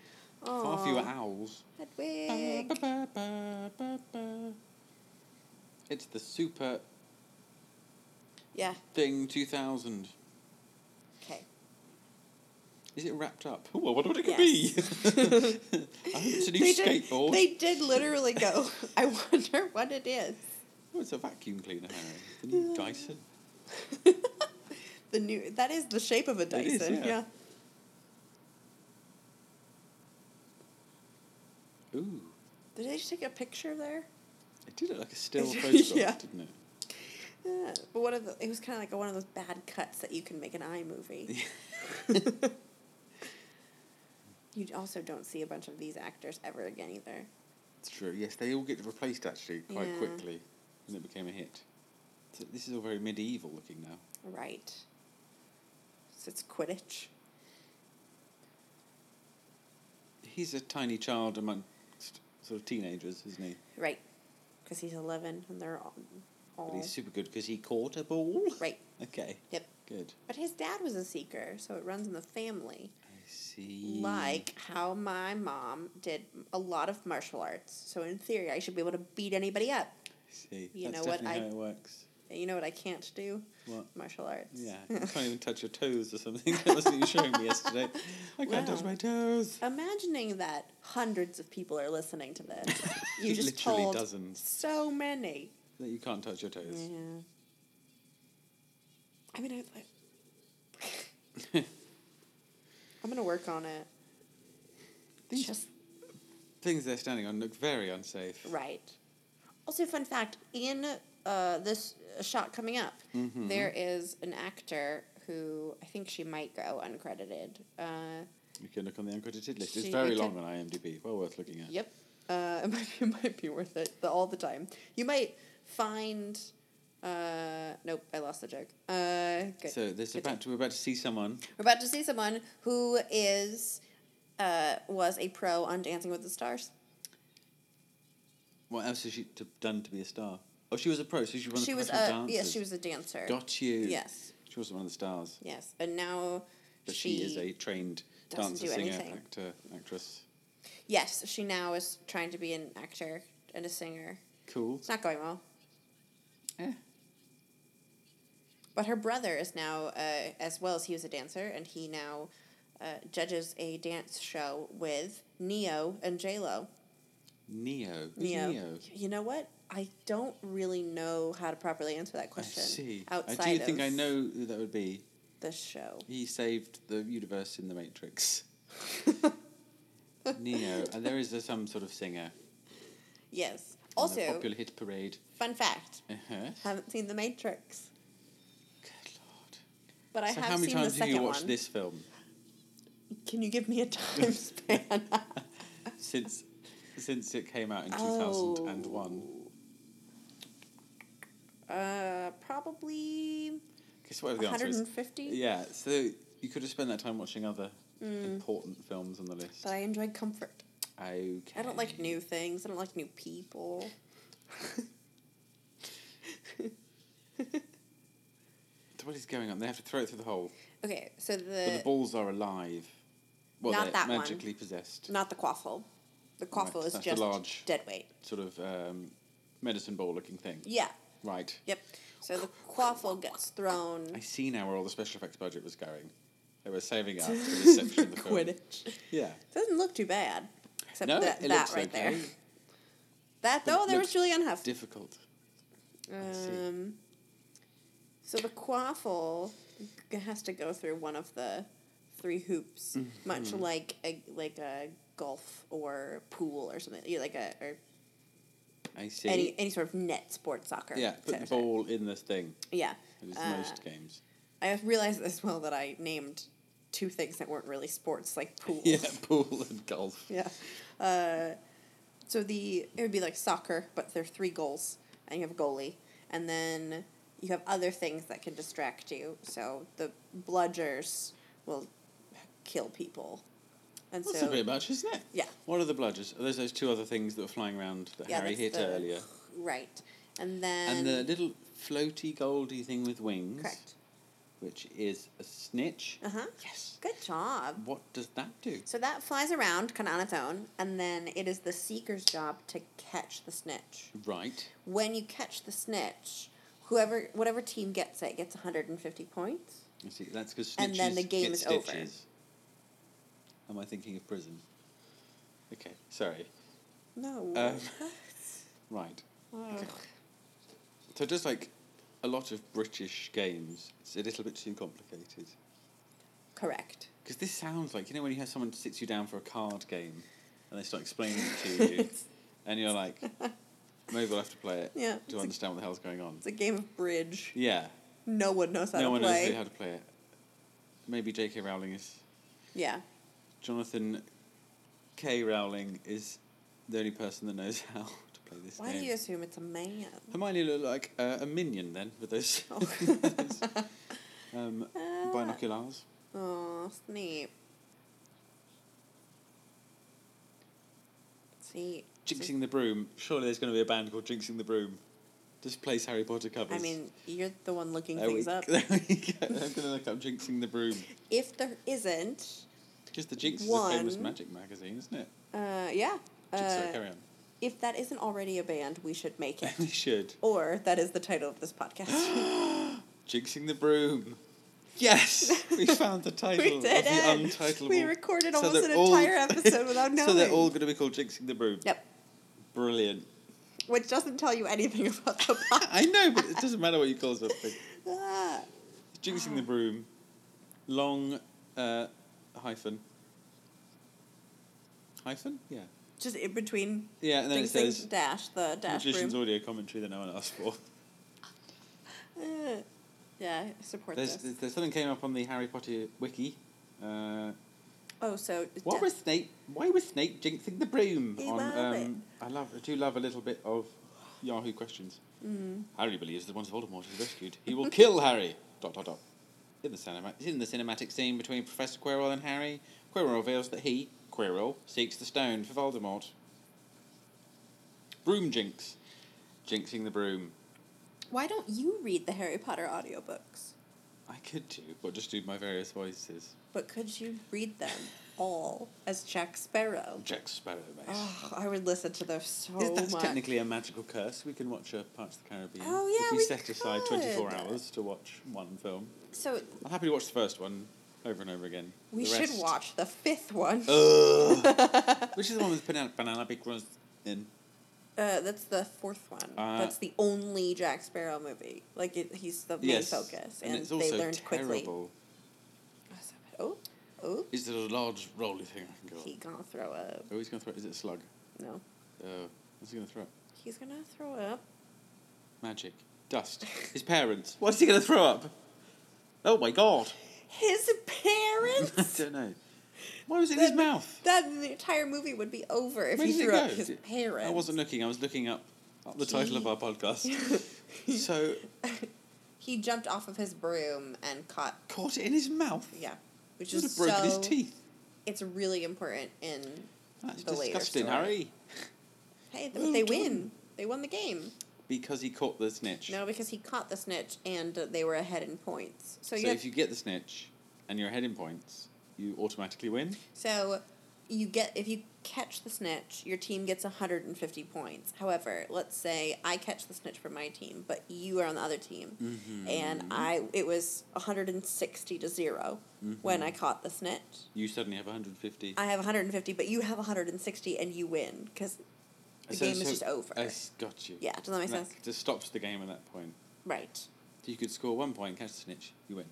S1: Far fewer
S2: Aw,
S1: owls.
S2: Hedwig.
S1: Ba, ba, ba, ba, ba. It's the super
S2: Yeah.
S1: thing two thousand.
S2: Okay.
S1: Is it wrapped up? Oh, I wonder what it could [laughs]
S2: Yes.
S1: be. I hope it's a new
S2: They did-
S1: skateboard.
S2: they did literally go. [laughs] I wonder what it is.
S1: Oh, it's a vacuum cleaner, Harry. The new Dyson.
S2: The new that is the shape of a
S1: It is,
S2: Dyson.
S1: yeah.
S2: yeah.
S1: Ooh,
S2: Did they just take a picture there?
S1: it did look like a still
S2: [laughs] Yeah.
S1: photograph, didn't it?
S2: Yeah, but one of the, it was kind of like one of those bad cuts that you can make an iMovie. [laughs]
S1: [laughs]
S2: you also don't see a bunch of these actors ever again either.
S1: It's true. Yes, they all get replaced actually quite
S2: Yeah.
S1: quickly, and it became a hit. So this is all very medieval looking now.
S2: Right. So it's Quidditch.
S1: He's a tiny child amongst sort of teenagers, isn't he?
S2: Right. Because he's 11 and they're all. all
S1: But he's super good because he caught a ball. [laughs]
S2: right.
S1: Okay.
S2: Yep.
S1: Good.
S2: But his dad was a seeker, so it runs in the family.
S1: I see.
S2: Like how my mom did a lot of martial arts. So in theory, I should be able to beat anybody up.
S1: I see.
S2: you
S1: That's
S2: know what,
S1: definitely
S2: I-
S1: how it works.
S2: And you know what I can't do?
S1: What?
S2: Martial arts. [laughs]
S1: Yeah, you can't even touch your toes or something. [laughs] That was what you were showing me yesterday. I can't touch
S2: Wow.
S1: my toes.
S2: Imagining that hundreds of people are listening
S1: [laughs]
S2: to this. You just
S1: Literally
S2: told
S1: dozens.
S2: so many.
S1: That you can't touch your toes.
S2: Yeah. I mean, I, I,
S1: [laughs]
S2: I'm gonna work on it.
S1: These
S2: Just
S1: things they're standing on look very unsafe.
S2: right. Also, fun fact: in uh, this shot coming up,
S1: Mm-hmm.
S2: there is an actor who I think she might go uncredited. Uh,
S1: You can look on the uncredited list.
S2: See,
S1: It's very
S2: it
S1: long
S2: can-
S1: on IMDb. Well worth looking at.
S2: Yep. Uh, [laughs] it might be, it might be worth it the, all the time. You might find. Uh, nope, I lost the joke. Uh, good.
S1: So there's
S2: Good
S1: about to, we're about to see someone.
S2: We're about to see someone who is, uh, was a pro on Dancing with the Stars.
S1: What else has she to, done to be a star? Oh, she was a pro. So she was one of
S2: she
S1: the
S2: was
S1: professional
S2: a
S1: dancers.
S2: yes, she was a dancer.
S1: Got you.
S2: Yes,
S1: She wasn't one of the stars,
S2: yes, and now
S1: but she, is a trained
S2: doesn't
S1: dancer,
S2: do
S1: singer,
S2: anything.
S1: actor, actress.
S2: yes. She now is trying to be an actor and a singer.
S1: Cool.
S2: It's not going well.
S1: Yeah.
S2: But her brother is now, uh, as well as he was a dancer, and he now uh, judges a dance show with Neo and J Lo.
S1: Neo. Who's
S2: Neo.
S1: Neo.
S2: You know what? I don't really know how to properly answer that
S1: I
S2: question.
S1: see.
S2: Outside
S1: I do think
S2: of
S1: I know who that would be.
S2: the show.
S1: He saved the universe in the
S2: [laughs]
S1: Matrix. Neo. And there is a, some sort of singer.
S2: Yes.
S1: on the
S2: Also,
S1: popular hit parade.
S2: fun fact:
S1: Uh-huh.
S2: haven't seen The Matrix.
S1: Good lord.
S2: but I
S1: so
S2: have
S1: how many
S2: seen
S1: times
S2: the
S1: have
S2: second
S1: you watched
S2: one.
S1: this film
S2: Can you give me
S1: [laughs]
S2: a time span?
S1: since since it came out in two
S2: Oh.
S1: thousand and one?
S2: uh, probably
S1: Guess what the answer is?
S2: 150.
S1: Yeah, so you could have spent that time watching other important films on the list.
S2: Mm. But I enjoy comfort.
S1: okay.
S2: I don't like new things. I don't like new people.
S1: So What is going on? They have to throw it through the hole,
S2: Okay, so
S1: but
S2: the,
S1: the balls are alive. Well,
S2: Not
S1: they're
S2: that one.
S1: magically possessed.
S2: not the quaffle. The
S1: Right,
S2: quaffle is
S1: that's the
S2: just
S1: large.
S2: dead weight.
S1: Sort of um, medicine ball looking thing.
S2: Yeah.
S1: Right.
S2: Yep. So the quaffle gets thrown. [laughs]
S1: I see now where all the special effects budget was going. They were saving it up for this section
S2: [laughs]
S1: of the film.
S2: Quidditch.
S1: Yeah.
S2: Doesn't look too bad, except
S1: No,
S2: that,
S1: it
S2: that
S1: looks
S2: right
S1: okay.
S2: there. That
S1: But it
S2: though, there was
S1: looks
S2: Julianne Hough.
S1: Difficult. see.
S2: Um, so the quaffle g- has to go through one of the three hoops, much
S1: Mm-hmm.
S2: like a like a golf or pool or something. You know, like a or
S1: I see.
S2: any any sort of net sport soccer.
S1: yeah,
S2: et
S1: put the
S2: cetera, et cetera.
S1: ball in this thing.
S2: Yeah,
S1: It is
S2: Uh,
S1: most games.
S2: I realized as well that I named two things that weren't really sports, like pool.
S1: [laughs] Yeah, pool and golf.
S2: [laughs] Yeah. Uh, so the it would be like soccer, but there are three goals, and you have a goalie, and then you have other things that can distract you. So the bludgers will kill people, and
S1: That's
S2: so
S1: a bit much, isn't it?
S2: yeah,
S1: What are the bludgers? Are those those two other things that were flying around that
S2: yeah,
S1: Harry
S2: that's
S1: hit
S2: the-
S1: earlier?
S2: right, and then
S1: And, the little floaty goldy thing with wings,
S2: correct.
S1: which is a snitch.
S2: Uh huh.
S1: Yes.
S2: Good job.
S1: What does that do?
S2: So that flies around kind of on its own, and then it is the seeker's job to catch the snitch.
S1: Right.
S2: when you catch the snitch, whoever whatever team gets it gets 150 points.
S1: I see. That's because
S2: And then the game is over.
S1: Am I thinking of prison? Okay, sorry.
S2: No. [laughs]
S1: Um, right. So just like a lot of British games, it's a little bit too complicated.
S2: Correct.
S1: Because this sounds like you know when you have someone sits you down for a card game, and they start explaining
S2: [laughs]
S1: it to you, and you're like, maybe I'll have to play it
S2: Yeah, it's
S1: to
S2: a-
S1: understand what the hell's going on.
S2: It's a game of bridge.
S1: Yeah,
S2: No one knows how
S1: no
S2: to
S1: one knows
S2: play.
S1: really how to play it. Maybe J.K. Rowling is
S2: yeah.
S1: Jonathan K. Rowling is the only person that knows [laughs] how to play this
S2: Why
S1: game.
S2: do you assume it's a man?
S1: Hermione looked like uh, a minion then with those [laughs]
S2: Oh. [laughs]
S1: um,
S2: Ah.
S1: binoculars.
S2: Oh, Snape. See.
S1: Jinxing the Broom. Surely there's going to be a band called Jinxing the Broom. Just plays Harry Potter covers.
S2: I mean, you're the one looking
S1: there we,
S2: things
S1: [laughs]
S2: up.
S1: there we go. I'm going to look up Jinxing the Broom.
S2: If there isn't,
S1: Just the Jinx is a famous
S2: One.
S1: magic magazine, isn't it?
S2: uh, yeah.
S1: Jinx, sorry,
S2: Uh,
S1: carry on. [laughs]
S2: if that isn't already a band, we should make it.
S1: we should.
S2: or that is the title of
S1: [gasps]
S2: this podcast.
S1: Jinxing the Broom. Yes, [laughs] we found the title
S2: We did
S1: of the
S2: it.
S1: untitlable.
S2: We recorded
S1: So
S2: almost
S1: they're
S2: an
S1: all- [laughs]
S2: entire episode without knowing.
S1: So they're all going to be called Jinxing the Broom.
S2: Yep.
S1: Brilliant.
S2: Which doesn't tell you anything about
S1: [laughs]
S2: the podcast.
S1: I know, but it doesn't matter what you call
S2: [laughs]
S1: something.
S2: Ah,
S1: Jinxing the broom, long uh, hyphen. Hyphen? Yeah.
S2: Just in between
S1: Yeah, and then
S2: jinxing
S1: it says
S2: dash the dash
S1: magician's
S2: room.
S1: audio commentary that no one asked for.
S2: Uh, yeah, I support
S1: There's,
S2: this.
S1: there's something came up on the Harry Potter wiki. Uh,
S2: Oh, so
S1: what
S2: da-
S1: was Snape? Why was Snape jinxing the broom?
S2: He
S1: on
S2: love
S1: um, I love. I do love a little bit of Yahoo questions. Harry believes that once Voldemort is rescued, he will kill Harry. Dot dot dot. In the, cinema- in the cinematic scene between Professor Quirrell and Harry, Quirrell reveals that he, Quirrell, seeks the stone for Voldemort. Broom jinx. Jinxing the broom.
S2: Why don't you read the Harry Potter audiobooks?
S1: I could do, but just do my various voices.
S2: But could you read them all as Jack Sparrow?
S1: Jack Sparrow, mate.
S2: Oh, I would listen to those so
S1: Yeah, that's
S2: much.
S1: technically a magical curse. We can watch uh, parts of the Caribbean.
S2: Oh, yeah,
S1: If we,
S2: we
S1: set aside 24
S2: could.
S1: hours to watch one film.
S2: So
S1: I'm happy to watch the first one over and over again.
S2: we
S1: The
S2: should
S1: rest-
S2: watch the fifth one. [laughs] Uh,
S1: Ugh. Which is the one with Penelope Penelope Cruz in.
S2: Uh, that's the fourth one.
S1: Uh,
S2: that's the only Jack Sparrow movie. Like it, he's the main
S1: Yes.
S2: focus, and,
S1: and it's
S2: they
S1: also
S2: learned quickly.
S1: terrible.
S2: Oh, so- Oh, oh,
S1: Is there a large rolly thing I can go
S2: he
S1: on?
S2: gonna throw up?
S1: Oh, he's going to throw it. Is it a slug?
S2: No,
S1: Oh, what's he going to throw?
S2: he's gonna throw up. [laughs]
S1: Magic. Dust. His parents. What's he going to throw up? Oh my god! [laughs]
S2: His
S1: I [laughs]
S2: parents.
S1: don't know. Why was it in his mouth?
S2: Then the entire movie would be over if
S1: Where
S2: he
S1: did it
S2: threw up
S1: go?
S2: his
S1: Did-
S2: parents.
S1: I
S2: [laughs]
S1: wasn't looking. I was looking up the title of our podcast. so
S2: He jumped off of his broom and caught.
S1: caught it in his mouth.
S2: Yeah, which
S1: Should have
S2: is
S1: broken his
S2: so-
S1: teeth.
S2: It's really important in.
S1: That's
S2: the later
S1: disgusting,
S2: story.
S1: Harry.
S2: Hey,
S1: Well
S2: they
S1: done.
S2: win. They won the game.
S1: Because he caught the snitch.
S2: No, because he caught the snitch and uh, they were ahead in points. So,
S1: so
S2: you have-
S1: if you get the snitch and you're ahead in points, you automatically win.
S2: So you get if you catch the snitch, your team gets 150 points. However, let's say I catch the snitch for my team, but you are on the other team Mm-hmm. and
S1: Mm-hmm.
S2: I it was 160 to 0 when I caught the snitch.
S1: Mm-hmm. You suddenly have 150.
S2: I have 150, but you have 160 and you win cuz the game is just over.
S1: I s- got you.
S2: Yeah, does that make
S1: And
S2: sense?
S1: just stops the game at that point.
S2: Right.
S1: So you could score one point, catch the snitch, you win.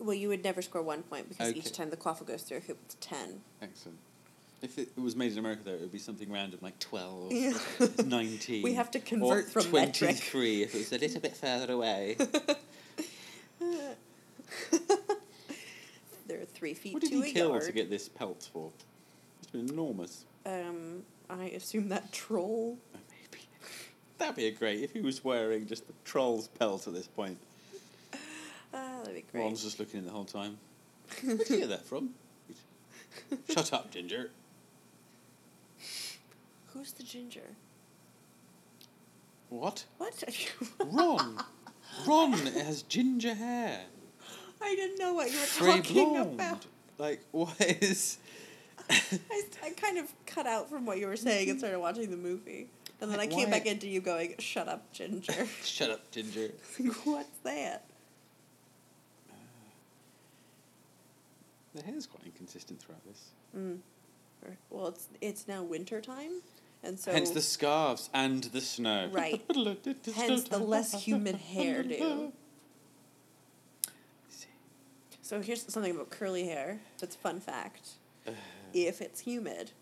S2: Well, you would never score one point because
S1: Okay.
S2: each time the quaffle goes through a hoop, it's 10.
S1: Excellent. If it was made in America, though, it would be something random like 12,
S2: [laughs] Yeah.
S1: 19.
S2: We have to
S1: or
S2: convert from metric. [laughs]
S1: 23 if it was a little bit further away.
S2: They're three feet
S1: what did
S2: to
S1: he
S2: a
S1: kill
S2: yard.
S1: to get this pelt for? It's been enormous.
S2: Um, I assume that troll.
S1: Oh, Maybe. That'd be great if he was wearing just the troll's pelt at this point.
S2: Ah, that'd be great.
S1: Ron's just looking in the whole time. Where'd you get that
S2: [laughs]
S1: from? Shut up, Ginger.
S2: Who's the ginger?
S1: What?
S2: What? [laughs]
S1: Ron. Ron has ginger hair.
S2: I didn't know what you were
S1: Grey
S2: talking
S1: blonde.
S2: about.
S1: Like, what is. [laughs]
S2: I, I kind of cut out from what you were saying and started watching the movie. And then I
S1: Like,
S2: came
S1: why-
S2: back into you going, shut up, Ginger. [laughs]
S1: Shut up, Ginger.
S2: What's that?
S1: The hair's quite inconsistent throughout this.
S2: Mm. Or- Well, it's it's now winter time, and so
S1: hence the scarves and the snow. [laughs]
S2: Right. hence the less humid hairdo. So here's something about curly hair that's a fun
S1: [sighs]
S2: fact. If it's humid,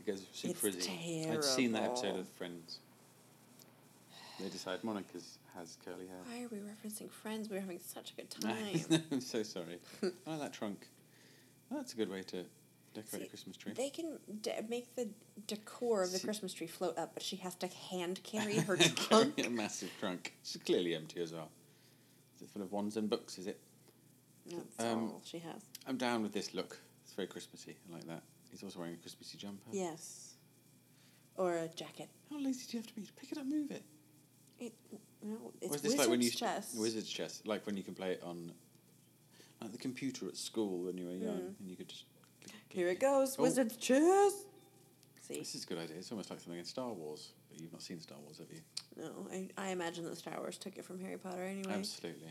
S1: It goes super
S2: It's
S1: frizzy. I'd seen that episode
S2: terrible.
S1: of Friends. They decide Monica's has curly hair.
S2: why are we referencing Friends? We're having
S1: [laughs]
S2: such a good time.
S1: I'm so sorry. I like that trunk. That's a good way to decorate
S2: See,
S1: a Christmas tree.
S2: They can de- make the decor of the
S1: See-
S2: Christmas tree float up, but she has to hand
S1: [laughs]
S2: carry her
S1: Carry
S2: trunk.
S1: a massive trunk. It's clearly empty as well. Is it full of wands and books? Is it?
S2: That's
S1: Um,
S2: all she has.
S1: I'm down with this look. It's very Christmassy. I like that. He's also wearing a Christmassy jumper.
S2: Yes. Or a jacket.
S1: How lazy do you have to be to pick it up, move it?
S2: It, no, it's
S1: Or is
S2: wizard's
S1: this like when you
S2: chess.
S1: Wizard's chess, like when you can play it on, like the computer at school when you were young,
S2: Mm.
S1: and you could just. click, click,
S2: Here
S1: click.
S2: it goes,
S1: Oh.
S2: wizard's chess. See,
S1: This is a good idea. It's almost like something in Star Wars, but you've not seen Star Wars, have you?
S2: no, I, I imagine that Star Wars took it from Harry Potter anyway.
S1: Absolutely.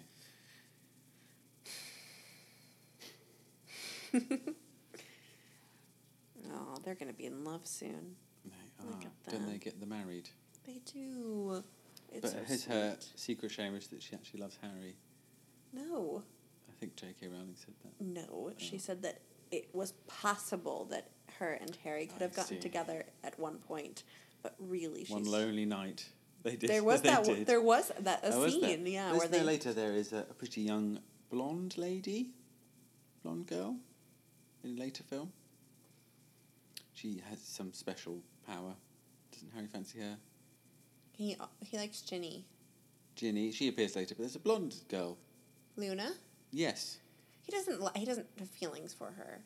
S2: Oh, they're gonna be in love soon.
S1: No.
S2: Look
S1: ah,
S2: at
S1: don't they
S2: that.
S1: get the married?
S2: They do. It's
S1: but
S2: so
S1: his her
S2: sweet.
S1: secret shame is that she actually loves Harry.
S2: No,
S1: I think J.K. Rowling said that.
S2: no. She
S1: Oh.
S2: said that it was possible that her and Harry could
S1: I
S2: have gotten
S1: see.
S2: together at one point, but really,
S1: One
S2: she's
S1: lonely night, they did. [laughs]
S2: There was
S1: they
S2: that. w-
S1: Did.
S2: There was that a
S1: Oh, was there?
S2: scene. Yeah,
S1: Isn't
S2: where
S1: there
S2: they.
S1: later there is a, a pretty young blonde lady, blonde girl, in a later film. She has some special power. Doesn't Harry fancy her?
S2: He he likes Ginny,
S1: Ginny. She appears later, but there's a blonde girl.
S2: Luna.
S1: Yes.
S2: He doesn't. Li- he doesn't have feelings for her.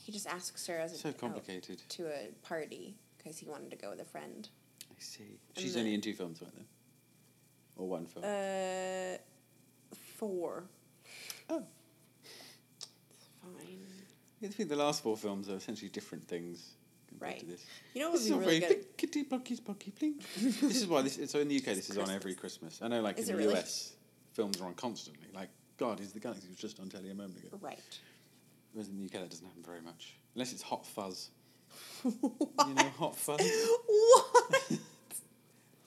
S2: He just asks her as a
S1: So
S2: out
S1: complicated.
S2: to a party because he wanted to go with a friend.
S1: I see.
S2: And
S1: She's
S2: the-
S1: only in two films, right then? Or one film.
S2: Uh, four.
S1: Oh.
S2: Fine.
S1: I think the last four films are essentially different things compared
S2: Right.
S1: to this.
S2: You know
S1: This
S2: what would
S1: is
S2: be
S1: all
S2: really
S1: very
S2: good?
S1: kitty plunky plunky plink. this is why this. So in the UK, this is on every Christmas. I know, like
S2: Is
S1: in
S2: it
S1: the
S2: really?
S1: US, films are on constantly. Like God, is the Galaxy was just on telly a moment ago.
S2: Right.
S1: Whereas in the UK, that doesn't happen very much, unless it's Hot Fuzz.
S2: what?
S1: You
S2: [laughs]
S1: know Hot Fuzz. Do
S2: What?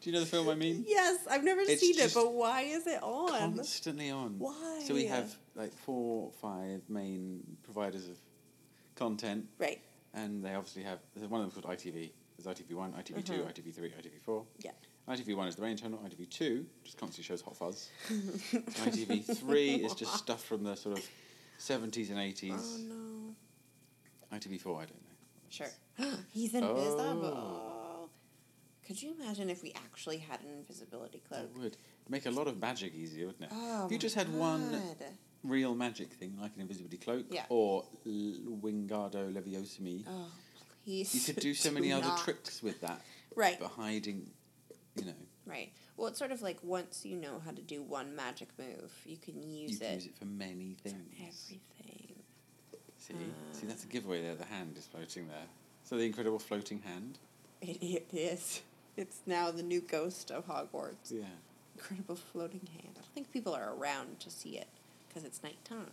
S1: you know the film I mean?
S2: yes, I've never
S1: It's
S2: seen it,
S1: just
S2: but why is it on?
S1: Constantly on.
S2: Why?
S1: So we have like four, five main providers of content,
S2: right. Uh-huh.
S1: and they obviously have. There's one of them called ITV. There's ITV one, ITV two, ITV three, ITV four.
S2: Yeah.
S1: ITV1 is the main channel. ITV2 just constantly shows Hot Fuzz. ITV3 is
S2: [laughs]
S1: just stuff from the sort of 70s and 80s.
S2: Oh, no.
S1: ITV4, I don't know.
S2: Sure. [gasps] He's invisible.
S1: Oh.
S2: Could you imagine if we actually had an invisibility cloak?
S1: That would make a lot of magic easier, wouldn't it?
S2: Oh,
S1: if you
S2: my
S1: just had one
S2: God.
S1: real magic thing, like an invisibility cloak
S2: Yeah.
S1: or L- Wingardo Leviosomi,
S2: Oh, please.
S1: you could do
S2: [laughs]
S1: so many other
S2: not.
S1: tricks with that.
S2: Right.
S1: But hiding, you know,
S2: Right. Well, it's sort of like once you know how to do one magic move, you can use
S1: you can
S2: it.
S1: use it for many things.
S2: Everything.
S1: See, see, that's a giveaway there. The hand is floating there. So the incredible floating hand.
S2: It, it is. It's now the new ghost of Hogwarts.
S1: Yeah.
S2: Incredible floating hand. I don't think people are around to see it because it's nighttime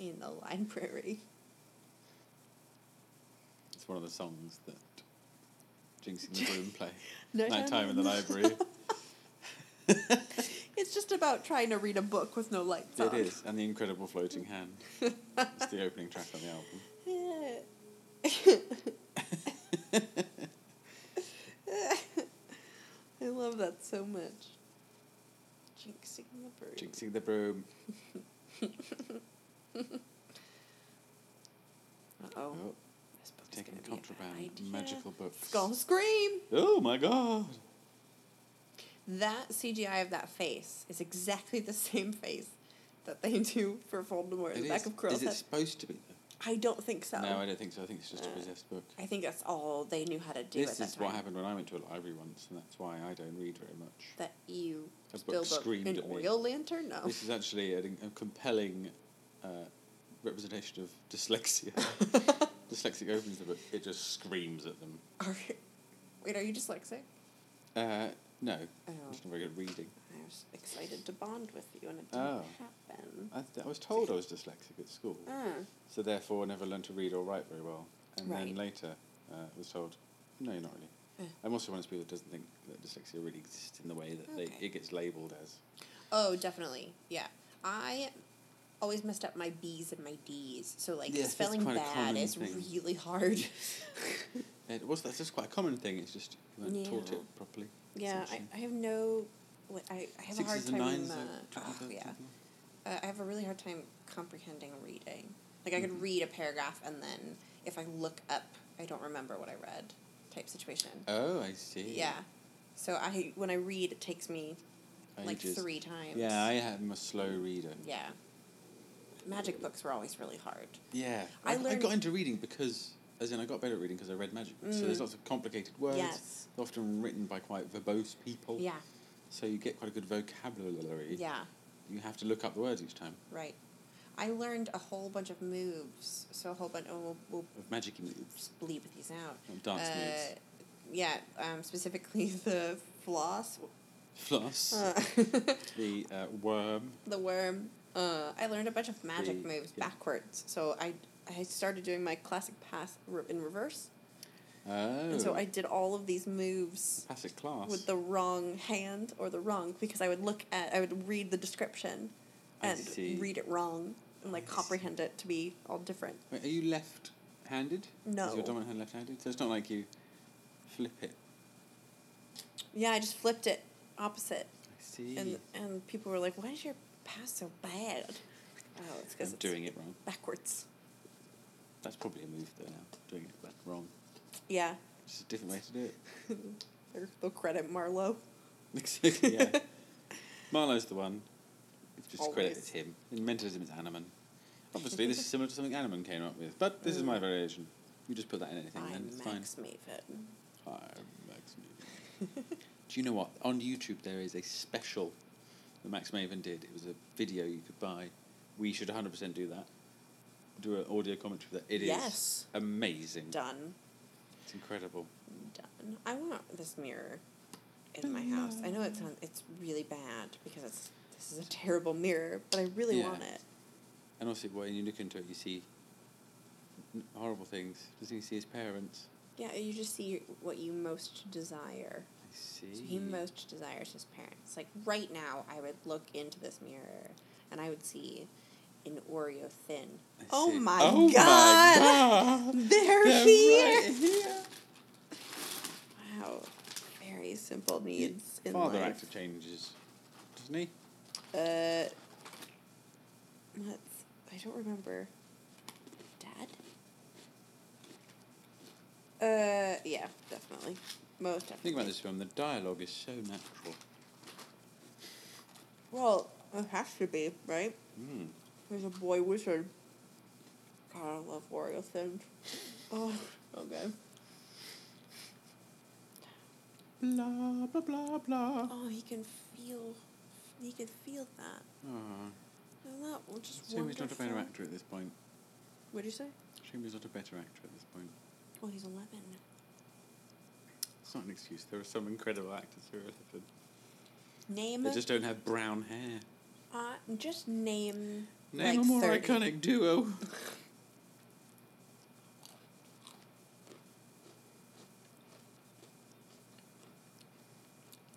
S2: in the library.
S1: It's one of the songs that Jinx in the
S2: [laughs]
S1: Broom play. Nighttime in the library.
S2: It's just about trying to read a book with no lights
S1: It
S2: on.
S1: is, and the incredible floating hand. it's the opening track on the album.
S2: [laughs] [laughs] I love that so much. Jinxing the bird.
S1: Jinxing the broom.
S2: Uh oh.
S1: Oh,
S2: This book's
S1: taking
S2: gonna be a bad
S1: contraband
S2: idea.
S1: magical books.
S2: It's gonna scream.
S1: Oh my god!
S2: That CGI of that face is exactly the same face that they do for Voldemort in
S1: It
S2: the back
S1: is.
S2: of Quirrell's
S1: is it
S2: head.
S1: supposed to be? Though?
S2: I don't think so.
S1: No, I don't think so. I think it's just a
S2: Uh,
S1: possessed book.
S2: I think that's all they knew how to do. at
S1: This
S2: that
S1: is what
S2: time.
S1: happened when I went to a library once, and that's why I don't read very much.
S2: That you
S1: A book
S2: build up
S1: screamed
S2: an
S1: at me.
S2: oil lantern? No.
S1: This is actually a, a compelling uh, representation of
S2: [laughs]
S1: dyslexia. Dyslexic opens the book, it just screams at them.
S2: [laughs] Are, wait, are you dyslexic?
S1: Uh, no,
S2: Oh,
S1: I'm just not very good at reading.
S2: I was excited to bond with you and it didn't
S1: Oh.
S2: happen.
S1: I, th- I was told I was dyslexic at school,
S2: Mm.
S1: so therefore never learned to read or write very well. And
S2: Right.
S1: then later uh, was told, no, you're not really.
S2: Yeah.
S1: I'm also one of those people that doesn't think that dyslexia really exists in the way that
S2: Okay.
S1: they, it gets labelled as.
S2: Oh, definitely. Yeah. I always messed up my B's and my D's. So, like,
S1: Yes, that's
S2: spelling
S1: quite a
S2: bad
S1: common
S2: is
S1: thing.
S2: really
S1: [laughs]
S2: hard.
S1: And it was, that's just quite a common thing, it's just you weren't taught
S2: Yeah.
S1: it properly.
S2: Yeah, I,
S1: essentially.
S2: I have no. what- I, I have a hard
S1: Sixes and
S2: time.
S1: nines
S2: uh,
S1: are
S2: oh,
S1: tricky,
S2: yeah,
S1: tricky.
S2: uh, I have a really hard time comprehending reading. Like I
S1: Mm-hmm.
S2: could read a paragraph and then if I look up, I don't remember what I read. Type situation.
S1: Oh, I see.
S2: yeah. So I when I read, it takes me like
S1: Ages.
S2: three times.
S1: Yeah, I am a slow reader.
S2: yeah. Magic books were always really hard.
S1: Yeah, I,
S2: I
S1: I,
S2: learned-
S1: got into reading because, as in, I got better at reading because I read magic books. So there's lots of complicated words,
S2: Mm. Yes.
S1: They're often written by quite verbose people.
S2: Yeah.
S1: So you get quite a good vocabulary.
S2: Yeah.
S1: You have to look up the words each time
S2: Right. I learned a whole bunch of moves. So a whole bunch. Oh, we'll, we'll
S1: of magic moves,
S2: just bleep these out. Uh,
S1: of dance moves,
S2: Yeah, um, specifically [laughs] the floss,
S1: floss,
S2: uh,
S1: [laughs]
S2: [laughs]
S1: the uh, worm.
S2: the worm. Uh, I learned a bunch of magic
S1: The-
S2: moves
S1: yeah.
S2: backwards, so I I started doing my classic pass re- in reverse,
S1: Oh,
S2: and so I did all of these moves
S1: pass it Oh, class.
S2: with the wrong hand or the wrong because I would look at I would read the description,
S1: I
S2: and
S1: see.
S2: read it wrong and like
S1: I see.
S2: comprehend it to be all different.
S1: Wait, are you left-handed? Is
S2: No.
S1: your dominant hand left-handed? So it's not like you flip it.
S2: Yeah, I just flipped it opposite.
S1: I see.
S2: and and people were like, "Why is your pass so bad?" Oh, it's
S1: I'm
S2: because it's
S1: doing it wrong.
S2: backwards.
S1: That's probably a move though now. Doing it back wrong.
S2: Yeah, [laughs]
S1: Just a different way to do it.
S2: they're- they'll credit Marlowe. [laughs]
S1: exactly. Yeah. Marlowe's the one. It's just credit
S2: Always.
S1: it's him. In mentalism, it's Animan. Obviously, this is similar to something Animan came up with, but this is
S2: Mm.
S1: my variation. You just put that in anything, then
S2: I'm
S1: it's
S2: Max Maven.
S1: fine. Hi, Max Maven. do you know what? On YouTube, there is a special that Max Maven did. It was a video you could buy. We should 100% do that. Do an audio commentary for that. It is
S2: Yes.
S1: amazing.
S2: Done,
S1: It's incredible.
S2: done. I want this mirror in my house. I know it's on, it's really bad because it's this is a terrible mirror, but I really
S1: Yeah.
S2: want it.
S1: And also, when you look into it, you see n- horrible things. Doesn't he see his parents?
S2: Yeah, you just see what you most desire.
S1: I see.
S2: So he most desires his parents. Like right now, I would look into this mirror and I would see an Oreo thin.
S1: I
S2: Oh
S1: see.
S2: my
S1: Oh my God.
S2: god! They're
S1: They're
S2: here!
S1: right here.
S2: Wow. Fairies simple needs in
S1: Father
S2: life.
S1: actor changes, doesn't he?
S2: Uh, let's. I don't remember. Dad. Uh, yeah, definitely. Most definitely.
S1: Think about this film. The dialogue is so natural.
S2: Well, it has to be right.
S1: Mm.
S2: There's a boy wizard. God, I love Wario things. Oh, okay.
S1: Blah blah blah blah.
S2: Oh, he can feel. He can feel that.
S1: Aw.
S2: Isn't that w- just
S1: Shame he's not Ah, a better
S2: wonderful?
S1: actor at this point.
S2: What'd you say?
S1: Shame he's not a better actor at this point.
S2: Well, he's eleven.
S1: It's not an excuse. There are some incredible actors who are elephant.
S2: Name.
S1: They just don't have brown hair.
S2: uh, just name.
S1: Name
S2: like
S1: a more
S2: 30.
S1: iconic duo.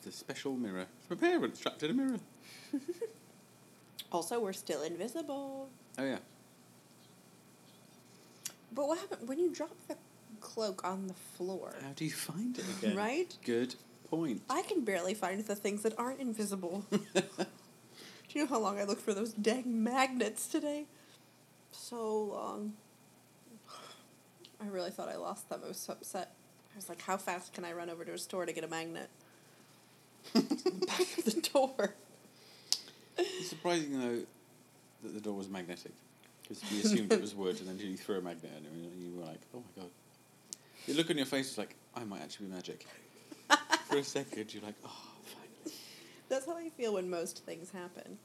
S1: the special mirror. It's my parents trapped in a mirror.
S2: Also, we're still invisible.
S1: Oh yeah.
S2: But what happened when you drop the cloak on the floor?
S1: How do you find it again?
S2: Right?
S1: Good [laughs] point.
S2: I can barely find the things that aren't invisible. Do you know how long I looked for those dang magnets today? So long. I really thought I lost them. I was so upset. I was like, how fast can I run over to a store to get a magnet? [laughs] Back of the door.
S1: It's surprising though that the door was magnetic because we assumed it was wood, and then you threw a magnet at it, and you were like, "Oh my god!" The look on your face was like, "I might actually be magic."
S2: [laughs]
S1: For a second, you're like, "Oh, finally!"
S2: That's how I feel when most things happen.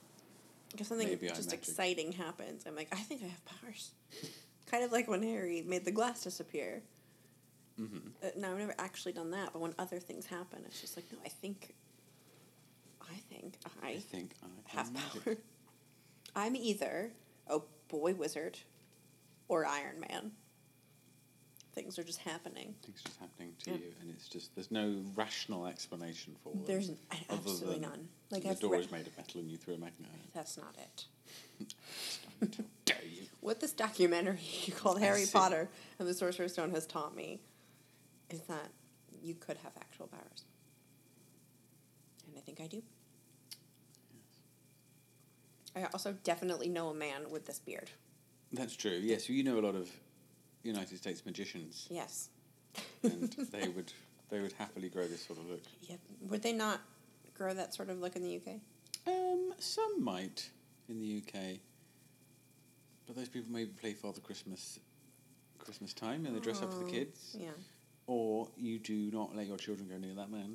S2: If something
S1: Maybe I'm
S2: just
S1: magic.
S2: exciting happens, I'm like, I think I have powers. [laughs] kind of like when Harry made the glass disappear.
S1: Mm-hmm.
S2: Uh, no, I've never actually done that, but when other things happen, it's just like, no, I think, I think
S1: I
S2: I
S1: think I
S2: have
S1: am magic.
S2: power. [laughs] I'm either a boy wizard or Iron Man. Things are just happening.
S1: Things just happening to
S2: Yeah.
S1: you, and it's just there's no rational explanation for them.
S2: There's n-
S1: other
S2: absolutely
S1: than
S2: none. Like
S1: the
S2: I've
S1: door
S2: re-
S1: is made of metal, and you threw a magnet. at it.
S2: that's not it.
S1: How dare you?
S2: What this documentary [laughs] called
S1: I
S2: Harry
S1: see.
S2: Potter and the Sorcerer's Stone has taught me is that you could have actual powers. And I think I do. I also definitely know a man with this beard.
S1: That's true. Yes, you know a lot of United States
S2: [laughs]
S1: magicians,
S2: Yes.
S1: and they would they would happily grow this sort of look.
S2: [laughs] Yep. Would they not grow that sort of look in the UK?
S1: Um, some might in the UK, but those people maybe play Father Christmas, Christmas time, and they dress up for the
S2: Oh.
S1: kids,
S2: Yeah.
S1: or you do not let your children go near that man.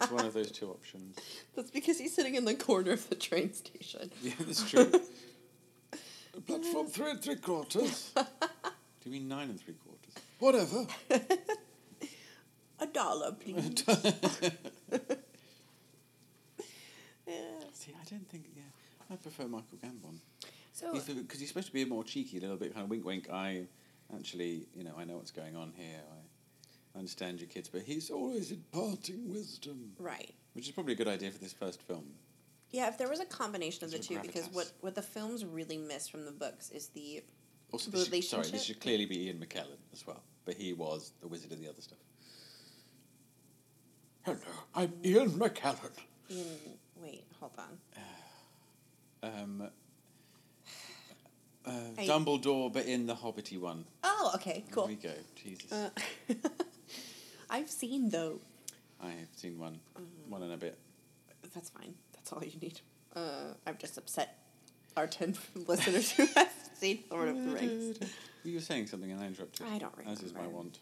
S1: it's one of those two options.
S2: That's because he's sitting in the corner of the train station.
S1: Yeah, that's [laughs] true. Platform three and three quarters. [laughs] do you mean nine and three quarters? Whatever.
S2: A dollar, please. [laughs] Yeah.
S1: [laughs] See, I don't think. Yeah, I prefer Michael Gambon.
S2: So
S1: Because he's, supposed to be more cheeky, a little bit kind of wink, wink. I actually, you know, I know what's going on here. I understand your kids, but he's always imparting wisdom,
S2: right.
S1: which is probably a good idea for this first film.
S2: Yeah, if there was a combination of the
S1: Sort of
S2: two, because
S1: gravitas.
S2: what, what the films really miss from the books is the
S1: Also,
S2: The
S1: this should, sorry,
S2: relationship?
S1: this should clearly be Ian McKellen as well, but he was the wizard of the other stuff. Hello, I'm Ian McKellen.
S2: in wait, hold on.
S1: Um,
S2: [sighs]
S1: uh,
S2: I-
S1: Dumbledore, but in the Hobbity one.
S2: Oh, okay,
S1: There
S2: cool.
S1: we go. Jesus,
S2: Uh, [laughs] I've seen though.
S1: I have seen one,
S2: Mm-hmm.
S1: one and a bit.
S2: That's fine. That's all you need. Uh, I'm just upset. Our ten [laughs] listeners who have seen Lord of the Rings.
S1: You were saying something and I interrupted.
S2: I don't
S1: As is my
S2: remember.
S1: want.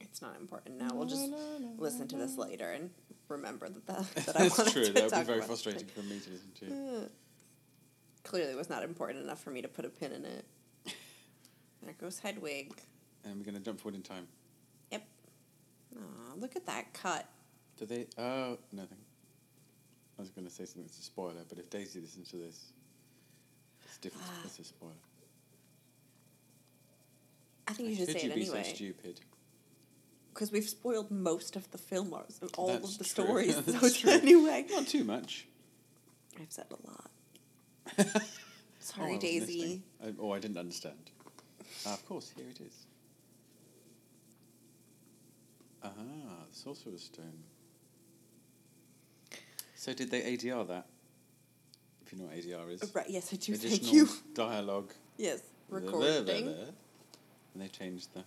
S2: It's not important now. We'll just listen to this later and remember that
S1: [laughs]
S2: that, that I
S1: That's
S2: wanted
S1: true.
S2: to
S1: That would
S2: talk
S1: be very
S2: about Mm. this
S1: frustrating for
S2: thing.
S1: me to listen to.
S2: Clearly, it was not important enough for me to put a pin in
S1: [laughs]
S2: it. There goes Hedwig.
S1: And we're going to jump forward in time.
S2: Yep. Aw, look at that cut.
S1: Do they? Oh, nothing. I was going to say something that's a spoiler, but if Daisy listens to this, it's different.
S2: Ah,
S1: It's a spoiler.
S2: I think you should
S1: Could
S2: say
S1: you
S2: it
S1: be
S2: anyway.
S1: so stupid?
S2: because we've spoiled most of the film or all
S1: That's
S2: of the
S1: true. [laughs]
S2: stories.
S1: That's
S2: [laughs] so it's
S1: true.
S2: anyway,
S1: Not too much.
S2: I've said a
S1: [laughs]
S2: lot.
S1: Oh,
S2: Sorry,
S1: I wasn't
S2: Daisy.
S1: listening. I, oh, I didn't understand. Ah, of course, here it is. Ah, Sorcerer's Stone. So did they ADR that? If you know what ADR is.
S2: Right, yes, I do. Thank
S1: Additional
S2: you. [laughs]
S1: dialogue. [laughs]
S2: Yes,
S1: There, there,
S2: recording.
S1: there, there. And they changed the.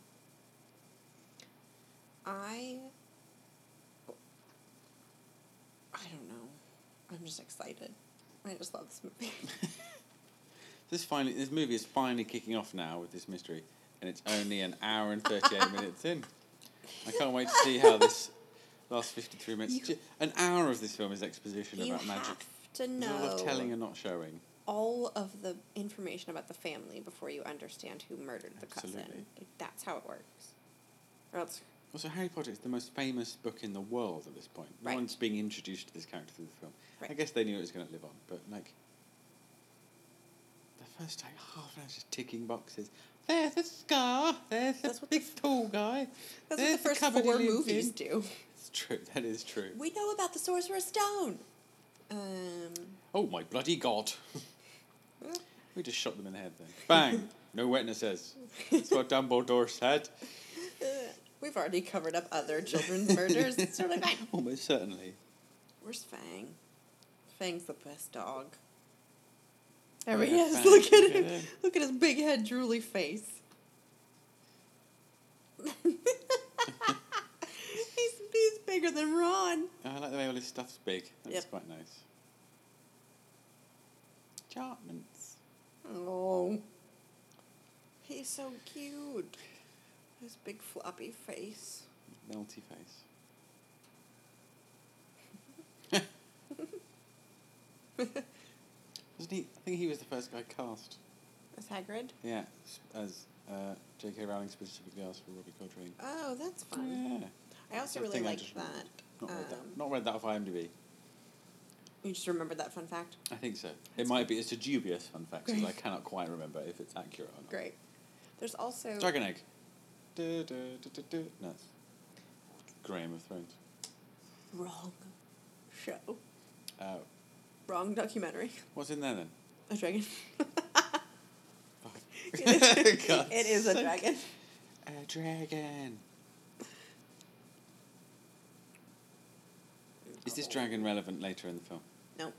S2: I oh, I don't know. I'm just excited. I just love this
S1: [laughs]
S2: movie.
S1: This finally, this movie is finally kicking off now with this mystery, and it's only an hour and thirty-eight minutes in. I can't wait to see how this last fifty-three minutes.
S2: You-
S1: Ju- an hour of this film is exposition
S2: you
S1: about
S2: have
S1: magic.
S2: to
S1: There's a
S2: know
S1: lot of telling and not showing.
S2: all of the information about the family before you understand who murdered the cousin.
S1: Absolutely.
S2: Like, that's how it works. Or else,
S1: Also, Harry Potter is the most famous book in the world at this point. No
S2: Right.
S1: one's being introduced to this character through the film. I
S2: Right.
S1: guess they knew it was going to live on, but like the first like half an hour just ticking boxes. There's a scar. There's
S2: That's
S1: a
S2: what the
S1: big tall guy.
S2: that's
S1: There's
S2: what the first
S1: cupboard he
S2: four
S1: lives
S2: movies
S1: in.
S2: do.
S1: It's true. That is true.
S2: We know about the Sorcerer's Stone. Um,
S1: Oh my bloody god! [laughs] we just shot them in the head then. Bang! no witnesses. That's what Dumbledore said.
S2: we've already covered up
S1: [laughs]
S2: other children's murders. It's totally fine.
S1: Almost certainly.
S2: Where's Fang? Fang's the best dog. There he
S1: Oh, Yeah,
S2: is.
S1: Fang.
S2: Look at him.
S1: Look at him.
S2: Look at his big head, drooly face. [laughs] he's, he's bigger than Ron.
S1: Oh, I like the way all his stuff's big. That's
S2: Yep.
S1: quite nice. Enchantments.
S2: Oh. He's so cute. His big floppy face.
S1: Melty face. [laughs] Wasn't he? I think he was the first guy cast.
S2: Is Hagrid?
S1: Yeah, s- as uh, J.K. Rowling specifically asked for Robbie Coltrane.
S2: Oh, that's fun.
S1: Yeah.
S2: I also
S1: I
S2: really
S1: think I
S2: like
S1: just
S2: that.
S1: remembered. Not read
S2: um,
S1: that. Not read that off IMDb.
S2: You just remembered that fun fact?
S1: I think so. It
S2: That's
S1: might be. It's a dubious fun fact because I
S2: Great.
S1: cannot quite remember if it's accurate or not.
S2: Great. There's also.
S1: Dragon egg. Du, du, du, du, du. No, it's Graham of Thrones.
S2: Wrong show.
S1: Uh,
S2: Wrong documentary. [laughs]
S1: what's in there then? [laughs]
S2: A dragon. [laughs]
S1: Fuck.
S2: It is,
S1: God's
S2: it is a
S1: sake.
S2: dragon.
S1: A dragon. Is this dragon relevant later in the film?
S2: No.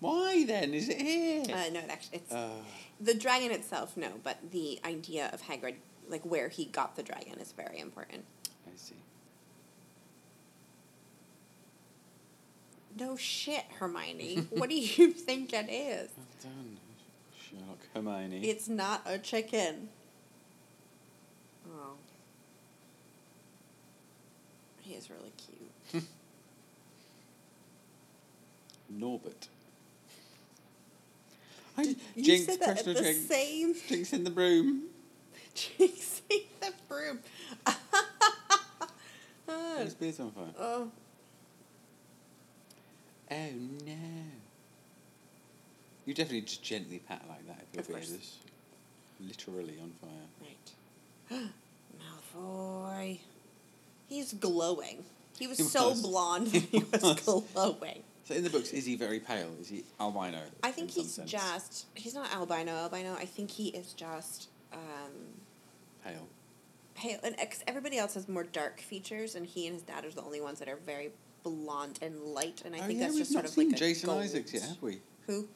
S1: Why then is it here?
S2: Uh, no, it actually it's
S1: Oh,
S2: the dragon itself. No, but the idea of Hagrid, like where he got the dragon, is very important.
S1: I see.
S2: No shit, Hermione. what do you [laughs] think it is?
S1: Well done, Sherlock Hermione.
S2: It's not a chicken. Oh. He is really cute.
S1: Norbert. I'm
S2: You
S1: Jinx,
S2: said that at
S1: personal
S2: the
S1: Jinx.
S2: same [laughs]
S1: Jinx in the broom.
S2: Jinx ate the broom.
S1: Oh, his beard's on fire.
S2: [laughs] oh.
S1: Oh no. You definitely just gently pat like that if your
S2: Of
S1: beard
S2: course.
S1: is literally on fire.
S2: Right. [gasps] Malfoy. He's glowing. He was
S1: He
S2: so
S1: was.
S2: blonde that he was glowing.
S1: So in the books, is he very pale? Is he albino?
S2: I think
S1: in some
S2: he's
S1: sense?
S2: just he's not albino albino. I think he is just um
S1: pale.
S2: pale and ex- everybody else has more dark features and he and his dad are the only ones that are very blonde and light and I
S1: oh
S2: think
S1: yeah,
S2: that's
S1: we've
S2: just
S1: not
S2: sort of
S1: seen
S2: like a
S1: Jason
S2: gold-
S1: Isaacs yet, have we?
S2: Who?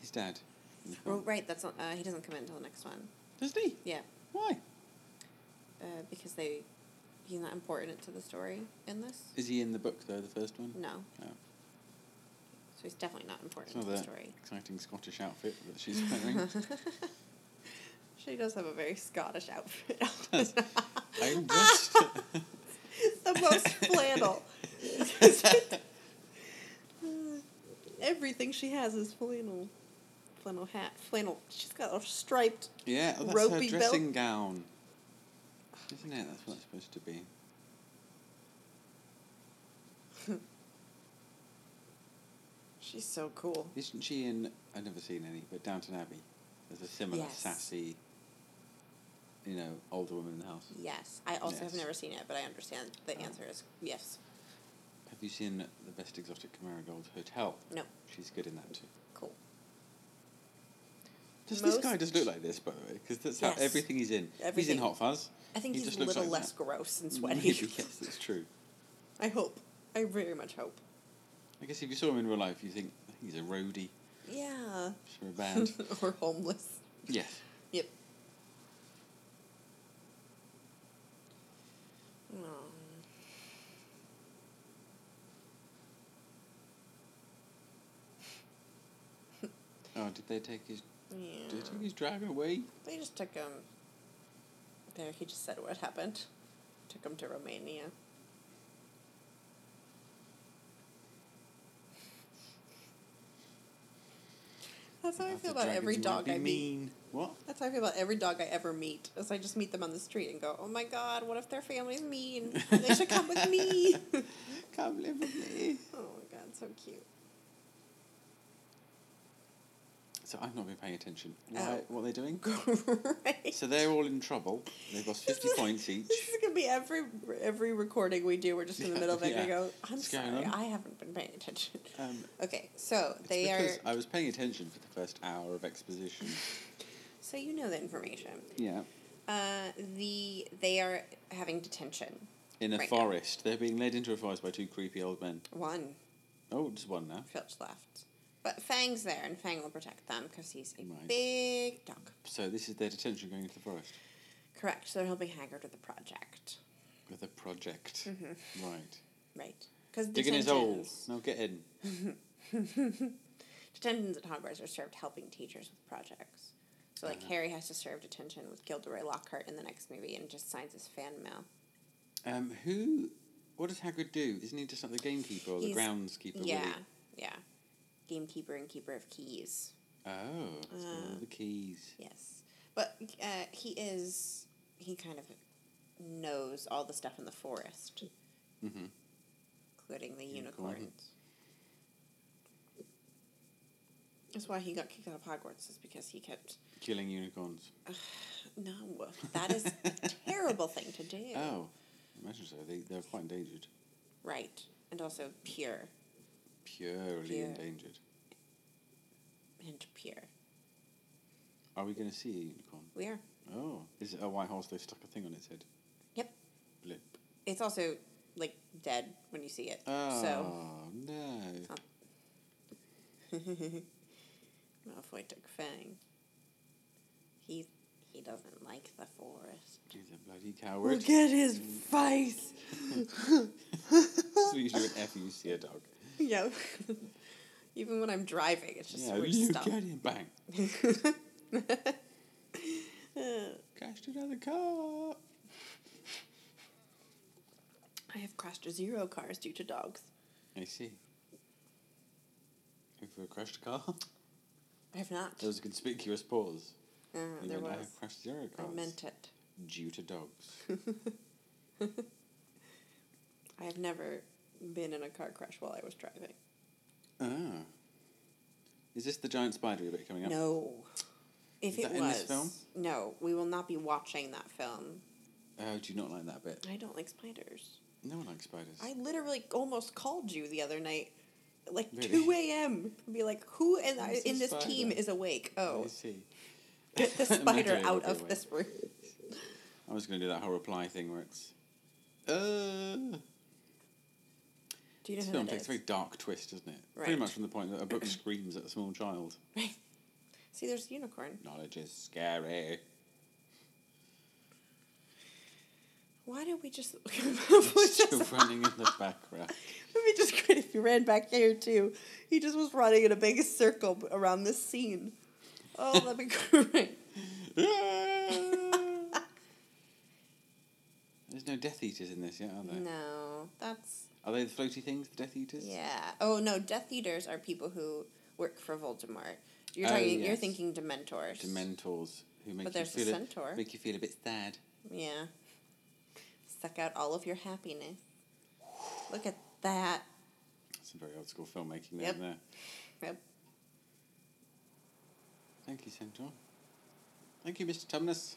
S1: His dad. in the
S2: Oh
S1: film.
S2: right, that's not, uh, he doesn't come in until the next one.
S1: Doesn't he?
S2: Yeah.
S1: Why?
S2: Uh, because they he's not important to the story in this.
S1: Is he in the book though? The first one. Oh,
S2: No.
S1: No.
S2: So he's definitely not
S1: It's
S2: important to
S1: not
S2: the
S1: that
S2: story.
S1: exciting Scottish outfit that she's
S2: [laughs]
S1: wearing.
S2: She does have a very Scottish outfit.
S1: [laughs] Does.
S2: [laughs]
S1: I'm just.
S2: the most flannel. [laughs] Everything she has is flannel. Flannel hat, flannel. She's got a striped. [laughs]
S1: yeah, oh, that's
S2: Ropey
S1: her
S2: belt.
S1: dressing gown. Isn't it? That's what it's supposed to be.
S2: She's so cool.
S1: Isn't she in? I've never seen any, but Downton Abbey. There's a similar
S2: Yes.
S1: sassy, you know, older woman in the house.
S2: Yes, I also have
S1: Yes.
S2: never seen it, but I understand the
S1: Oh.
S2: answer is yes.
S1: Have you seen the best exotic marigold hotel?
S2: No,
S1: She's good in that too.
S2: cool.
S1: Does this guy
S2: Most-
S1: just look like this, by the way? Because that's
S2: Yes.
S1: how everything he's in. He's in
S2: Everything.
S1: Hot Fuzz.
S2: I think
S1: He
S2: he's
S1: just
S2: a
S1: looks
S2: little
S1: like [laughs]
S2: less
S1: that.
S2: gross and
S1: Maybe,
S2: sweaty.
S1: yes, that's true.
S2: I hope. I very much hope.
S1: I guess if you saw him in real life, you think he's a roadie
S2: Yeah. [laughs]
S1: for a band.
S2: or homeless.
S1: yes.
S2: Yep. Oh.
S1: Oh, did they take his?
S2: Yeah.
S1: Did they take his dragon away?
S2: They just took him. There, he just said what happened. Took him to Romania. That's how I feel about every dog I
S1: I
S2: meet.
S1: mean. What?
S2: That's how I feel about every dog I ever meet. Is I just meet them on the street and go, "Oh my god, what if their family's mean? They should come
S1: [laughs]
S2: with me." [laughs] oh
S1: Come live with me.
S2: my god, so cute. [laughs]
S1: So I've not been paying attention.
S2: Oh.
S1: Why, What are they doing?
S2: Great. [laughs]
S1: So they're all in trouble. They've lost fifty points each.
S2: This is gonna be every every recording we do. We're just in the
S1: Yeah,
S2: middle of it. and We
S1: yeah.
S2: go. I'm
S1: What's going
S2: sorry,
S1: on?"
S2: I haven't been paying attention.
S1: Um,
S2: Okay, so
S1: it's
S2: they are.
S1: because I was paying attention for the first hour of
S2: [laughs]
S1: exposition.
S2: So you know the information.
S1: yeah.
S2: Uh, the they are having detention.
S1: In a
S2: Right now.
S1: forest. They're being led into a forest by two creepy old men.
S2: One
S1: Oh, just one now.
S2: Filch left, but Fang's there, and Fang will protect them because he's a
S1: Right.
S2: big dog.
S1: So this is their detention going into the forest.
S2: Correct. So they're helping Haggard with the project,
S1: With a project.
S2: Mm-hmm.
S1: Right.
S2: right? Because
S1: Digging his holes.
S2: detentions,
S1: Now get in.
S2: detentions at Hogwarts are served helping teachers with projects. So
S1: Uh-huh.
S2: like Harry has to serve detention with Gilderoy Lockhart in the next movie, and just signs his fan mail.
S1: Um, who? What does Hagrid do? Isn't he just like the gamekeeper or the
S2: He's-
S1: groundskeeper? really?
S2: yeah, yeah. Gamekeeper and keeper of keys.
S1: Oh, it's
S2: Uh.
S1: one of the keys.
S2: Yes, but uh, he is he kind of knows all the stuff in the forest,
S1: Mhm.
S2: including the
S1: Unicorn.
S2: unicorns. That's why he got kicked out of Hogwarts. Is because he kept
S1: Killing unicorns.
S2: no. That is
S1: [laughs]
S2: a terrible thing to do.
S1: Oh, I imagine so. They, they're quite endangered.
S2: Right, and also pure
S1: Purely
S2: Pure.
S1: endangered.
S2: and pure.
S1: Are we going to see a unicorn?
S2: We are.
S1: Oh, is it a white horse? They stuck a thing on its head.
S2: Yep.
S1: Blip.
S2: It's also like dead when you see it.
S1: Oh,
S2: So
S1: no.
S2: not- Malfoy took Fang. He he doesn't like the forest.
S1: He's a bloody coward.
S2: at his
S1: [laughs]
S2: face.
S1: That's what you do whenever you see a dog.
S2: [laughs] yeah. Even when I'm driving, it's just
S1: yeah,
S2: weird
S1: look [laughs]
S2: stuff. [laughs]
S1: at him. Bang. Crashed another car.
S2: I have crashed zero cars due to dogs.
S1: I see. Have you ever crashed a car? [laughs]
S2: I have not.
S1: There was a conspicuous pause.
S2: Uh,
S1: You
S2: there
S1: went, I
S2: was.
S1: have crashed zero
S2: I
S1: cars.
S2: meant it.
S1: Due to dogs.
S2: [laughs] I have never been in a car crash while I was driving.
S1: oh. Is this the giant spider bit coming up?
S2: No.
S1: Is
S2: If it
S1: that
S2: was
S1: in this film?
S2: no, we will not be watching that film.
S1: Oh, do you not like that bit?
S2: I don't like spiders.
S1: No one likes spiders.
S2: I literally almost called you the other night, at, like
S1: Really?
S2: two a.m. and Be like, who in,
S1: Where's the
S2: in this
S1: spider?
S2: team is awake? Oh,
S1: I see.
S2: [laughs]
S1: [laughs]
S2: get the
S1: Imagine
S2: spider
S1: it
S2: out
S1: would be
S2: of
S1: awake.
S2: this room.
S1: I was going to do that whole reply thing where it's. Uh,
S2: Do you know
S1: this
S2: who
S1: film
S2: that
S1: takes
S2: is?
S1: a very dark twist, doesn't it?
S2: Right.
S1: Pretty much from the point that a
S2: [clears throat]
S1: book screams at a small child.
S2: See, there's a unicorn.
S1: Knowledge is
S2: [laughs]
S1: scary.
S2: Why don't we just? [laughs] we
S1: Still
S2: just
S1: running in the
S2: [laughs]
S1: background. [laughs]
S2: It'd be just great if he ran back here too. He just was running in a big circle b- around this scene. Oh, that'd be
S1: [laughs]
S2: [laughs] great.
S1: There's no Death Eaters in this yet, are there?
S2: No, that's
S1: Are they the floaty things, the Death Eaters?
S2: yeah. Oh no, Death Eaters are people who work for Voldemort. You're
S1: Oh,
S2: talking. You're
S1: yes.
S2: thinking Dementors.
S1: Dementors who make
S2: But
S1: you
S2: there's a
S1: feel
S2: centaur.
S1: make you feel a bit sad.
S2: Yeah. Suck out all of your happiness. Look at that. [laughs]
S1: Some very old school filmmaking there.
S2: Yep.
S1: there.
S2: Yep.
S1: Thank you, Centaur. Thank you, Mr. Tumnus.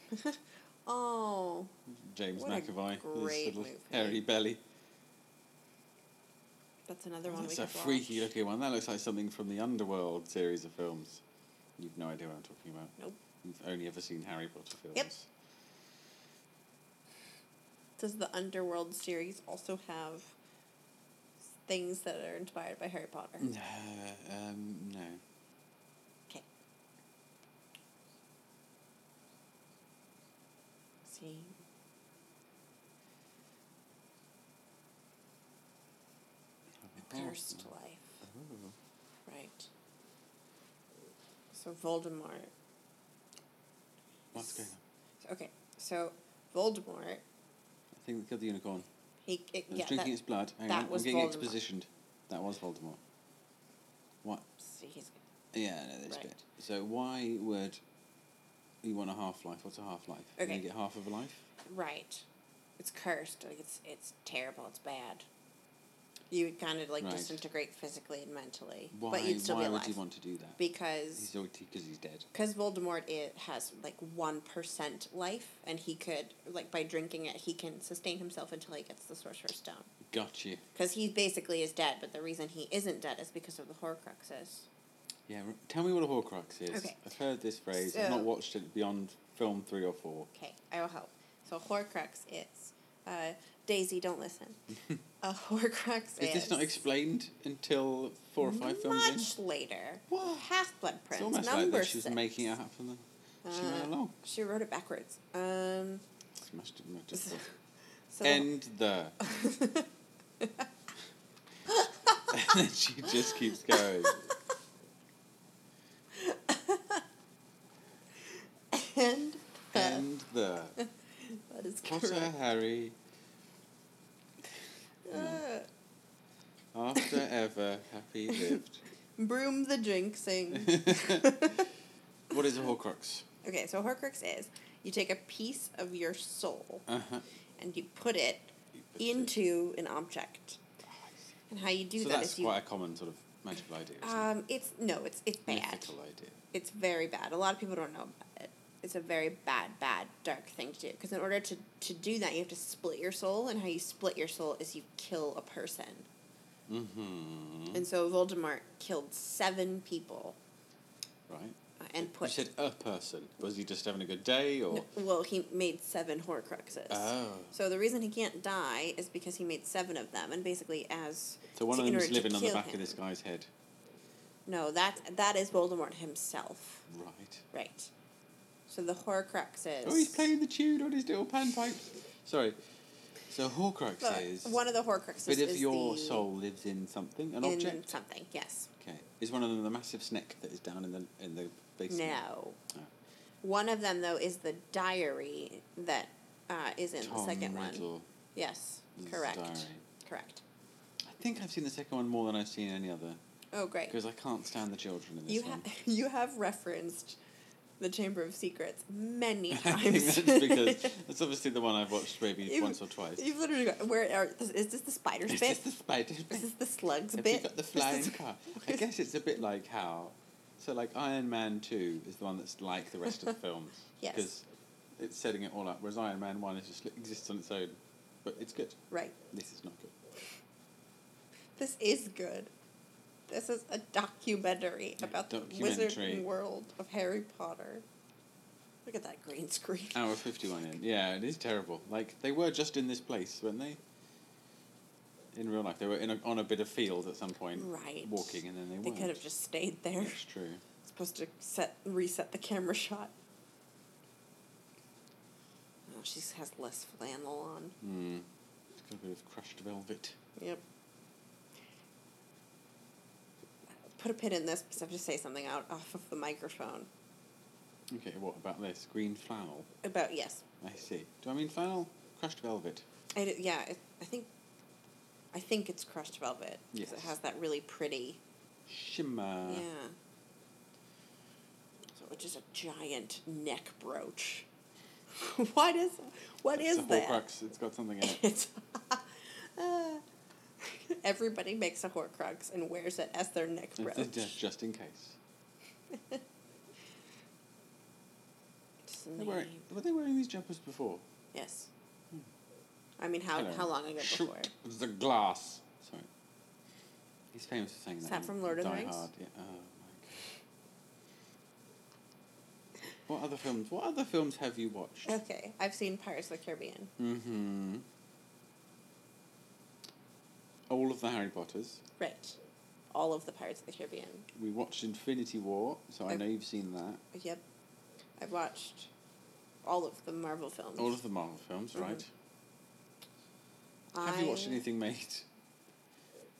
S2: Oh,
S1: James
S2: What a
S1: McAvoy. with his
S2: great
S1: little
S2: movie.
S1: hairy belly.
S2: that's another one.
S1: That's
S2: we
S1: a
S2: could watch.
S1: freaky looking one. That looks like something from the Underworld series of films. You've no idea what I'm talking about.
S2: Nope.
S1: You've only ever seen Harry Potter films.
S2: Yep. Does the Underworld series also have things that are inspired by Harry Potter?
S1: No, um, no.
S2: Okay. See.
S1: Oh,
S2: Cursed life. Right. So Voldemort.
S1: What's going on?
S2: Okay. So Voldemort.
S1: I think they killed the unicorn.
S2: He. It,
S1: I was
S2: yeah.
S1: drinking
S2: that-
S1: its blood. Hang
S2: that
S1: on,
S2: was
S1: I'm getting
S2: Voldemort.
S1: expositioned. That was Voldemort. What?
S2: see, he's-
S1: Yeah, no, this
S2: Right.
S1: bit. So why would you want a half life? What's a half life?
S2: Okay.
S1: You get half of a life.
S2: Right. It's cursed. Like it's it's terrible. It's bad. You would kind of like
S1: Right.
S2: disintegrate physically and mentally,
S1: Why?
S2: but you'd still
S1: why
S2: be alive
S1: would you want to do that?
S2: because
S1: He's already because he's dead.
S2: because Voldemort it has like one percent life, and he could like by drinking it he can sustain himself until he gets the Sorcerer's Stone.
S1: Got you.
S2: Because he basically is dead, but the reason he isn't dead is because of the Horcruxes.
S1: Yeah. r- Tell me what a Horcrux is.
S2: Okay.
S1: I've heard this phrase. I've
S2: So-
S1: not watched it beyond film three or four.
S2: Okay, I will help. So Horcrux is uh, Daisy. Don't listen.
S1: [laughs]
S2: A Horcrux
S1: Is this not explained until four or five films in?
S2: Much later.
S1: What?
S2: Half Blood
S1: It's
S2: Prince.
S1: almost
S2: number
S1: like that she was
S2: six.
S1: making it happen. Then. she
S2: Uh,
S1: went along.
S2: She wrote it backwards.
S1: [laughs]
S2: Um,
S1: Smashed it.
S2: [laughs]
S1: Smashed it.
S2: so [laughs]
S1: End there. and then [laughs] she just keeps
S2: [laughs]
S1: going.
S2: and
S1: End there.
S2: that is correct.
S1: Potter Harry,
S2: Uh,
S1: after ever, happy lived.
S2: broom
S1: [laughs]
S2: the jinxing.
S1: What is a Horcrux?
S2: okay, so Horcrux is you take a piece of your soul
S1: Uh-huh.
S2: and you put it
S1: You put it-
S2: into an object. And how you do
S1: so
S2: that
S1: that's
S2: is you.
S1: quite a common sort of magical idea. Isn't
S2: Um, it's no, it's it's
S1: it?
S2: bad.
S1: Mythical idea.
S2: it's very bad. A lot of people don't know about it. It's a very bad, bad, dark thing to do. Because in order to, to do that, you have to split your soul, and how you split your soul is you kill a person.
S1: Mm-hmm.
S2: And so Voldemort killed seven people
S1: Right.
S2: uh, and
S1: You
S2: put.
S1: said a person. Was he just having a good day or?
S2: No, well, he made seven Horcruxes.
S1: Oh.
S2: So the reason he can't die is because he made seven of them, and basically as
S1: So one
S2: to-
S1: of
S2: in
S1: them is
S2: order to
S1: living on the
S2: kill
S1: back
S2: him.
S1: of this guy's head.
S2: No, that that is Voldemort himself,
S1: Right.
S2: right? So the Horcruxes.
S1: Oh, he's playing the tune on his little panpipes. Sorry. So Horcrux
S2: But
S1: is
S2: one of the
S1: a
S2: Horcruxes
S1: bit of
S2: is
S1: your
S2: the-
S1: soul lives in something, an
S2: in
S1: object.
S2: something. Yes.
S1: Okay. Is one of them the massive snake that is down in the in the basement?
S2: No.
S1: Oh.
S2: One of them though is the diary that uh, is in the second one. Yes.
S1: This is the
S2: Correct.
S1: diary.
S2: Correct.
S1: I think I've seen the second one more than I've seen any other
S2: Oh great.
S1: because I can't stand the children in this
S2: You
S1: one.
S2: have [laughs] you have referenced the Chamber of Secrets
S1: [laughs] [laughs]
S2: many
S1: I think
S2: times.
S1: that's because that's obviously the one I've watched maybe
S2: You've-
S1: once or twice.
S2: [laughs]
S1: [laughs]
S2: You've literally got, where are, is this the spider's
S1: Is
S2: bit?
S1: this the spider
S2: Is
S1: bit?
S2: this the slugs
S1: Have
S2: bit?
S1: you got the
S2: Is
S1: flying
S2: this- [laughs]
S1: car? I guess it's a bit like how. So, like, Iron Man 2 is the one that's like the
S2: [laughs]
S1: rest of the films.
S2: Yes.
S1: Because it's setting it all up, whereas Iron Man 1 is just exists on its own. But it's good.
S2: Right.
S1: This is not good.
S2: This is good. This is a documentary
S1: A
S2: about the
S1: documentary.
S2: wizard world of Harry Potter. Look at that green screen.
S1: Hour 51 in. Yeah, it is terrible. Like, they were just in this place, weren't they? In real life, they were in a, on a bit of field at some point,
S2: Right.
S1: walking, and then they
S2: They
S1: weren't.
S2: could have just stayed there.
S1: It's true.
S2: Supposed to set reset the camera shot. Oh, she has less flannel on.
S1: Mm. It's got a bit of crushed velvet.
S2: Yep. Put a pin in this because I have to say something out off of the microphone
S1: Okay, what about this? Green flannel.
S2: about yes.
S1: I see. Do I mean flannel? Crushed velvet.
S2: I d yeah, it, I think. I think it's crushed velvet. 'cause
S1: Yes. Uh-huh.
S2: It has that really pretty.
S1: Shimmer.
S2: yeah. So it's just a giant neck brooch. [laughs] what is? What
S1: It's
S2: is
S1: a
S2: that?
S1: Horcrux. It's got something in it.
S2: [laughs] It's uh, everybody makes a Horcrux and wears it as their neck brooch.
S1: It's just, just in case.
S2: It's
S1: They were,
S2: neat.
S1: were they wearing these jumpers before?
S2: Yes. I mean, how
S1: Hello.
S2: how long ago
S1: Hmm. Shoot
S2: before?
S1: The glass. Sorry. He's famous for saying
S2: Is
S1: that.
S2: that
S1: in
S2: from Lord of the
S1: Die
S2: Rings?
S1: Hard. Yeah. Oh my god. What other films? What other films have you watched?
S2: Okay, I've seen Pirates of the Caribbean.
S1: Mm-hmm. Oh, all of the Harry Potters.
S2: Right. All of the Pirates of the Caribbean.
S1: We watched Infinity War, so I,
S2: I-
S1: know you've seen that.
S2: Yep. I've watched all of the Marvel films.
S1: All of the Marvel films,
S2: Mhm.
S1: right? Oh, Have you watched
S2: I-
S1: anything made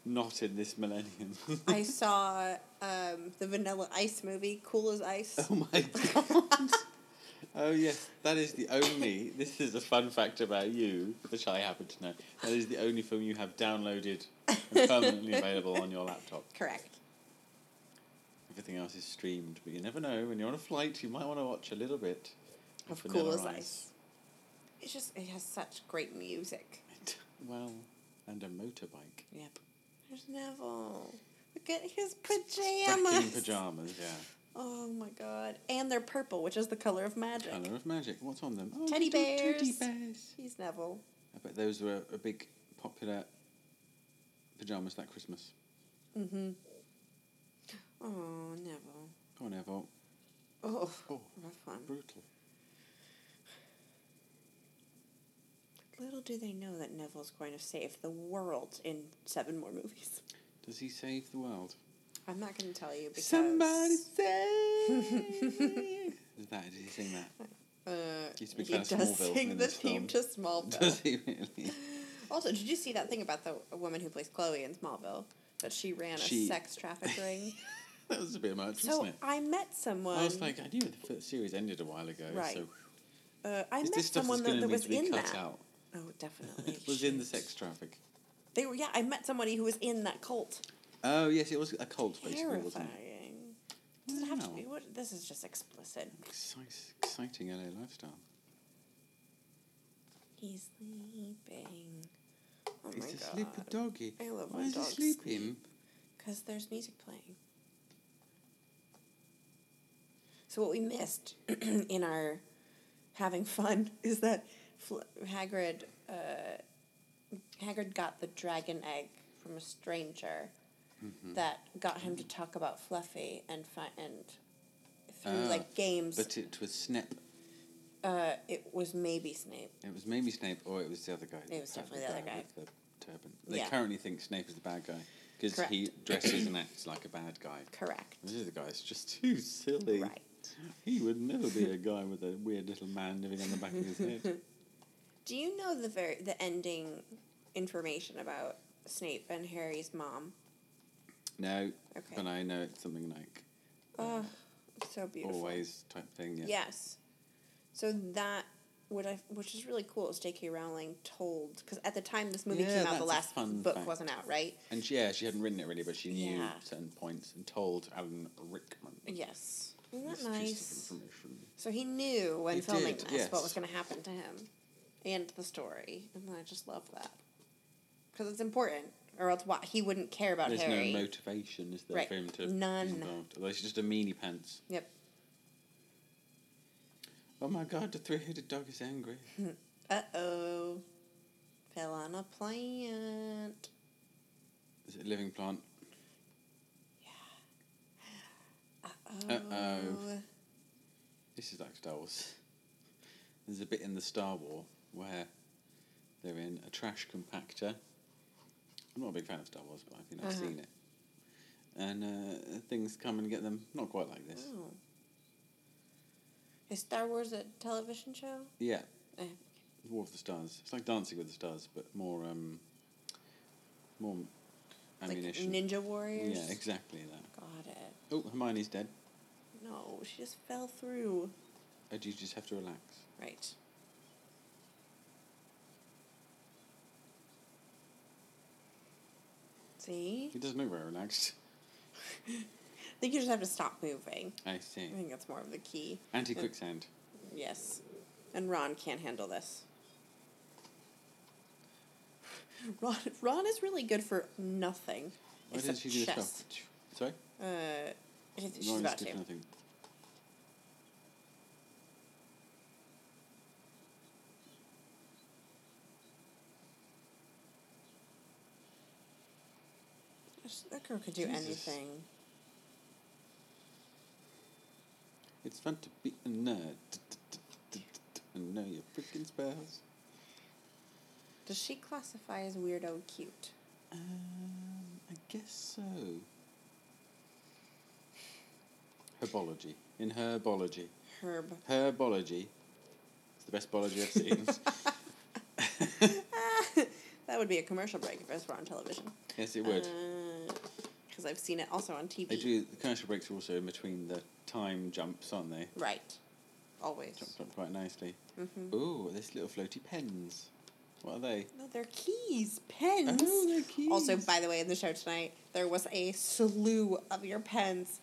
S1: not in this millennium?
S2: I saw um, the Vanilla Ice movie, Cool as Ice.
S1: [laughs] oh
S2: [laughs]
S1: my god. oh yes, that is the only this is a fun fact about you, which I happen to know. That is the only film you have downloaded and permanently available on your laptop.
S2: Correct.
S1: Everything else is streamed, but you never know. When you're on a flight, you might want to watch a little bit
S2: Of
S1: Vanilla
S2: Cool as Ice. It's just, it has such great music.
S1: well, and a motorbike.
S2: Yep. There's Neville. Look at his
S1: Fracking
S2: pajamas.
S1: pajamas, yeah.
S2: Oh my god. And they're purple, which is the color of magic.
S1: Color of magic. What's on them? Oh,
S2: Teddy
S1: little Teddy
S2: bears.
S1: bears.
S2: He's Neville.
S1: I bet those were a big popular pajamas that Christmas.
S2: Mm-hmm. Oh, Neville.
S1: Come on, Evo.
S2: Oh,
S1: Oh,
S2: rough one.
S1: brutal.
S2: Little do they know that Neville's going to save the world in seven more movies.
S1: Does he save the world?
S2: I'm not going to tell you because
S1: Somebody
S2: [laughs]
S1: save. Is that? Did he sing that?
S2: uh,
S1: He's a big
S2: he
S1: fan of
S2: does
S1: Smallville in
S2: sing the
S1: this
S2: theme
S1: film.
S2: to
S1: [laughs]
S2: Smallville.
S1: Does he really?
S2: Also, did you see that thing about the woman who plays Chloe in Smallville? That she ran a
S1: She-
S2: sex traffic
S1: [laughs]
S2: ring.
S1: That was a bit much,
S2: so
S1: wasn't it?
S2: I met someone.
S1: I was like, I knew the first series ended a while ago.
S2: Right.
S1: So
S2: uh, I
S1: is
S2: met
S1: this stuff that's
S2: someone
S1: going to
S2: that, that
S1: need
S2: was
S1: to be
S2: in
S1: cut
S2: that.
S1: out?
S2: Oh,
S1: [laughs]
S2: definitely.
S1: was in the
S2: Shit.
S1: sex traffic.
S2: They were yeah. I met somebody who was in that cult.
S1: Oh yes, it was a cult basically, wasn't it?
S2: Terrifying. Does it have to
S1: Wow.
S2: be? What? This is just explicit.
S1: Exci- Exciting LA lifestyle.
S2: He's sleeping. Oh
S1: It's
S2: my
S1: a sleepy
S2: god.
S1: doggy.
S2: I love
S1: Why
S2: when
S1: is he
S2: dogs
S1: sleeping?
S2: Because there's music playing. So what we missed [clears throat] in our having fun [laughs] is that Fl- Hagrid, uh, Hagrid got the dragon egg from a stranger
S1: Mm-hmm.
S2: that got him to talk about Fluffy and fi- and through
S1: Ah,
S2: like games.
S1: But it was Snip.
S2: uh, it was maybe Snape.
S1: It was maybe Snape, or it was the other guy.
S2: It was
S1: the
S2: definitely
S1: fat
S2: the other guy.
S1: with the turban. They
S2: Yeah.
S1: currently think Snape is the bad guy because he
S2: Correct.
S1: dresses and acts like a bad guy.
S2: Correct.
S1: This is the guy. It's just too silly.
S2: Right.
S1: He would never be a guy with a weird little man living on the back of his
S2: [laughs]
S1: head.
S2: Do you know the very the ending information about Snape and Harry's mom?
S1: No,
S2: Okay.
S1: but I know it's something like
S2: Oh, so beautiful.
S1: always type thing. Yeah.
S2: Yes. So that what I which is really cool is J.K. Rowling told because at the time this movie
S1: Yeah,
S2: came out,
S1: that's a
S2: the last
S1: fun
S2: book
S1: fact.
S2: wasn't out, right?
S1: And she, yeah, she hadn't written it really, but she knew
S2: Yeah.
S1: certain points and told Alan Rickman.
S2: Yes. Isn't
S1: this
S2: that
S1: piece of
S2: nice?
S1: information.
S2: So he knew when
S1: He
S2: filming
S1: did,
S2: this
S1: yes.
S2: what was going to happen to him, and the story, and I just love that because it's important, or else why he wouldn't care about
S1: There's
S2: Harry.
S1: no motivation, is there,
S2: Right.
S1: for him to
S2: None.
S1: be involved? Although she's just a meanie pants.
S2: yep.
S1: Oh my god, the three-headed dog is angry.
S2: Uh oh. Fell on a plant.
S1: Is it a living plant?
S2: Oh,
S1: Uh-oh. This is like Star Wars. There's a bit in the Star War where they're in a trash compactor. I'm not a big fan of Star Wars, but I think I've
S2: Uh-huh.
S1: seen it. And uh, things come and get them. Not quite like this.
S2: Oh. Is Star Wars a television show?
S1: Yeah,
S2: Eh,
S1: War of the Stars. It's like Dancing with the Stars, but more um, more
S2: like
S1: ammunition.
S2: Ninja Warriors?
S1: yeah, exactly that.
S2: Got it.
S1: Oh, Hermione's dead.
S2: No, she just fell through.
S1: Oh, do you just have to relax?
S2: Right. See?
S1: He doesn't know where relaxed.
S2: I think you just have to stop moving.
S1: I see.
S2: I think that's more of the key.
S1: Anti quicksand.
S2: Yes. And Ron can't handle this. Ron, Ron is really good for nothing.
S1: Why
S2: except
S1: did she do this
S2: chess.
S1: well? Sorry.
S2: Uh, I think she's
S1: Lauren's
S2: about
S1: good
S2: to.
S1: for nothing.
S2: That girl could do
S1: Jesus.
S2: anything.
S1: It's fun to be a nerd. And know your freaking spells.
S2: Does she classify as weirdo cute?
S1: Um, I guess so. Herbology. In herbology.
S2: Herb.
S1: Herbology. It's the best biology I've
S2: [laughs]
S1: seen.
S2: that would be a commercial break if it were on television.
S1: yes, it would.
S2: Uh, Because I've seen it also on TV.
S1: They do the commercial breaks are also in between the time jumps, aren't they?
S2: Right. Always. Mm-hmm.
S1: Jumped up quite nicely. Ooh, this little floaty pens. What are they?
S2: No, they're keys, pens.
S1: Oh, they're keys.
S2: Also, by the way, in the show tonight, there was a slew of your pens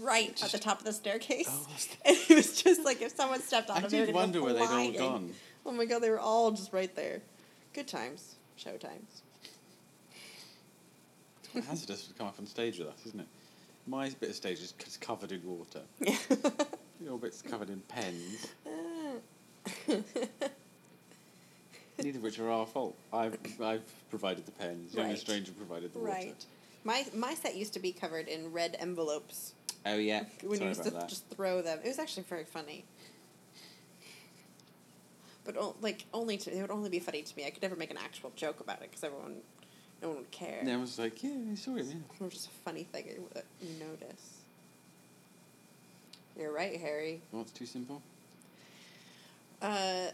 S2: right at the top of the staircase.
S1: Oh, was there?
S2: [laughs] and it was just like if someone stepped on
S1: I
S2: them, they
S1: did
S2: would go
S1: wonder where they'd all
S2: flying.
S1: gone.
S2: Oh my god, they were all just right there. Good times, show
S1: [laughs]
S2: times. [laughs]
S1: It's quite hazardous to come up on stage with us, isn't it? My bit of stage is c- covered in water.
S2: Yeah.
S1: Your bit's covered in pens. Neither of which are our fault. I've, I've provided the pens. Young
S2: Right.
S1: and Stranger provided the water.
S2: right. My my set used to be covered in red envelopes
S1: Oh, yeah.
S2: [laughs] when you
S1: Sorry
S2: used to
S1: about that.
S2: just throw them. It was actually very funny. But o- like only to, it would only be funny to me. I could never make an actual joke about it because everyone, no one would care.
S1: And I was like, yeah, I saw him, yeah.
S2: It was just a funny thing that you notice. You're right, Harry.
S1: Well, it's too simple.
S2: Uh,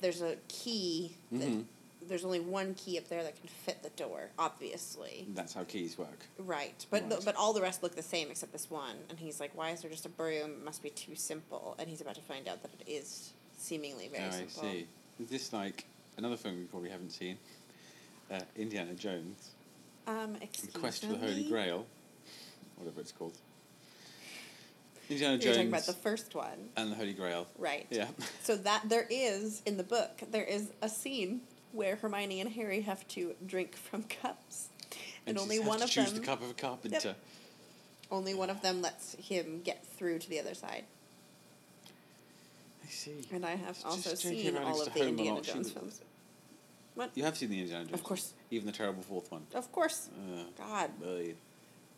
S2: there's a key. That,
S1: Mhm.
S2: There's only one key up there that can fit the door, obviously.
S1: That's how keys work.
S2: Right, but the-
S1: Right.
S2: but all the rest look the same except this one. And he's like, "Why is there just a broom? It must be too simple." And he's about to find out that it is seemingly very
S1: oh,
S2: simple.
S1: I see. Is this like another film we probably haven't seen? Uh, Indiana Jones,
S2: Um, excuse
S1: The Quest for
S2: me.
S1: the Holy Grail, whatever it's called. Indiana
S2: You're
S1: Jones
S2: talking about the first one,
S1: and the Holy Grail.
S2: right?
S1: Yeah. [laughs]
S2: So that there is in the book, there is a scene where Hermione and Harry have to drink from cups, and,
S1: you
S2: only
S1: just have
S2: one
S1: to
S2: of
S1: choose
S2: them,
S1: the cup of a carpenter.
S2: only one of them lets him get through to the other side.
S1: I see.
S2: And I have
S1: It's
S2: also
S1: just J.K.
S2: seen
S1: Rowling
S2: all
S1: just a
S2: of the
S1: home
S2: Indiana
S1: lot. She
S2: Jones
S1: was-
S2: films. What?
S1: You have seen the Indiana Jones.
S2: course.
S1: films, Even the terrible fourth one.
S2: Of course.
S1: Uh,
S2: God,
S1: well, yeah.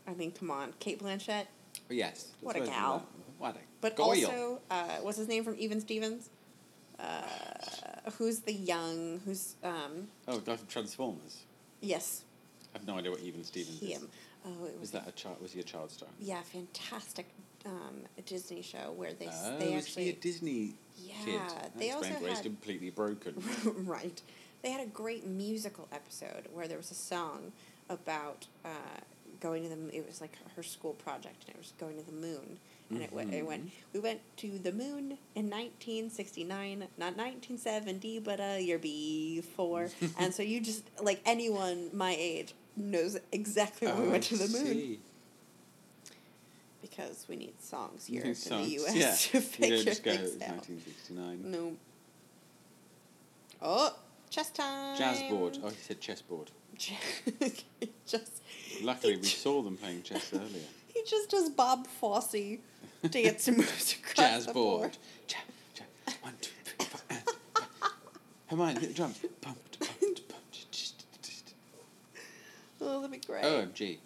S2: I mean, come on, Kate Blanchett.
S1: But yes.
S2: What a
S1: let's go
S2: gal.
S1: with that. What a
S2: But
S1: goyle.
S2: also, uh, what's his name from Even Stevens? Uh, who's the young? Who's um?
S1: Oh, the guy from Transformers.
S2: Yes,
S1: I have no idea what Even Stevens is.
S2: him. Oh, it
S1: Was
S2: was
S1: that a child? Was he a child star?
S2: yeah, fantastic um, Disney show where they s
S1: oh,
S2: they
S1: was he a
S2: actually
S1: Disney kid?
S2: Yeah,
S1: That
S2: they
S1: explains
S2: also
S1: why he's
S2: had-
S1: completely broken.
S2: [laughs] right. They had a great musical episode where there was a song about uh, going to the. m- It was like her school project, and it was going to the moon. And it, went, it
S1: Mm-hmm.
S2: went. We went to the moon in nineteen sixty nine, not nineteen seventy, but a
S1: [laughs]
S2: year before. and so you just like anyone my age knows exactly when we
S1: Oh,
S2: went
S1: I
S2: to the moon
S1: see.
S2: because we need songs here
S1: New
S2: in
S1: songs,
S2: the U.S.
S1: yeah.
S2: [laughs] to
S1: you
S2: figure
S1: don't just go,
S2: things
S1: "It's
S2: out.
S1: 1969.
S2: No. Oh, chess time.
S1: Jazzboard. Oh, he said chessboard.
S2: [laughs] he just
S1: Luckily,
S2: he
S1: we
S2: ju-
S1: saw them playing chess earlier.
S2: [laughs] he just does Bob Fosse
S1: [laughs]
S2: dance moves across the board.
S1: Jazzboard. Ja, ja. One, two, three, four, and, Hermione, hit the drums. Bum, da, bum, da, bum, da, tsh, tsh, tsh, tsh.
S2: [laughs] Oh, that'd be great.
S1: OMG.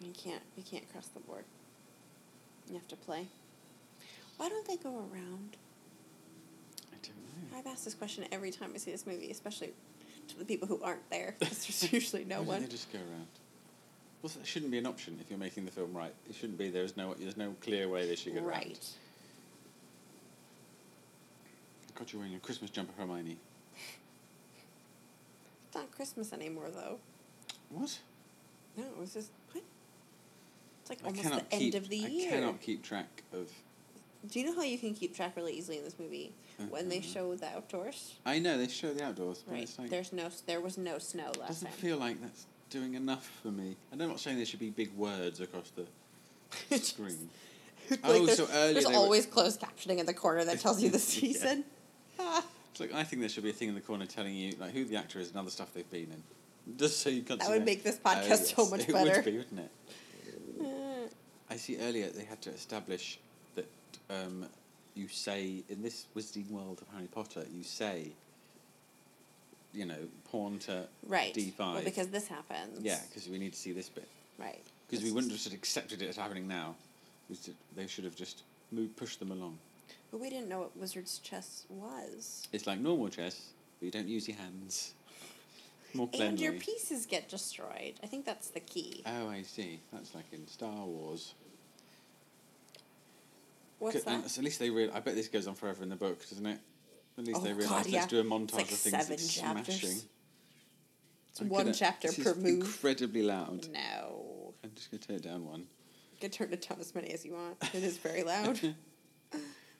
S2: You can't you can't cross the board. You have to play. Why don't they go around?
S1: I don't know.
S2: I've asked this question every time I see this movie, especially to the people who aren't there. 'cause There's [laughs] usually no
S1: Why don't
S2: one.
S1: they just go around? Well, that shouldn't be an option if you're making the film right. It shouldn't be. There's no. There's no clear way they should go around.
S2: Right.
S1: God, you're wearing your Christmas jumper, Hermione.
S2: It's not Christmas anymore though.
S1: What?
S2: No, it was just what? It's like
S1: I
S2: almost
S1: cannot
S2: the
S1: keep.
S2: end of the year.
S1: I cannot keep track of.
S2: Do you know how you can keep track really easily in this movie when they
S1: Mhm.
S2: show the outdoors?
S1: I know they show the outdoors, but
S2: Right.
S1: it's like
S2: There's no. s- There was no snow last
S1: doesn't
S2: time. [laughs]
S1: feel like that's doing enough for me. And I'm not saying there should be big words across
S2: [laughs]
S1: the screen.
S2: Like,
S1: Oh,
S2: there's,
S1: so earlier
S2: There's
S1: they were-
S2: always closed captioning in the corner that tells you
S1: [laughs]
S2: the
S1: Yeah.
S2: season. [laughs] Ah,
S1: It's like I think there should be a thing in the corner telling you like who the actor is and other stuff they've been in, just so you can.
S2: That
S1: see Oh,
S2: would make this podcast so much
S1: it
S2: better.
S1: Would be, wouldn't it?
S2: uh,
S1: I see earlier they had to establish that um, you say in this Wizarding World of Harry Potter, you say, you know, pawn to
S2: right.
S1: D5.
S2: Well, because this happens.
S1: yeah, because we need to see this bit.
S2: Right.
S1: Because we wouldn't have just accepted it as happening now. We should- They should have just moved, pushed them along.
S2: But we didn't know what wizard's chess was.
S1: It's like normal chess, but you don't use your hands. More
S2: and your
S1: cleanly.
S2: pieces get destroyed. I think that's the key.
S1: Oh, I see. That's like in Star Wars.
S2: What's
S1: Good- and
S2: that?
S1: so at least they real. I bet this goes on forever in the book, doesn't it? At least
S2: Oh,
S1: they
S2: God,
S1: realize
S2: yeah.
S1: let's do a
S2: It's
S1: montage
S2: like
S1: of things
S2: seven
S1: that's
S2: chapters.
S1: smashing.
S2: It's
S1: I'm
S2: one
S1: gonna-
S2: chapter
S1: this
S2: per
S1: is
S2: move.
S1: Incredibly loud.
S2: No.
S1: I'm just gonna turn it down one.
S2: You can turn it down as many as you want. It is very loud.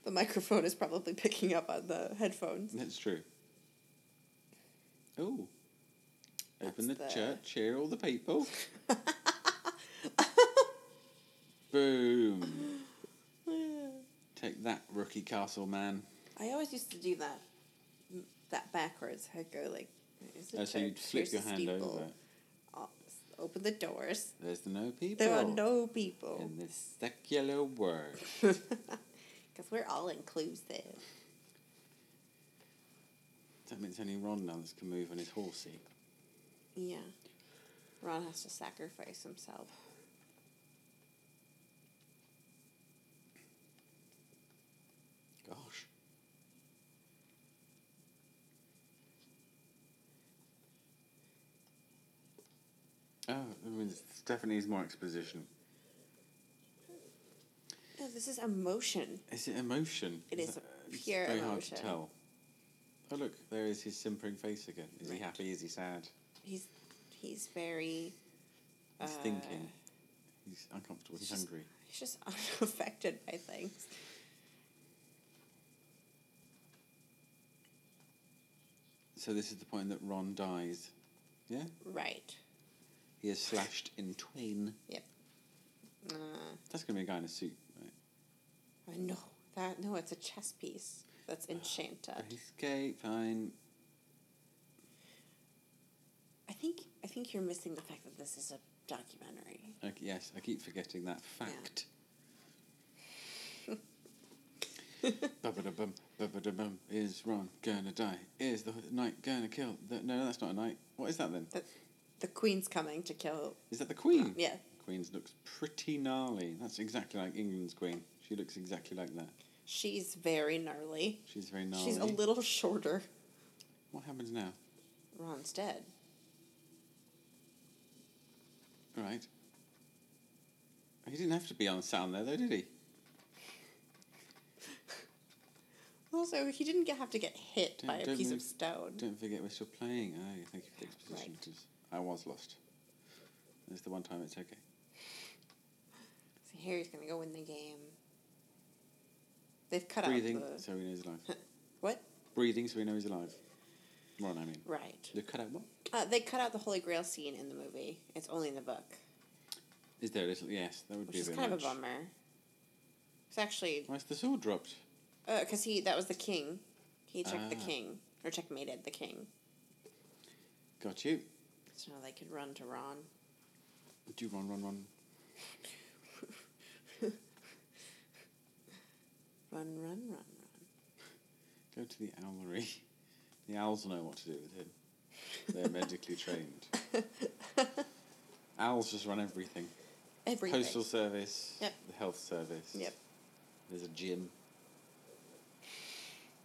S2: the microphone is probably picking up on the headphones.
S1: [laughs] That's true. Oh. Open the,
S2: That's the-
S1: church, hear all the
S2: [laughs]
S1: people. Boom. Take that, rookie castle man.
S2: [sighs] I always used to do that. That backwards. I go like. Is
S1: Oh, so you
S2: church,
S1: flip
S2: here's
S1: your
S2: the
S1: hand
S2: steeple.
S1: over.
S2: I'll s- Open the doors.
S1: There's no people.
S2: There are no people
S1: In this secular world.
S2: [laughs] because we're all inclusive.
S1: that means only Ron now that can move on his horsey.
S2: Yeah. Ron has to sacrifice himself.
S1: Gosh. Oh, I mean, it's definitely is more exposition.
S2: No, this is emotion.
S1: Is it emotion?
S2: It is
S1: that-
S2: pure
S1: very
S2: emotion.
S1: hard to tell. Oh look, there is his simpering face again. Is
S2: Right.
S1: he happy? Is he sad?
S2: He's he's very.
S1: He's
S2: Uh,
S1: thinking. He's uncomfortable. He's
S2: it's just-
S1: hungry.
S2: He's just [laughs] unaffected by things.
S1: So this is the point that Ron dies. Yeah,
S2: Right.
S1: he is slashed in twain.
S2: Yep. Uh,
S1: That's gonna be a guy in a suit, right?
S2: I know that. No, it's a chess piece. That's Enchanta.
S1: Escape, fine.
S2: I think I think you're missing the fact that this is a documentary.
S1: Okay, yes, I keep forgetting that fact. [laughs] Ba-ba-da-bum, ba-ba-da-bum. Is Ron gonna die? Is the knight gonna kill? The... No, that's not a knight. What is that then?
S2: That the queen's coming to kill.
S1: Is that the queen?
S2: Yeah.
S1: Queen's looks pretty gnarly. That's exactly like England's queen. She looks exactly like that.
S2: She's very gnarly.
S1: She's very gnarly.
S2: She's a little shorter.
S1: What happens now?
S2: Ron's dead.
S1: All right. He didn't have to be on sound there, though, did he?
S2: Also, he didn't get, have to get hit
S1: Don't-
S2: by a
S1: don't
S2: piece
S1: move.
S2: of stone.
S1: Don't forget we're still playing. Oh, thank you for the exposition.
S2: Right.
S1: 'cause I was lost. There's the one time it's okay.
S2: So Harry's gonna go win the game. They've cut
S1: Breathing,
S2: out the
S1: so we know he's alive.
S2: what?
S1: Breathing, so we know he's alive. Ron, I mean.
S2: Right.
S1: They've cut out what?
S2: Uh, they cut out the Holy Grail scene in the movie. It's only in the book,
S1: Is there a little? Yes, that would
S2: which
S1: be a
S2: is
S1: bit
S2: kind
S1: much.
S2: of a bummer. It's actually
S1: Why's the sword dropped?
S2: because Uh, he that was the king. He checked the
S1: Ah.
S2: king or checkmated the king,
S1: Got you.
S2: so they could run to Ron.
S1: Do Ron, Ron, Ron.
S2: Run, run, run, run.
S1: Go to the owlery. The owls know what to do with him. They're medically
S2: [laughs]
S1: trained. Owls just run everything.
S2: Everything.
S1: Postal service.
S2: Yep.
S1: The health service.
S2: Yep.
S1: There's a gym.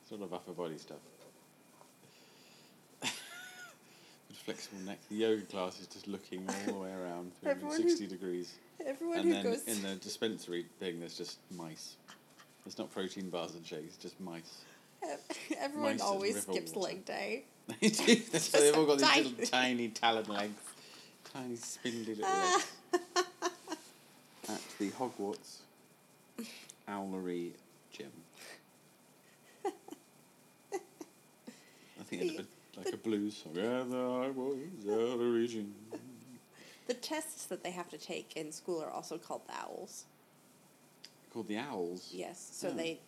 S1: Sort of upper body stuff. [laughs] Good flexible neck. The yoga class is just looking all the way around,
S2: Everyone who-
S1: 360 degrees.
S2: Everyone
S1: and
S2: who
S1: then
S2: goes.
S1: in the dispensary thing, there's just mice. It's not protein bars and shakes, just mice.
S2: [laughs] everyone
S1: mice at
S2: always
S1: river
S2: skips
S1: water.
S2: leg day.
S1: [laughs] They do. so they've all got these
S2: Tiny.
S1: little tiny talon legs, tiny spindly little
S2: Ah.
S1: legs. At the Hogwarts Owlery Gym. I think it ended with like a blues song. Yeah, the Hogwarts Owlery Gym.
S2: The tests that they have to take in school are also called the owls.
S1: Called the Owls.
S2: Yes, so
S1: Oh.
S2: they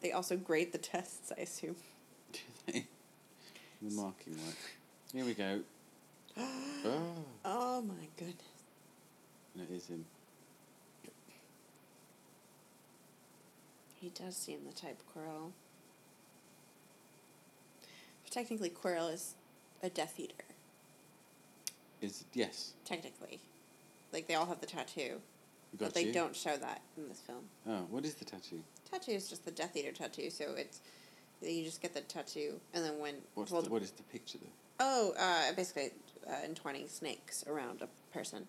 S2: they also grade the tests, I assume.
S1: [laughs]
S2: [gasps]
S1: Do they? The marking work. Here we go. Oh,
S2: Oh my goodness.
S1: and it is him.
S2: He does seem the type Quirrell. But technically Quirrell is a Death Eater,
S1: Is yes.
S2: technically. Like they all have the tattoo,
S1: Got
S2: but they
S1: you.
S2: don't show that in this film.
S1: Oh, what is the tattoo?
S2: Tattoo is just the Death Eater tattoo, so it's You just get the tattoo, and then when
S1: What's
S2: Vold-
S1: the, what is the picture though?
S2: oh, uh, basically uh, entwining snakes around a person.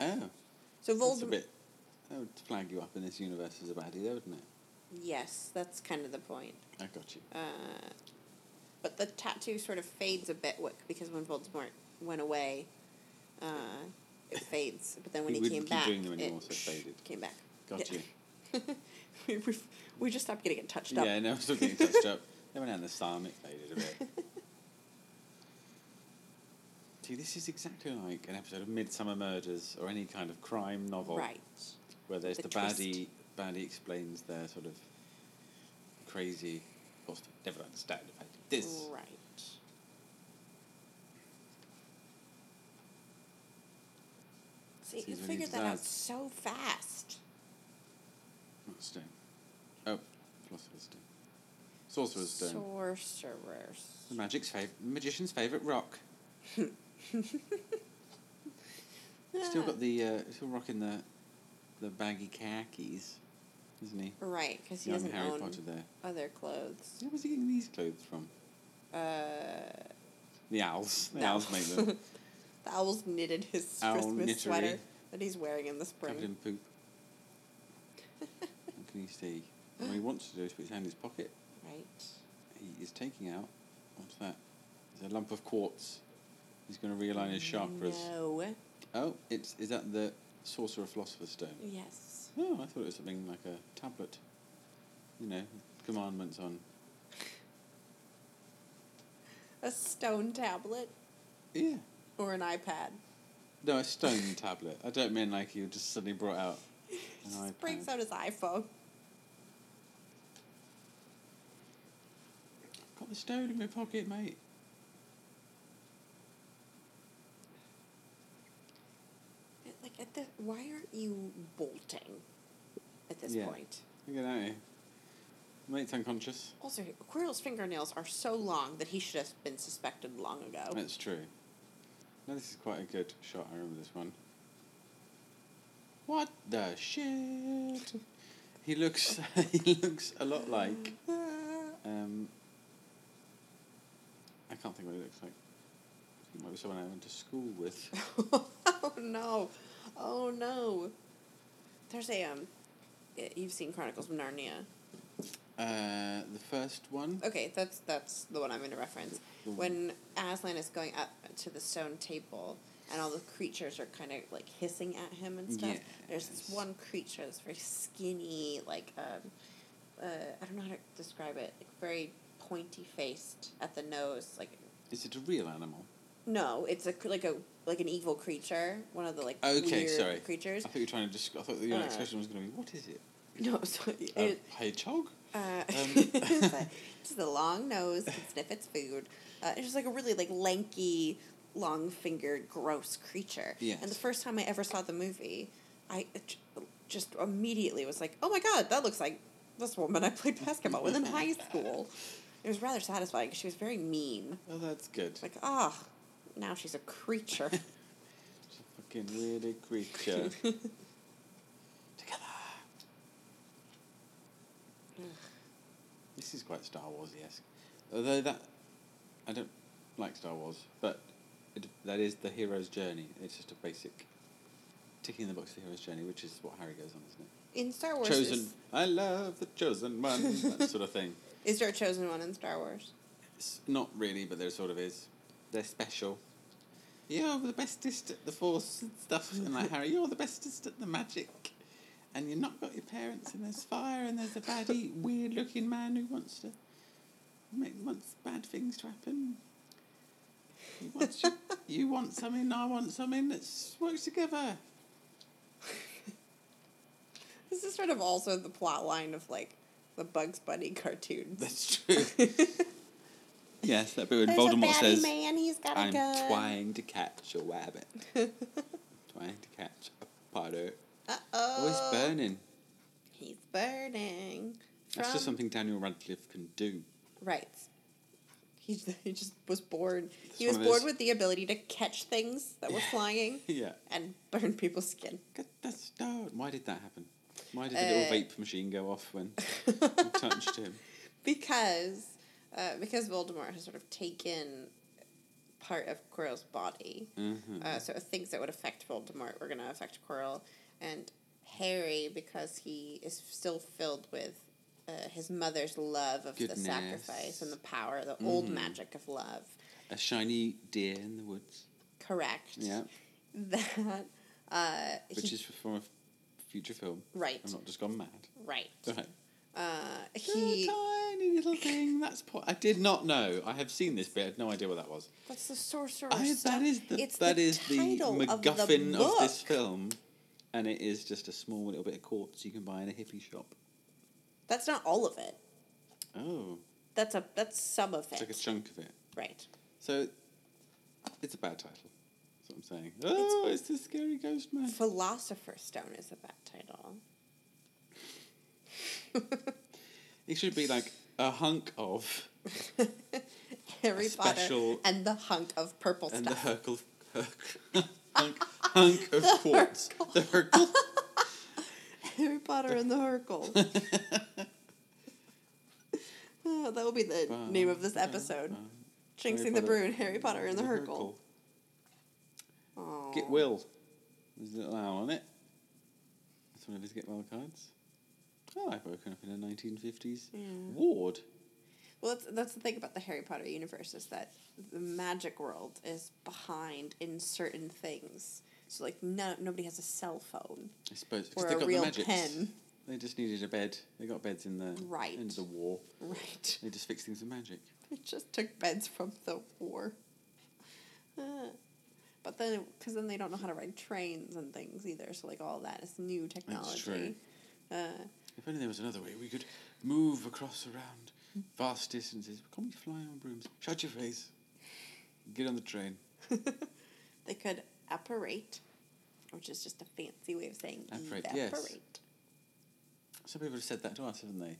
S1: Oh,
S2: So
S1: that's a
S2: Voldemort.
S1: bit. That would flag you up in this universe as a baddie, though, wouldn't it?
S2: Yes, that's kind of the point.
S1: I got you.
S2: Uh, but the tattoo sort of fades a bit wi- because when Voldemort went away, uh, it fades. But then when
S1: We
S2: he,
S1: wouldn't keep
S2: came back,
S1: doing them
S2: it
S1: anymore, so it faded.
S2: came back.
S1: Got
S2: Yeah.
S1: you.
S2: [laughs] we, we, we just stopped getting it touched up.
S1: Yeah, no, I was still getting touched up. [laughs] Then went down the psalm, it faded
S2: [laughs]
S1: a bit. See, this is exactly like an episode of Midsummer Murders or any kind of crime novel.
S2: Right.
S1: Where there's
S2: The
S1: the,
S2: twist.
S1: baddie, baddie explains their sort of crazy, what's the devil understand about this.
S2: Right. See,
S1: Seems
S2: you
S1: we need
S2: figured
S1: to
S2: that out
S1: add-
S2: so fast.
S1: What's stone? Oh, philosopher's stone. Sorcerer's stone.
S2: Sorcerers.
S1: the magic's fav- magician's favourite rock. Still got the, uh, still rocking the, the baggy khakis, isn't he?
S2: [laughs] Right, because he
S1: Young
S2: doesn't
S1: Harry
S2: own
S1: Potter there.
S2: other clothes.
S1: Where was he getting these clothes from?
S2: Uh,
S1: The owls. The
S2: No.
S1: owls [laughs] make them.
S2: [laughs] the owl's knitted his
S1: Owl
S2: Christmas
S1: knittery.
S2: sweater that he's wearing in the
S1: Covered
S2: spring.
S1: in [laughs] poop. what can he see? What he wants to do is put his hand in his pocket.
S2: Right.
S1: He is taking out, what's that? It's a lump of quartz. He's going to realign his chakras.
S2: No.
S1: Oh, it's is that the Sorcerer Philosopher's Stone?
S2: Yes.
S1: Oh, I thought it was something like a tablet. You know, commandments on.
S2: A stone tablet
S1: Yeah.
S2: or an iPad.
S1: No, a stone tablet. I don't mean like you just suddenly brought out an
S2: Just
S1: iPad.
S2: brings out his iPhone.
S1: Got the stone in my pocket, mate.
S2: Like at the why aren't you bolting at this
S1: Yeah.
S2: point?
S1: Look at that. eh? Mate's unconscious.
S2: Also, Quirrell's fingernails are so long that he should have been suspected long ago.
S1: That's true. No, this is quite a good shot. I remember this one. What the shit? He looks. [laughs] he looks a lot like.
S2: Uh,
S1: Um, I can't think what he looks like. I think it might be someone I went to school with.
S2: [laughs] oh no, oh no. There's a um, y- you've seen Chronicles of Narnia.
S1: Uh, the first one.
S2: Okay, that's that's the one I'm going to reference.
S1: The one-
S2: Oh, When Aslan is going up to the stone table, and all the creatures are kind of like hissing at him and stuff. There's this
S1: Yes.
S2: one creature that's very skinny, like um, uh, I don't know how to describe it. Like very pointy faced at the nose, like
S1: Is it a real animal?
S2: No, it's a cr- like a like an evil creature, one of the like
S1: Okay,
S2: weird
S1: sorry.
S2: creatures.
S1: I thought you were trying to. Desc- I thought your next
S2: Uh,
S1: question was going to be, "What is it?
S2: No, [laughs] so
S1: A
S2: it,
S1: hedgehog?"
S2: uh,
S1: um,
S2: [laughs]
S1: [laughs]
S2: it's a- just a long nose can sniff its food. Uh, it's just like a really like lanky, long fingered, gross creature.
S1: Yes.
S2: And the first time I ever saw the movie, I j- just immediately was like, "Oh my god, that looks like this woman I played basketball with
S1: [laughs]
S2: in high school." It was rather satisfying. 'cause She was very mean.
S1: Oh, that's good.
S2: It's like, ah, now she's a
S1: [laughs]
S2: creature.
S1: It's a fucking weird
S2: [laughs]
S1: creature. Together. this is quite Star Wars esque. Although that. I don't like Star Wars, but it, that is the hero's journey. It's just a basic ticking the box of the hero's journey, which is what Harry goes on, isn't it?
S2: in Star Wars,
S1: chosen.
S2: it's-
S1: I love the chosen one. that sort of thing.
S2: Is there a chosen one in Star Wars?
S1: It's not really, but there sort of is. They're special. You're the bestest at the force and stuff, and like Harry, you're the bestest at the magic, and you've not got your parents, and there's fire, and there's a baddie, [laughs] weird-looking man who wants to make wants bad things to happen. He wants [laughs] you, you want something, I want something. Let's work together.
S2: This is sort of also the plot line of like the Bugs Bunny [laughs] cartoons.
S1: That's true. [laughs] yes, that bit when
S2: There's a
S1: Voldemort
S2: baddie
S1: says,
S2: man, he's got a
S1: "I'm
S2: gun.
S1: trying to catch a
S2: [laughs]
S1: rabbit, trying to catch a potter."
S2: Uh
S1: Oh, it's
S2: oh.
S1: burning.
S2: He's burning.
S1: That's just
S2: From-
S1: something Daniel Radcliffe can do.
S2: Right. He, [laughs] he just was born. He
S1: It's one
S2: was
S1: of
S2: born
S1: those-
S2: with the ability to catch things
S1: [laughs]
S2: that were flying
S1: Yeah.
S2: and burn people's skin. [laughs]
S1: Get that stone. Why did that happen? Why did the little
S2: Uh, [laughs]
S1: vape machine go off when you touched him?
S2: Because uh, because Voldemort has sort of taken part of Quirrell's body.
S1: Uh-huh. Mm-hmm.
S2: Uh, so things that would affect Voldemort were going to affect Quirrell and Harry because he is still filled with uh, his mother's love of
S1: Goodness. Mm-hmm.
S2: the sacrifice and the power, the old magic of love.
S1: A shiny deer in the woods.
S2: Correct.
S1: Yeah,
S2: [laughs] That. Uh,
S1: which
S2: he-
S1: is from a f- future film.
S2: Right.
S1: I'm not just gone mad.
S2: Right.
S1: Right.
S2: Uh,
S1: He,
S2: he.
S1: tiny little thing. That's po- I did not know. I have seen this, but I had no idea what that was.
S2: That's the sorcerer.
S1: I, that
S2: stone.
S1: is the
S2: It's
S1: that
S2: the
S1: is the
S2: title of the
S1: MacGuffin of, this
S2: book.
S1: film, and it is just a small little bit of quartz you can buy in a hippie shop.
S2: That's not all of it.
S1: Oh,
S2: That's a that's some of
S1: it's
S2: it.
S1: like a chunk of it.
S2: right.
S1: So it's a bad title. That's what I'm saying. Oh, it's, the scary ghost man.
S2: Philosopher's Stone is a bad title. [laughs]
S1: It should be like a hunk of
S2: Harry Potter
S1: special-
S2: and the hunk of purple
S1: and the
S2: stuff.
S1: hercle herc, [laughs] hunk hunk
S2: [laughs]
S1: of quartz. The hercle.
S2: Harry Potter and the [laughs] Hercle. oh, that will be the name of this episode. [laughs] Jinxing the
S1: Potter
S2: Brew and Harry Potter and the, Hercle.
S1: hercle. Get Will. There's a little owl on it. That's one of his Get Well cards. Oh, I've woken up in a 1950s ward.
S2: Well, that's, that's the thing about the Harry Potter universe is that the magic world is behind in certain things. So, like, no, nobody has a cell phone.
S1: I suppose
S2: Or
S1: because they
S2: a
S1: got
S2: real
S1: the magics.
S2: pen.
S1: They just needed a bed. They got beds in the
S2: Right.
S1: end of the war.
S2: Right.
S1: They just fixed things with magic.
S2: [laughs] They just took beds from the war. Uh, But then, because then they don't know how to ride trains and things either. So, like, all that is new technology.
S1: true.
S2: Uh,
S1: If only there was another way we could move across around vast distances. Can't we fly on brooms? Shut your face. Get on the train.
S2: they could apparate, which is just a fancy way of saying
S1: Apparate, yes.
S2: evaporate.
S1: Some people have said that to us, haven't they?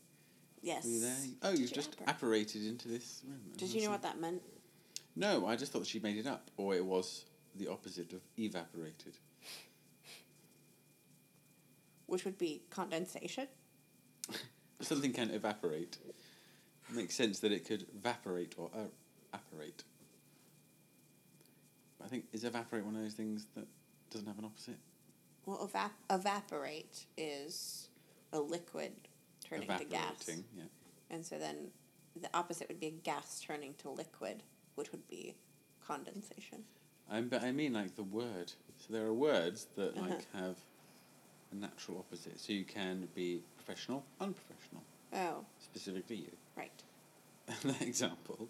S2: Yes.
S1: Were you there? Oh,
S2: Did
S1: you've
S2: you
S1: just
S2: appar-
S1: apparated into this room.
S2: Did you know what that meant?
S1: No, I just thought she made it up, or it was the opposite of evaporated.
S2: Which would be condensation.
S1: Something can evaporate. It makes sense that it could evaporate or er- apparate. I think is evaporate one of those things that doesn't have an opposite.
S2: Well, evap- evaporate is a liquid turning to gas.
S1: Evaporating, yeah.
S2: And so then the opposite would be a gas turning to liquid, which would be condensation.
S1: I'm, Um, but I mean like the word. So there are words that
S2: Uh-huh.
S1: like have a natural opposite. So you can be professional, unprofessional,
S2: Oh,
S1: specifically you. [laughs]
S2: right.
S1: that example.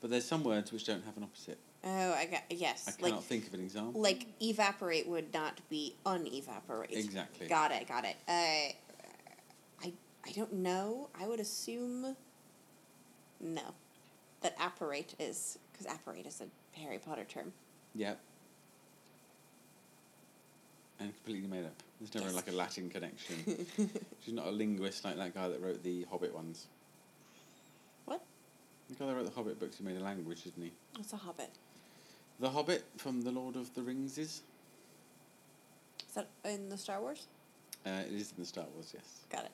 S1: But there's some words which don't have an opposite.
S2: Oh, I got yes.
S1: I
S2: like
S1: cannot think of an example.
S2: like evaporate would not be unevaporate.
S1: Exactly.
S2: Got it. Got it. Uh, I I don't know. I would assume. No, that apparate is because apparate is a Harry Potter term.
S1: Yep. And completely made up. There's never
S2: Yes.
S1: like a Latin
S2: [laughs]
S1: connection. She's not a linguist like that guy that wrote the Hobbit ones.
S2: What?
S1: The guy that wrote the Hobbit books, he made a language, didn't he?
S2: What's a hobbit?
S1: The Hobbit from the Lord of the Rings is.
S2: Is that in the Star Wars?
S1: Uh, it is in the Star Wars, yes.
S2: Got it.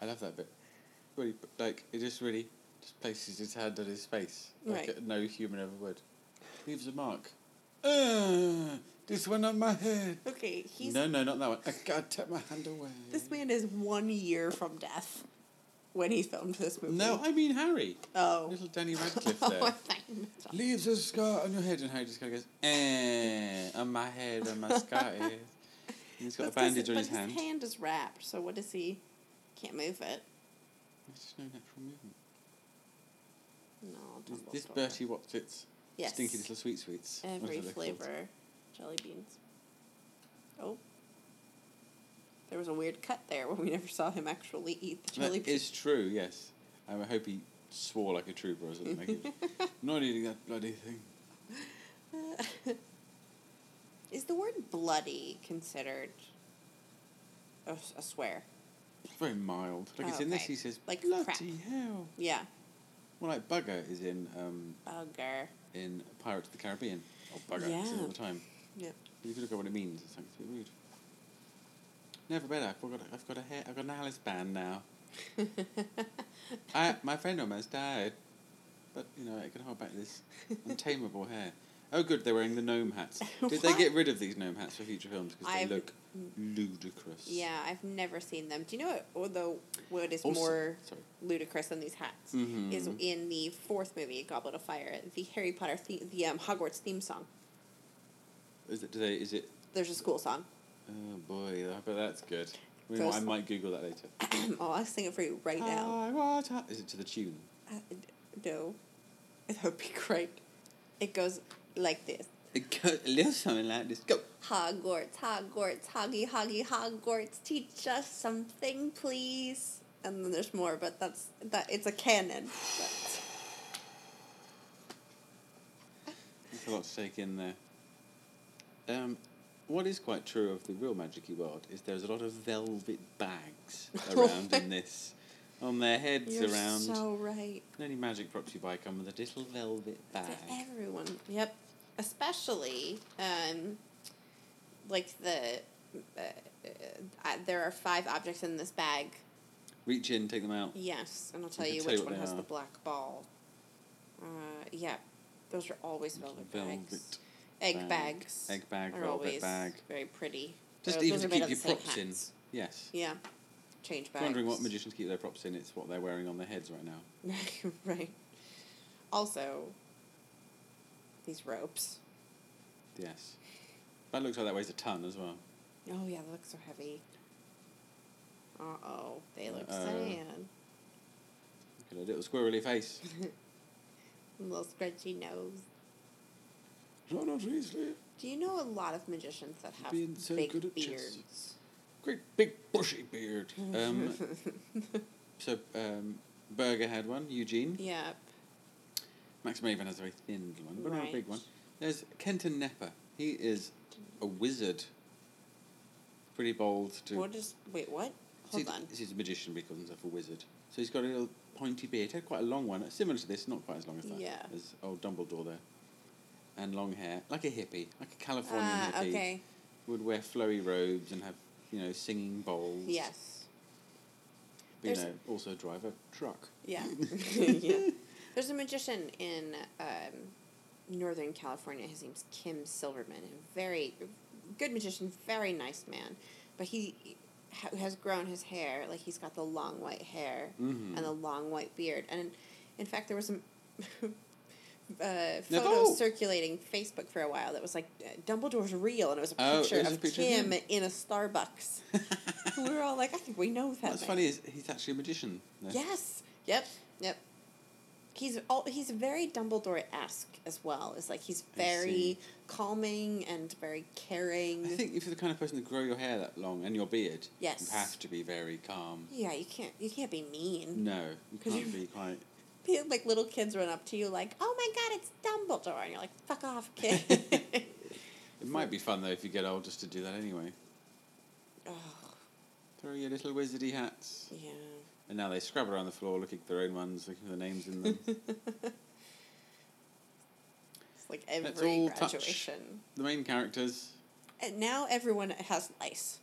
S1: I love that bit. Really, like it just really just places his hand on his face like
S2: Right.
S1: uh, no human ever would. Leaves a mark. Uh, this one on my head.
S2: Okay, he's
S1: no, no, not that one. I gotta take my hand away.
S2: this man is one year from death when he filmed this movie.
S1: No, I mean Harry.
S2: oh. [laughs]
S1: Little Danny Radcliffe
S2: Oh, I
S1: there.
S2: thought you meant that.
S1: Leaves a scar on your head, and Harry just kind of goes, eh, on my head, on my
S2: [laughs]
S1: scar is. And he's got
S2: That's 'cause-
S1: a bandage on
S2: but
S1: his hand.
S2: His hand is wrapped, so what does he? Can't move it.
S1: There's just no natural movement.
S2: No.
S1: This,
S2: Dumbledore.
S1: this Bertie Wattsits.
S2: Yes.
S1: Stinky little sweet sweets. What
S2: Every
S1: are they called?
S2: flavor jelly beans. Oh. There was a weird cut there when we [laughs] never saw him actually eat the jelly
S1: That
S2: beans.
S1: is true, yes. I hope he swore like a trooper or something. Like it.
S2: [laughs]
S1: Not eating that bloody thing.
S2: Is the word bloody considered a, s- a swear?
S1: It's very mild. Like it's in this,
S2: Oh, Okay.
S1: he says,
S2: Like
S1: bloody
S2: crap.
S1: hell.
S2: Yeah.
S1: Well, like bugger is in um,
S2: Bugger.
S1: in Pirates of the Caribbean. Oh, bugger! I say it
S2: Yeah.
S1: all the time.
S2: Yep.
S1: You could look at what it means. It's like it's a bit rude. Never better. I've got, I've got a hair. I've got an Alice band now. I my friend almost died, but you know I can hold back this untamable hair. Oh, good, they're wearing the gnome
S2: [laughs]
S1: hats. Did they
S2: What?
S1: get rid of these gnome hats for future films because they
S2: I've-
S1: look ludicrous?
S2: [laughs] Yeah, I've never seen them. Do you know what? Although what is
S1: Also-
S2: more
S1: sorry.
S2: ludicrous than these hats
S1: Mhm.
S2: is in the fourth movie, Goblet of Fire, the Harry Potter the, the um, Hogwarts theme song.
S1: Is it? Do they? Is it?
S2: There's a school song. [clears throat]
S1: Oh boy, I bet that's good. We
S2: Goes-
S1: might, I might Google that later.
S2: oh, I'll sing it for you right now.
S1: I want a- Is it to the tune?
S2: Uh, no, that would be great. It goes like this.
S1: It goes a little something like this. Go.
S2: Hogwarts, Hogwarts, Hoggy, Hoggy, Hogwarts, teach us something, please. And then there's more, but that's that. It's a canon. But-
S1: That's a lot to take in there. Um, what is quite true of the real magic-y world is there's a lot of velvet
S2: [laughs]
S1: bags around in this, on their heads
S2: You're
S1: around.
S2: so right.
S1: And Any magic props you buy come with a little velvet bag.
S2: For everyone. Yep. Especially, um, like the, uh, uh, there are five objects in this bag.
S1: Reach in, take them out.
S2: Yes, and I'll tell
S1: can
S2: you
S1: tell
S2: which
S1: what
S2: one
S1: they
S2: has
S1: are.
S2: the black ball. Uh, yeah, those are always velvet, bags.
S1: Velvet bag.
S2: Egg bags.
S1: Egg bag,
S2: are
S1: velvet
S2: always
S1: bag.
S2: Very pretty.
S1: Just
S2: Those
S1: even
S2: are
S1: to
S2: made out
S1: keep
S2: of
S1: your
S2: the same
S1: props in.
S2: hats.
S1: Yes.
S2: Yeah, change bags.
S1: I'm wondering what magicians keep their props in. It's what they're wearing on their heads right now.
S2: [laughs] right. Also, these ropes.
S1: Yes. That looks like that weighs a ton as well.
S2: Oh yeah, they look so heavy. Uh oh, they look
S1: Uh-oh.
S2: sad. [laughs]
S1: Look at a little squirrely face.
S2: Little scrunchy nose.
S1: Not obviously.
S2: Do you know a lot of magicians that have
S1: Being so
S2: big
S1: good at chess.
S2: beards?
S1: Great big bushy beard.
S2: [laughs]
S1: Um, [laughs] so um, Berger had one. Eugene.
S2: Yep.
S1: Max Maven has a very thin one, but not a big
S2: Right.
S1: one. There's Kenton Nepper. He is a wizard. Pretty bold to
S2: What is? Wait, what?
S1: See,
S2: Hold on.
S1: He's a magician, but he calls himself a wizard. So he's got a little pointy beard, had quite a long one, similar to this, not quite as long as that.
S2: Yeah.
S1: As old Dumbledore there. And long hair, like a hippie, like a Californian
S2: Ah,
S1: hippie.
S2: okay.
S1: Would wear flowy robes and have, you know, singing bowls.
S2: Yes.
S1: But, you
S2: There's-
S1: know, also drive a truck. [laughs]
S2: Yeah. [laughs] yeah. There's a magician in um, Northern California. His name's Kim Silverman. A very good magician, very nice man. But he ha- has grown his hair. Like, he's got the long white hair
S1: Mhm. [laughs]
S2: and the long white beard. And in fact, there was some. [laughs] Uh,
S1: No.
S2: photo circulating Facebook for a while that was like uh, Dumbledore's real, and it was a
S1: Oh, it
S2: picture,
S1: was a
S2: of,
S1: picture of
S2: Kim
S1: him.
S2: in a Starbucks. we were all like, I think we know that.
S1: What's
S2: man.
S1: funny is he's actually a magician. though.
S2: Yes. Yep. Yep. He's all he's very Dumbledore esque as well. It's like
S1: I
S2: he's
S1: see.
S2: very calming and very caring.
S1: I think if you're the kind of person to grow your hair that long and your beard,
S2: Yes.
S1: you have to be very calm.
S2: yeah, you can't you can't be mean.
S1: No, you
S2: 'Cause
S1: can't
S2: you-
S1: be quite.
S2: People- Like little kids run up to you like, "Oh my God, it's Dumbledore!" and you're like, "Fuck off,
S1: [laughs]
S2: kid." [laughs]
S1: It might be fun though if you get old just to do that anyway.
S2: oh,
S1: Throw your little wizardy hats.
S2: yeah.
S1: And now they scrabble around the floor looking at their own ones, looking for the names in them.
S2: It's like
S1: Let's
S2: every
S1: all touch.
S2: graduation.
S1: the main characters.
S2: And now everyone has lice.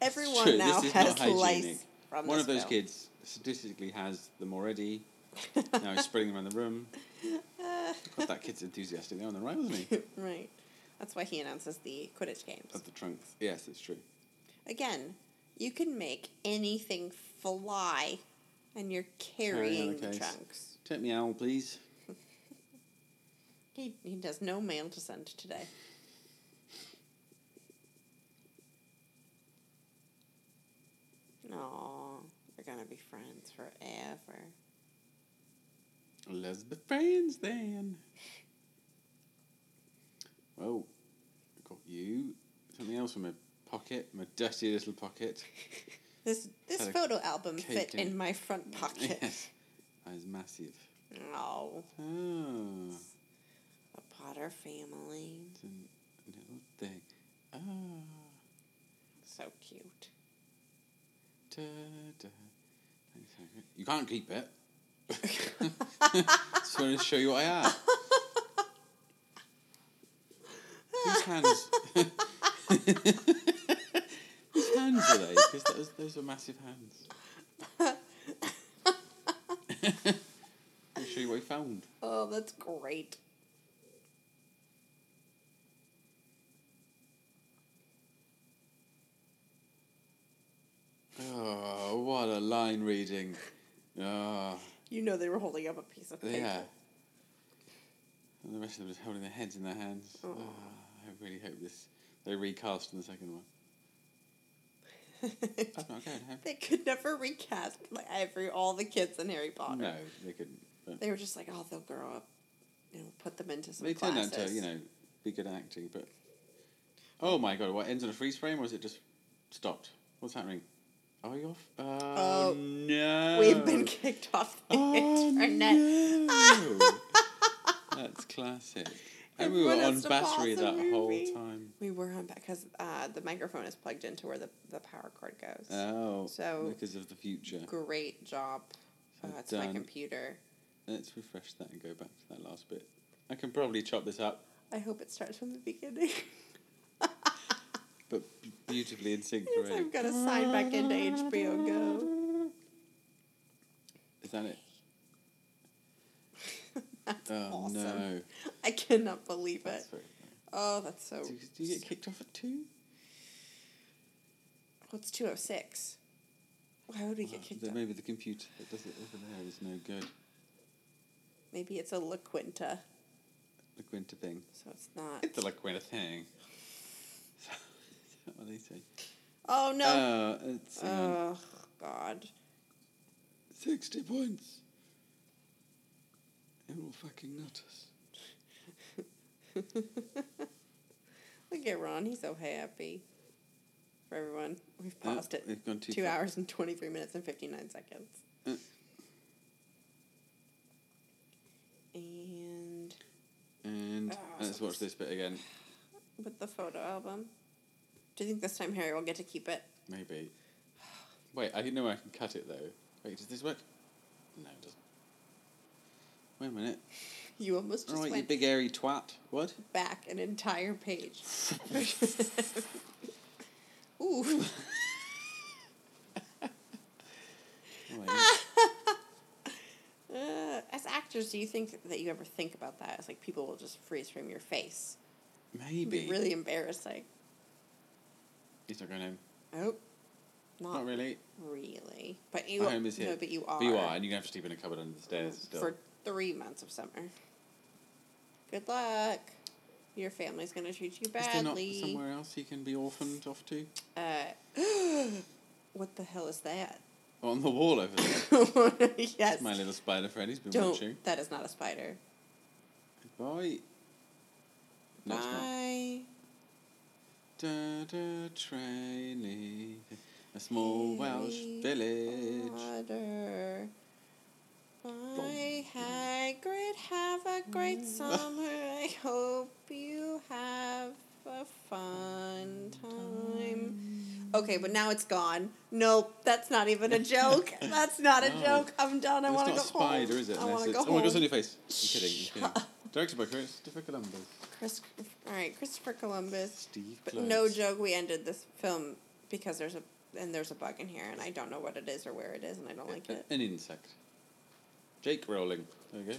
S1: It's
S2: Everyone
S1: true,
S2: now
S1: this is
S2: has
S1: not hygienic.
S2: lice from
S1: One
S2: this
S1: of those
S2: film.
S1: kids statistically has them already. now he's spreading them around the room. God, that kid's enthusiastic there on the right, wasn't
S2: [laughs]
S1: he?
S2: right. That's why he announces the Quidditch games.
S1: At the trunk. Yes, it's true.
S2: Again, you can make anything fly, and you're
S1: Carrying the
S2: carrying the
S1: case.
S2: trunks.
S1: Take me owl, please.
S2: He, he does no mail to send today. No, we're gonna be friends forever.
S1: Let's be friends then. Well, I got you. Something else from my pocket, my dirty little pocket.
S2: This this
S1: Had a
S2: photo album fit
S1: cake in
S2: in my front pocket.
S1: yes. That is massive.
S2: [laughs] Oh,
S1: Oh.
S2: the Potter family,
S1: It's a little thing. Ah,
S2: so cute.
S1: da, da. You can't keep it. [laughs] Just want to show you what I have. [laughs] Whose hands? Whose hands are because those, those were massive hands. [laughs] I'll show you what we found.
S2: Oh, that's great.
S1: Oh, what a line reading. Oh,
S2: You know they were holding up a piece of paper.
S1: yeah. And the rest of them just holding their heads in their hands. Oh, I really hope this they recast in the second one.
S2: [laughs]
S1: That's not good. huh?
S2: They could never recast like every all the kids in Harry Potter.
S1: No, they couldn't. But
S2: They were just like, oh, they'll grow up. You know, put them into some
S1: they turned out
S2: classes.
S1: to, you know, be good at acting, but Oh my god, what ends on a freeze frame or is it just stopped? What's happening? Are we off? Oh,
S2: Oh,
S1: no.
S2: We've been kicked off
S1: [laughs]
S2: the
S1: Oh,
S2: internet.
S1: no.
S2: [laughs]
S1: That's classic. And we were
S2: Everyone
S1: on
S2: has to
S1: battery
S2: pause the
S1: that whole
S2: movie.
S1: time.
S2: We were on because uh, the microphone is plugged into where the, the power cord goes.
S1: Oh,
S2: So-
S1: because of the future.
S2: Great job.
S1: So
S2: Oh, it's my
S1: done.
S2: computer.
S1: Let's refresh that and go back to that last bit. I can probably chop this up,
S2: I hope it starts from the beginning. [laughs]
S1: but b- beautifully in sync
S2: [laughs] Yes,
S1: already.
S2: I've got to sign back into HBO Go.
S1: Is that it?
S2: [laughs] That's
S1: Oh
S2: awesome.
S1: no.
S2: I cannot believe it.
S1: That's very funny.
S2: Oh, that's so.
S1: Do, you- do you get kicked off at two?
S2: What's 206? Why would we get
S1: Oh,
S2: kicked
S1: then
S2: off?
S1: maybe the computer that does it over there is no good.
S2: Maybe it's a La Quinta,
S1: The Quinta thing.
S2: so it's not.
S1: It's a La Quinta thing. [laughs] Is that what they say?
S2: Oh, no.
S1: Oh, it's hang on.
S2: oh, God.
S1: 60 points. It will fucking nut us.
S2: Look at Ron. He's so happy. For everyone, we've paused
S1: Oh,
S2: it.
S1: They've gone too
S2: Two
S1: far.
S2: hours and 23 minutes and 59 seconds.
S1: Uh.
S2: And
S1: And
S2: Oh,
S1: let's
S2: so
S1: watch this bit again.
S2: with the photo album. Do you think this time Harry will get to keep it? [laughs]
S1: Maybe. Wait, I know I can cut it though. Wait, does this work? No, it doesn't. Wait a minute.
S2: You almost just
S1: All right, you
S2: went
S1: big airy twat. What?
S2: back an
S1: [laughs]
S2: entire page. [laughs] Ooh.
S1: Oh,
S2: Ah.
S1: wait.
S2: Uh, as actors, do you think that you ever think about that? It's like people will just freeze from your face. It'd
S1: Maybe.
S2: be really embarrassing.
S1: He's not going home.
S2: Oh, not,
S1: Not really.
S2: really. But you
S1: My home is here.
S2: No, but you are.
S1: But you are, and you're going to have to sleep in a cupboard under the stairs still.
S2: for three months of summer. Good luck. Your family's gonna treat you
S1: is there not
S2: badly.
S1: somewhere else he can be orphaned off to?
S2: Uh, [gasps] what the hell is that? [laughs]
S1: On the wall over there.
S2: yes.
S1: My little spider friend, he's been
S2: Don't.
S1: watching.
S2: That is not a spider.
S1: Bye. No, it's not.
S2: Bye.
S1: Da, da, trailee, a small Welsh
S2: Harry
S1: village.
S2: Potter. Bye,
S1: Blom.
S2: Hagrid. Have a great
S1: Mm. [laughs]
S2: summer. I hope you have a fun time.
S1: Mm.
S2: Okay, but now it's gone. Nope, that's not
S1: [laughs]
S2: even a joke. That's not a
S1: No.
S2: joke. I'm done. I
S1: It's
S2: want to
S1: not
S2: go
S1: a spider,
S2: home.
S1: is it?
S2: I
S1: Unless
S2: want to go
S1: it's-
S2: home.
S1: Oh my god, it's on your face. I'm kidding. I'm kidding. Directed by Christopher Columbus.
S2: Chris, all right, Christopher Columbus.
S1: Steve
S2: But
S1: Close.
S2: no joke, we ended this film because there's a and there's a bug in here, and I don't know what it is or where it is, and I don't like
S1: A-
S2: it.
S1: An insect. Jake Rowling. There we go.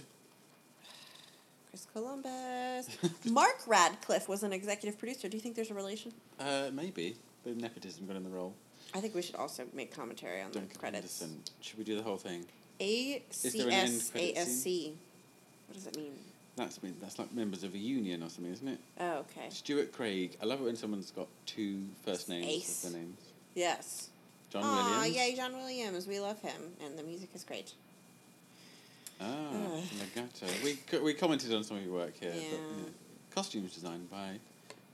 S2: Chris Columbus. Mark Radcliffe was an executive producer. Do you think there's a relation?
S1: Uh, maybe. But nepotism got in the role.
S2: I think we should also make commentary on the
S1: Duncan
S2: credits.
S1: Henderson. Should we do the whole thing?
S2: A
S1: there
S2: C
S1: an end
S2: S A
S1: credit
S2: S C. What does it mean?
S1: That's mean that's like members of a union or something, isn't it?
S2: Oh, okay.
S1: Stuart Craig. I love it when someone's got two first names
S2: Ace.
S1: as their names.
S2: Yes.
S1: John
S2: Aw,
S1: Williams.
S2: yay, John Williams. We love him, and the music is great.
S1: Ah,
S2: Ugh.
S1: Legato. We co- we commented on some of your work here. But,
S2: Yeah.
S1: you know, costumes designed by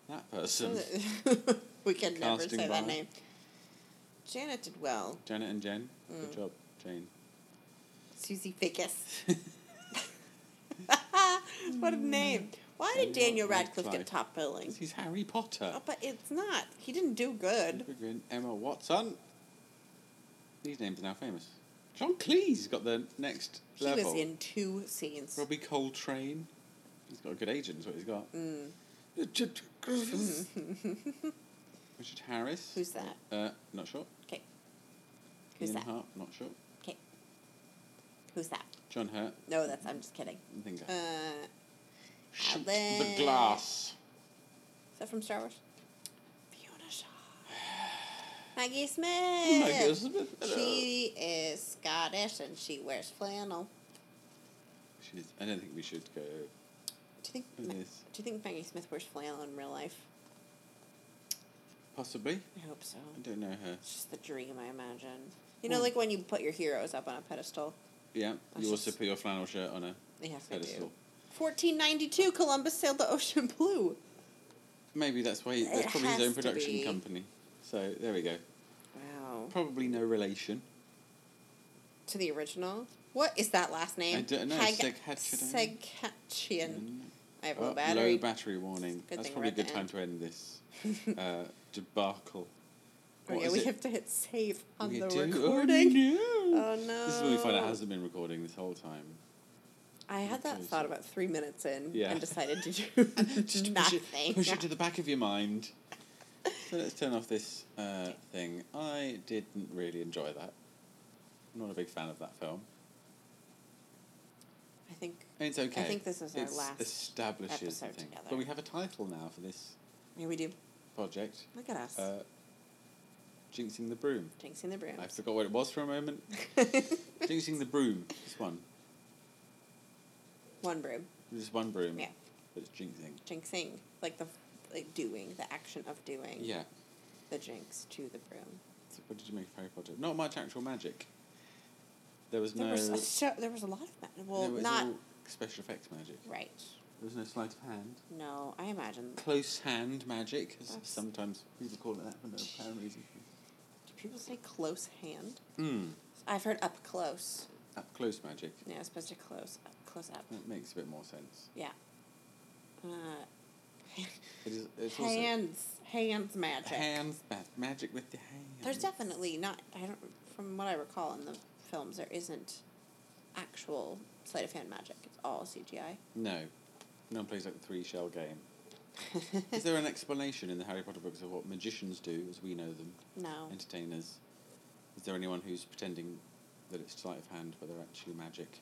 S1: that person.
S2: [laughs] we can never
S1: Casting
S2: say
S1: by.
S2: that name. Janet did well.
S1: Janet and Jen. Good
S2: Mm.
S1: job, Jane. [laughs]
S2: Susie Fickus. [laughs] what a name. Why did
S1: Hmm. Daniel
S2: Daniel Radcliffe get
S1: Radcliffe.
S2: top billing?
S1: He's Harry Potter.
S2: Oh, but it's not. He didn't do good.
S1: Good. Emma Watson. These names are now famous. John Cleese got the next
S2: He
S1: level.
S2: was in two scenes.
S1: Robbie Coltrane. He's got a good agent, is what he's got.
S2: Mm. [laughs]
S1: Richard Harris.
S2: Who's that?
S1: Uh, not sure.
S2: Okay. Who's
S1: Ian
S2: that?
S1: Hart, not sure.
S2: Okay. Who's that?
S1: John Hurt,
S2: No, that's. I'm just kidding.
S1: I think.
S2: Uh,
S1: Shoot the
S2: Alan-
S1: glass.
S2: is that from Star Wars? Fiona Shaw. [sighs] Maggie Smith.
S1: Maggie Smith, hello.
S2: She is Scottish and she wears flannel.
S1: She's, I don't think we should go.
S2: Do you think?
S1: Who
S2: Ma- do
S1: is?
S2: you think Maggie Smith wears flannel in real life?
S1: Possibly.
S2: I hope so.
S1: I don't know her.
S2: It's just the dream, I imagine. You know,
S1: Hmm.
S2: like when you put your heroes up on a pedestal.
S1: Yeah.
S2: That's
S1: You also
S2: just-
S1: put your flannel shirt on a
S2: Yes, I do.
S1: pedestal.
S2: 1492, Columbus sailed the ocean blue.
S1: Maybe that's why.
S2: It
S1: That's probably his
S2: has
S1: own
S2: to
S1: production
S2: be.
S1: company. So there we go.
S2: Wow.
S1: Probably no relation.
S2: To the original. What is that last name?
S1: I don't know,
S2: Hag-
S1: Saghachian?
S2: Saghachian.
S1: Mm.
S2: I have a low
S1: Oh,
S2: battery.
S1: Low battery warning.
S2: Good
S1: That's
S2: thing
S1: probably
S2: we're
S1: a good
S2: at
S1: time
S2: the
S1: to end
S2: [laughs]
S1: this uh, debacle.
S2: oh,
S1: What
S2: yeah,
S1: is
S2: we
S1: it?
S2: have to hit save on
S1: We
S2: the
S1: do- oh,
S2: recording.
S1: no.
S2: Oh,
S1: This is when we find out
S2: no.
S1: hasn't been recording this whole time.
S2: I had that
S1: Okay,
S2: thought
S1: so-
S2: about three minutes in
S1: Yeah.
S2: and decided to do
S1: [laughs] Just push
S2: nothing.
S1: it, push it to the back of your mind. So let's turn off this uh, thing. I didn't really enjoy that. I'm not a big fan of that film.
S2: I think
S1: It's okay.
S2: think this is our
S1: It's
S2: last
S1: establishes the
S2: episode
S1: thing.
S2: together.
S1: But we have a title now for this
S2: yeah, we do.
S1: project.
S2: Look at us.
S1: Uh, Jinxing the Broom.
S2: Jinxing the broom.
S1: I forgot what it was for a
S2: [laughs]
S1: moment. Jinxing the Broom. This one.
S2: One broom.
S1: Just one broom.
S2: Yeah.
S1: But it's jinxing.
S2: Jinxing. Like the like doing, the action of doing.
S1: Yeah.
S2: The jinx to the broom.
S1: So what did you make of Harry Potter? Not much actual magic. There was
S2: There
S1: no.
S2: was a so, there was a lot of that. Well,
S1: there was
S2: not
S1: all special effects magic.
S2: right.
S1: There was no sleight of hand.
S2: No, I imagine.
S1: Close hand magic, as
S2: That's-
S1: sometimes people call it that for no apparent reason.
S2: Do people say close hand?
S1: Hmm.
S2: I've heard up close.
S1: Up close magic.
S2: Yeah, it's supposed to close up, close up.
S1: That makes a bit more sense.
S2: Yeah. Uh,
S1: It is.
S2: [laughs]
S1: It's also
S2: hands, hands magic.
S1: hands ma- magic with the hands.
S2: There's definitely not. I don't. From what I recall in the films, there isn't actual sleight of hand magic. It's all CGI.
S1: no. No one plays like the three shell
S2: [laughs]
S1: game. [laughs] is there an explanation in the Harry Potter books of what magicians do, as we know them,
S2: No.
S1: entertainers? Is there anyone who's pretending that it's sleight of hand, but they're actually magic?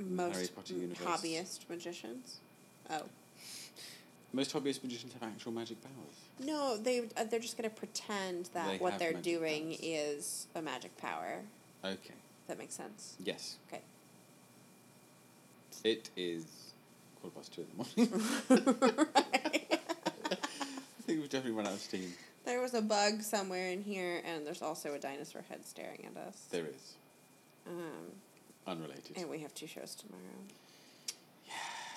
S1: in the Harry
S2: Most
S1: Potter
S2: m-
S1: universe.
S2: hobbyist magicians. Oh
S1: Most hobbyist magicians have actual magic powers.
S2: no, they uh, they're just gonna pretend that
S1: They
S2: what
S1: have
S2: they're
S1: magic
S2: doing
S1: powers.
S2: is a magic power.
S1: Okay.
S2: That makes sense.
S1: Yes.
S2: Okay. [laughs]
S1: It is quarter past two in the morning. [laughs] I think we've definitely run out of steam.
S2: There was a bug somewhere in here, and there's also a dinosaur head staring at us.
S1: There is.
S2: Um,
S1: Unrelated.
S2: And we have two shows tomorrow.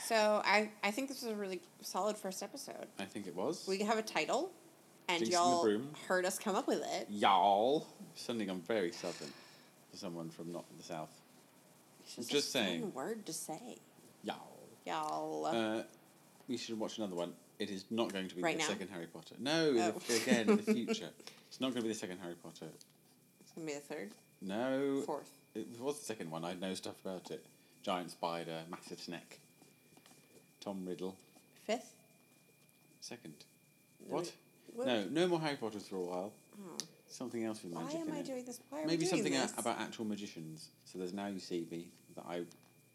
S2: So I, I think this was a really solid first episode.
S1: I think it was.
S2: We have a title, and
S1: Jinx in the
S2: y'all
S1: Broom.
S2: heard us come up with it.
S1: Y'all. Suddenly I'm very southern for someone from not the south.
S2: It's just,
S1: Just
S2: a
S1: saying.
S2: Fun word to say,
S1: Y'all.
S2: y'all.
S1: Uh, we should watch another one. It is not going to be
S2: Right
S1: the
S2: now?
S1: second Harry Potter. No, in
S2: Oh.
S1: the- again,
S2: [laughs]
S1: in the future. It's not going to be the second Harry Potter.
S2: it's gonna be the third,
S1: No.
S2: fourth.
S1: It was the second one. I know stuff about it. Giant spider, massive snake. Tom Riddle.
S2: Fifth?
S1: Second.
S2: No,
S1: What?
S2: wait.
S1: No, no more Harry Potters for a while.
S2: Oh.
S1: Something else with
S2: Why
S1: magic
S2: am
S1: in
S2: I
S1: it.
S2: doing this? Why are
S1: Maybe
S2: we doing
S1: something a-
S2: this?
S1: about actual magicians. So there's now you see me that I, which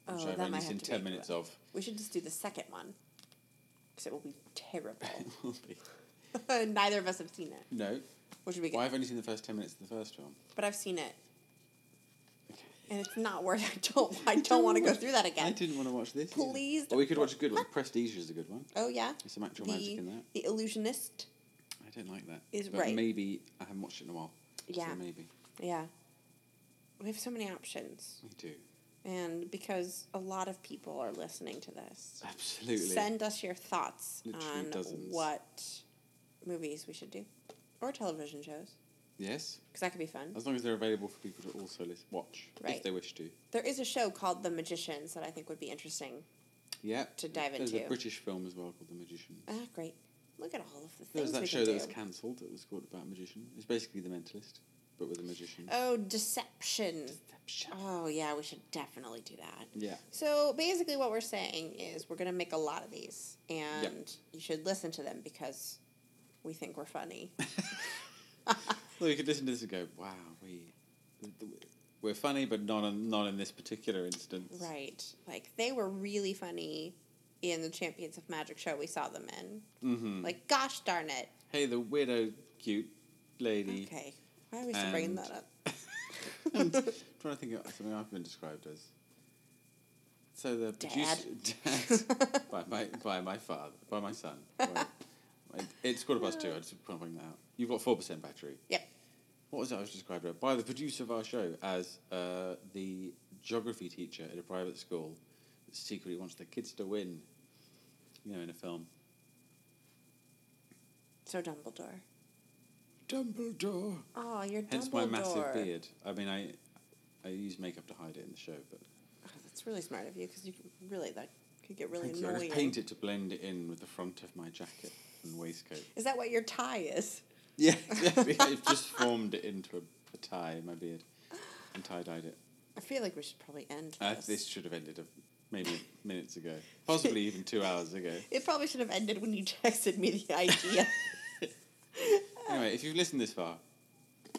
S2: Oh,
S1: I've
S2: that
S1: only
S2: might have
S1: seen
S2: to
S1: ten
S2: be-
S1: minutes of. [laughs]
S2: We should just do the second one, because it will be terrible.
S1: no,
S2: [laughs] Neither of us have seen it, which would be good.
S1: well, I've only seen the first ten minutes of the first film.
S2: But I've seen it,
S1: Okay.
S2: and it's not worth.
S1: [laughs]
S2: I don't. I don't want to go through that again.
S1: I didn't want to watch this. either.
S2: Please
S1: Or we could
S2: don't-
S1: watch a
S2: [laughs]
S1: good one. Prestige is a good one.
S2: Oh yeah.
S1: There's some actual magic
S2: The,
S1: in that.
S2: the illusionist.
S1: I don't like that.
S2: is
S1: but
S2: right.
S1: Maybe I haven't watched it in a while.
S2: Yeah.
S1: So maybe
S2: Yeah. We have so many options.
S1: we do.
S2: And because a lot of people are listening to this.
S1: Absolutely.
S2: Send us your thoughts
S1: Literally
S2: on
S1: dozens.
S2: what movies we should do. Or television shows.
S1: Yes.
S2: Because that could be fun.
S1: As long as they're available for people to also listen, watch if
S2: Right.
S1: they wish to.
S2: There is a show called The Magicians that I think would be interesting.
S1: Yeah.
S2: To dive
S1: There's
S2: into.
S1: a British film as well called The Magician.
S2: Ah, great. Look at all of the
S1: There
S2: things
S1: was that
S2: we
S1: show
S2: can
S1: that was
S2: do.
S1: cancelled that was called about a magician. It's basically The Mentalist, but with a magician.
S2: oh, Deception.
S1: Deception.
S2: Oh, yeah, we should definitely do that.
S1: Yeah.
S2: So basically, what we're saying is we're going to make a lot of these, and
S1: [laughs]
S2: you should listen to them because we think we're funny.
S1: Well, you could listen to this and go, wow, we, we're funny, but not, in- not in this particular instance.
S2: Right. Like they were really funny in the Champions of Magic show we saw them in. Mm-hmm. Like, gosh darn it.
S1: Hey, the weirdo, cute lady.
S2: Okay. Why are we still
S1: And-
S2: bringing that up?
S1: [laughs]
S2: [laughs]
S1: I'm trying to think of something I've been described as. So the producer, [laughs] Dad, by my by my father, by my son. by-
S2: [laughs]
S1: my- it's quarter past two. I just want to bring that out. You've got four percent battery.
S2: Yep.
S1: What was it I was described as? by the producer of our show as uh, the geography teacher at a private school that secretly wants the kids to win. You know, in a film,
S2: So Dumbledore.
S1: Dumbledore.
S2: Oh, you're
S1: Hence
S2: Dumbledore.
S1: my massive beard. I mean, I I use makeup to hide it in the show, but
S2: Oh, that's really smart of you because you could really that could get really
S1: Thank you. I
S2: annoying.
S1: just paint it to blend it in with the front of my jacket and waistcoat.
S2: Is that what your tie is?
S1: Yeah, exactly. [laughs] I've just formed it into a, a tie, my beard, and tie dyed it.
S2: I feel like we should probably end
S1: Uh,
S2: this.
S1: this should have ended a, maybe minutes ago, possibly even two hours ago.
S2: It probably should have ended when you [laughs] texted me
S1: [laughs]
S2: the idea.
S1: Anyway, if you've listened this far,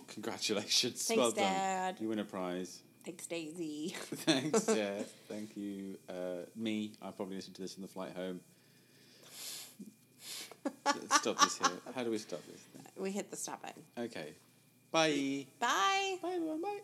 S1: congratulations.
S2: Thanks,
S1: well done.
S2: Dad.
S1: You win a prize. [laughs]
S2: Thanks, Daisy.
S1: Thanks, Dad. Thank you, uh, me. I probably listened to this on the flight home. Let's stop this here. How do we stop this? Thing?
S2: We hit the stop button. [laughs]
S1: Okay. Bye.
S2: Bye.
S1: Bye, everyone. Bye.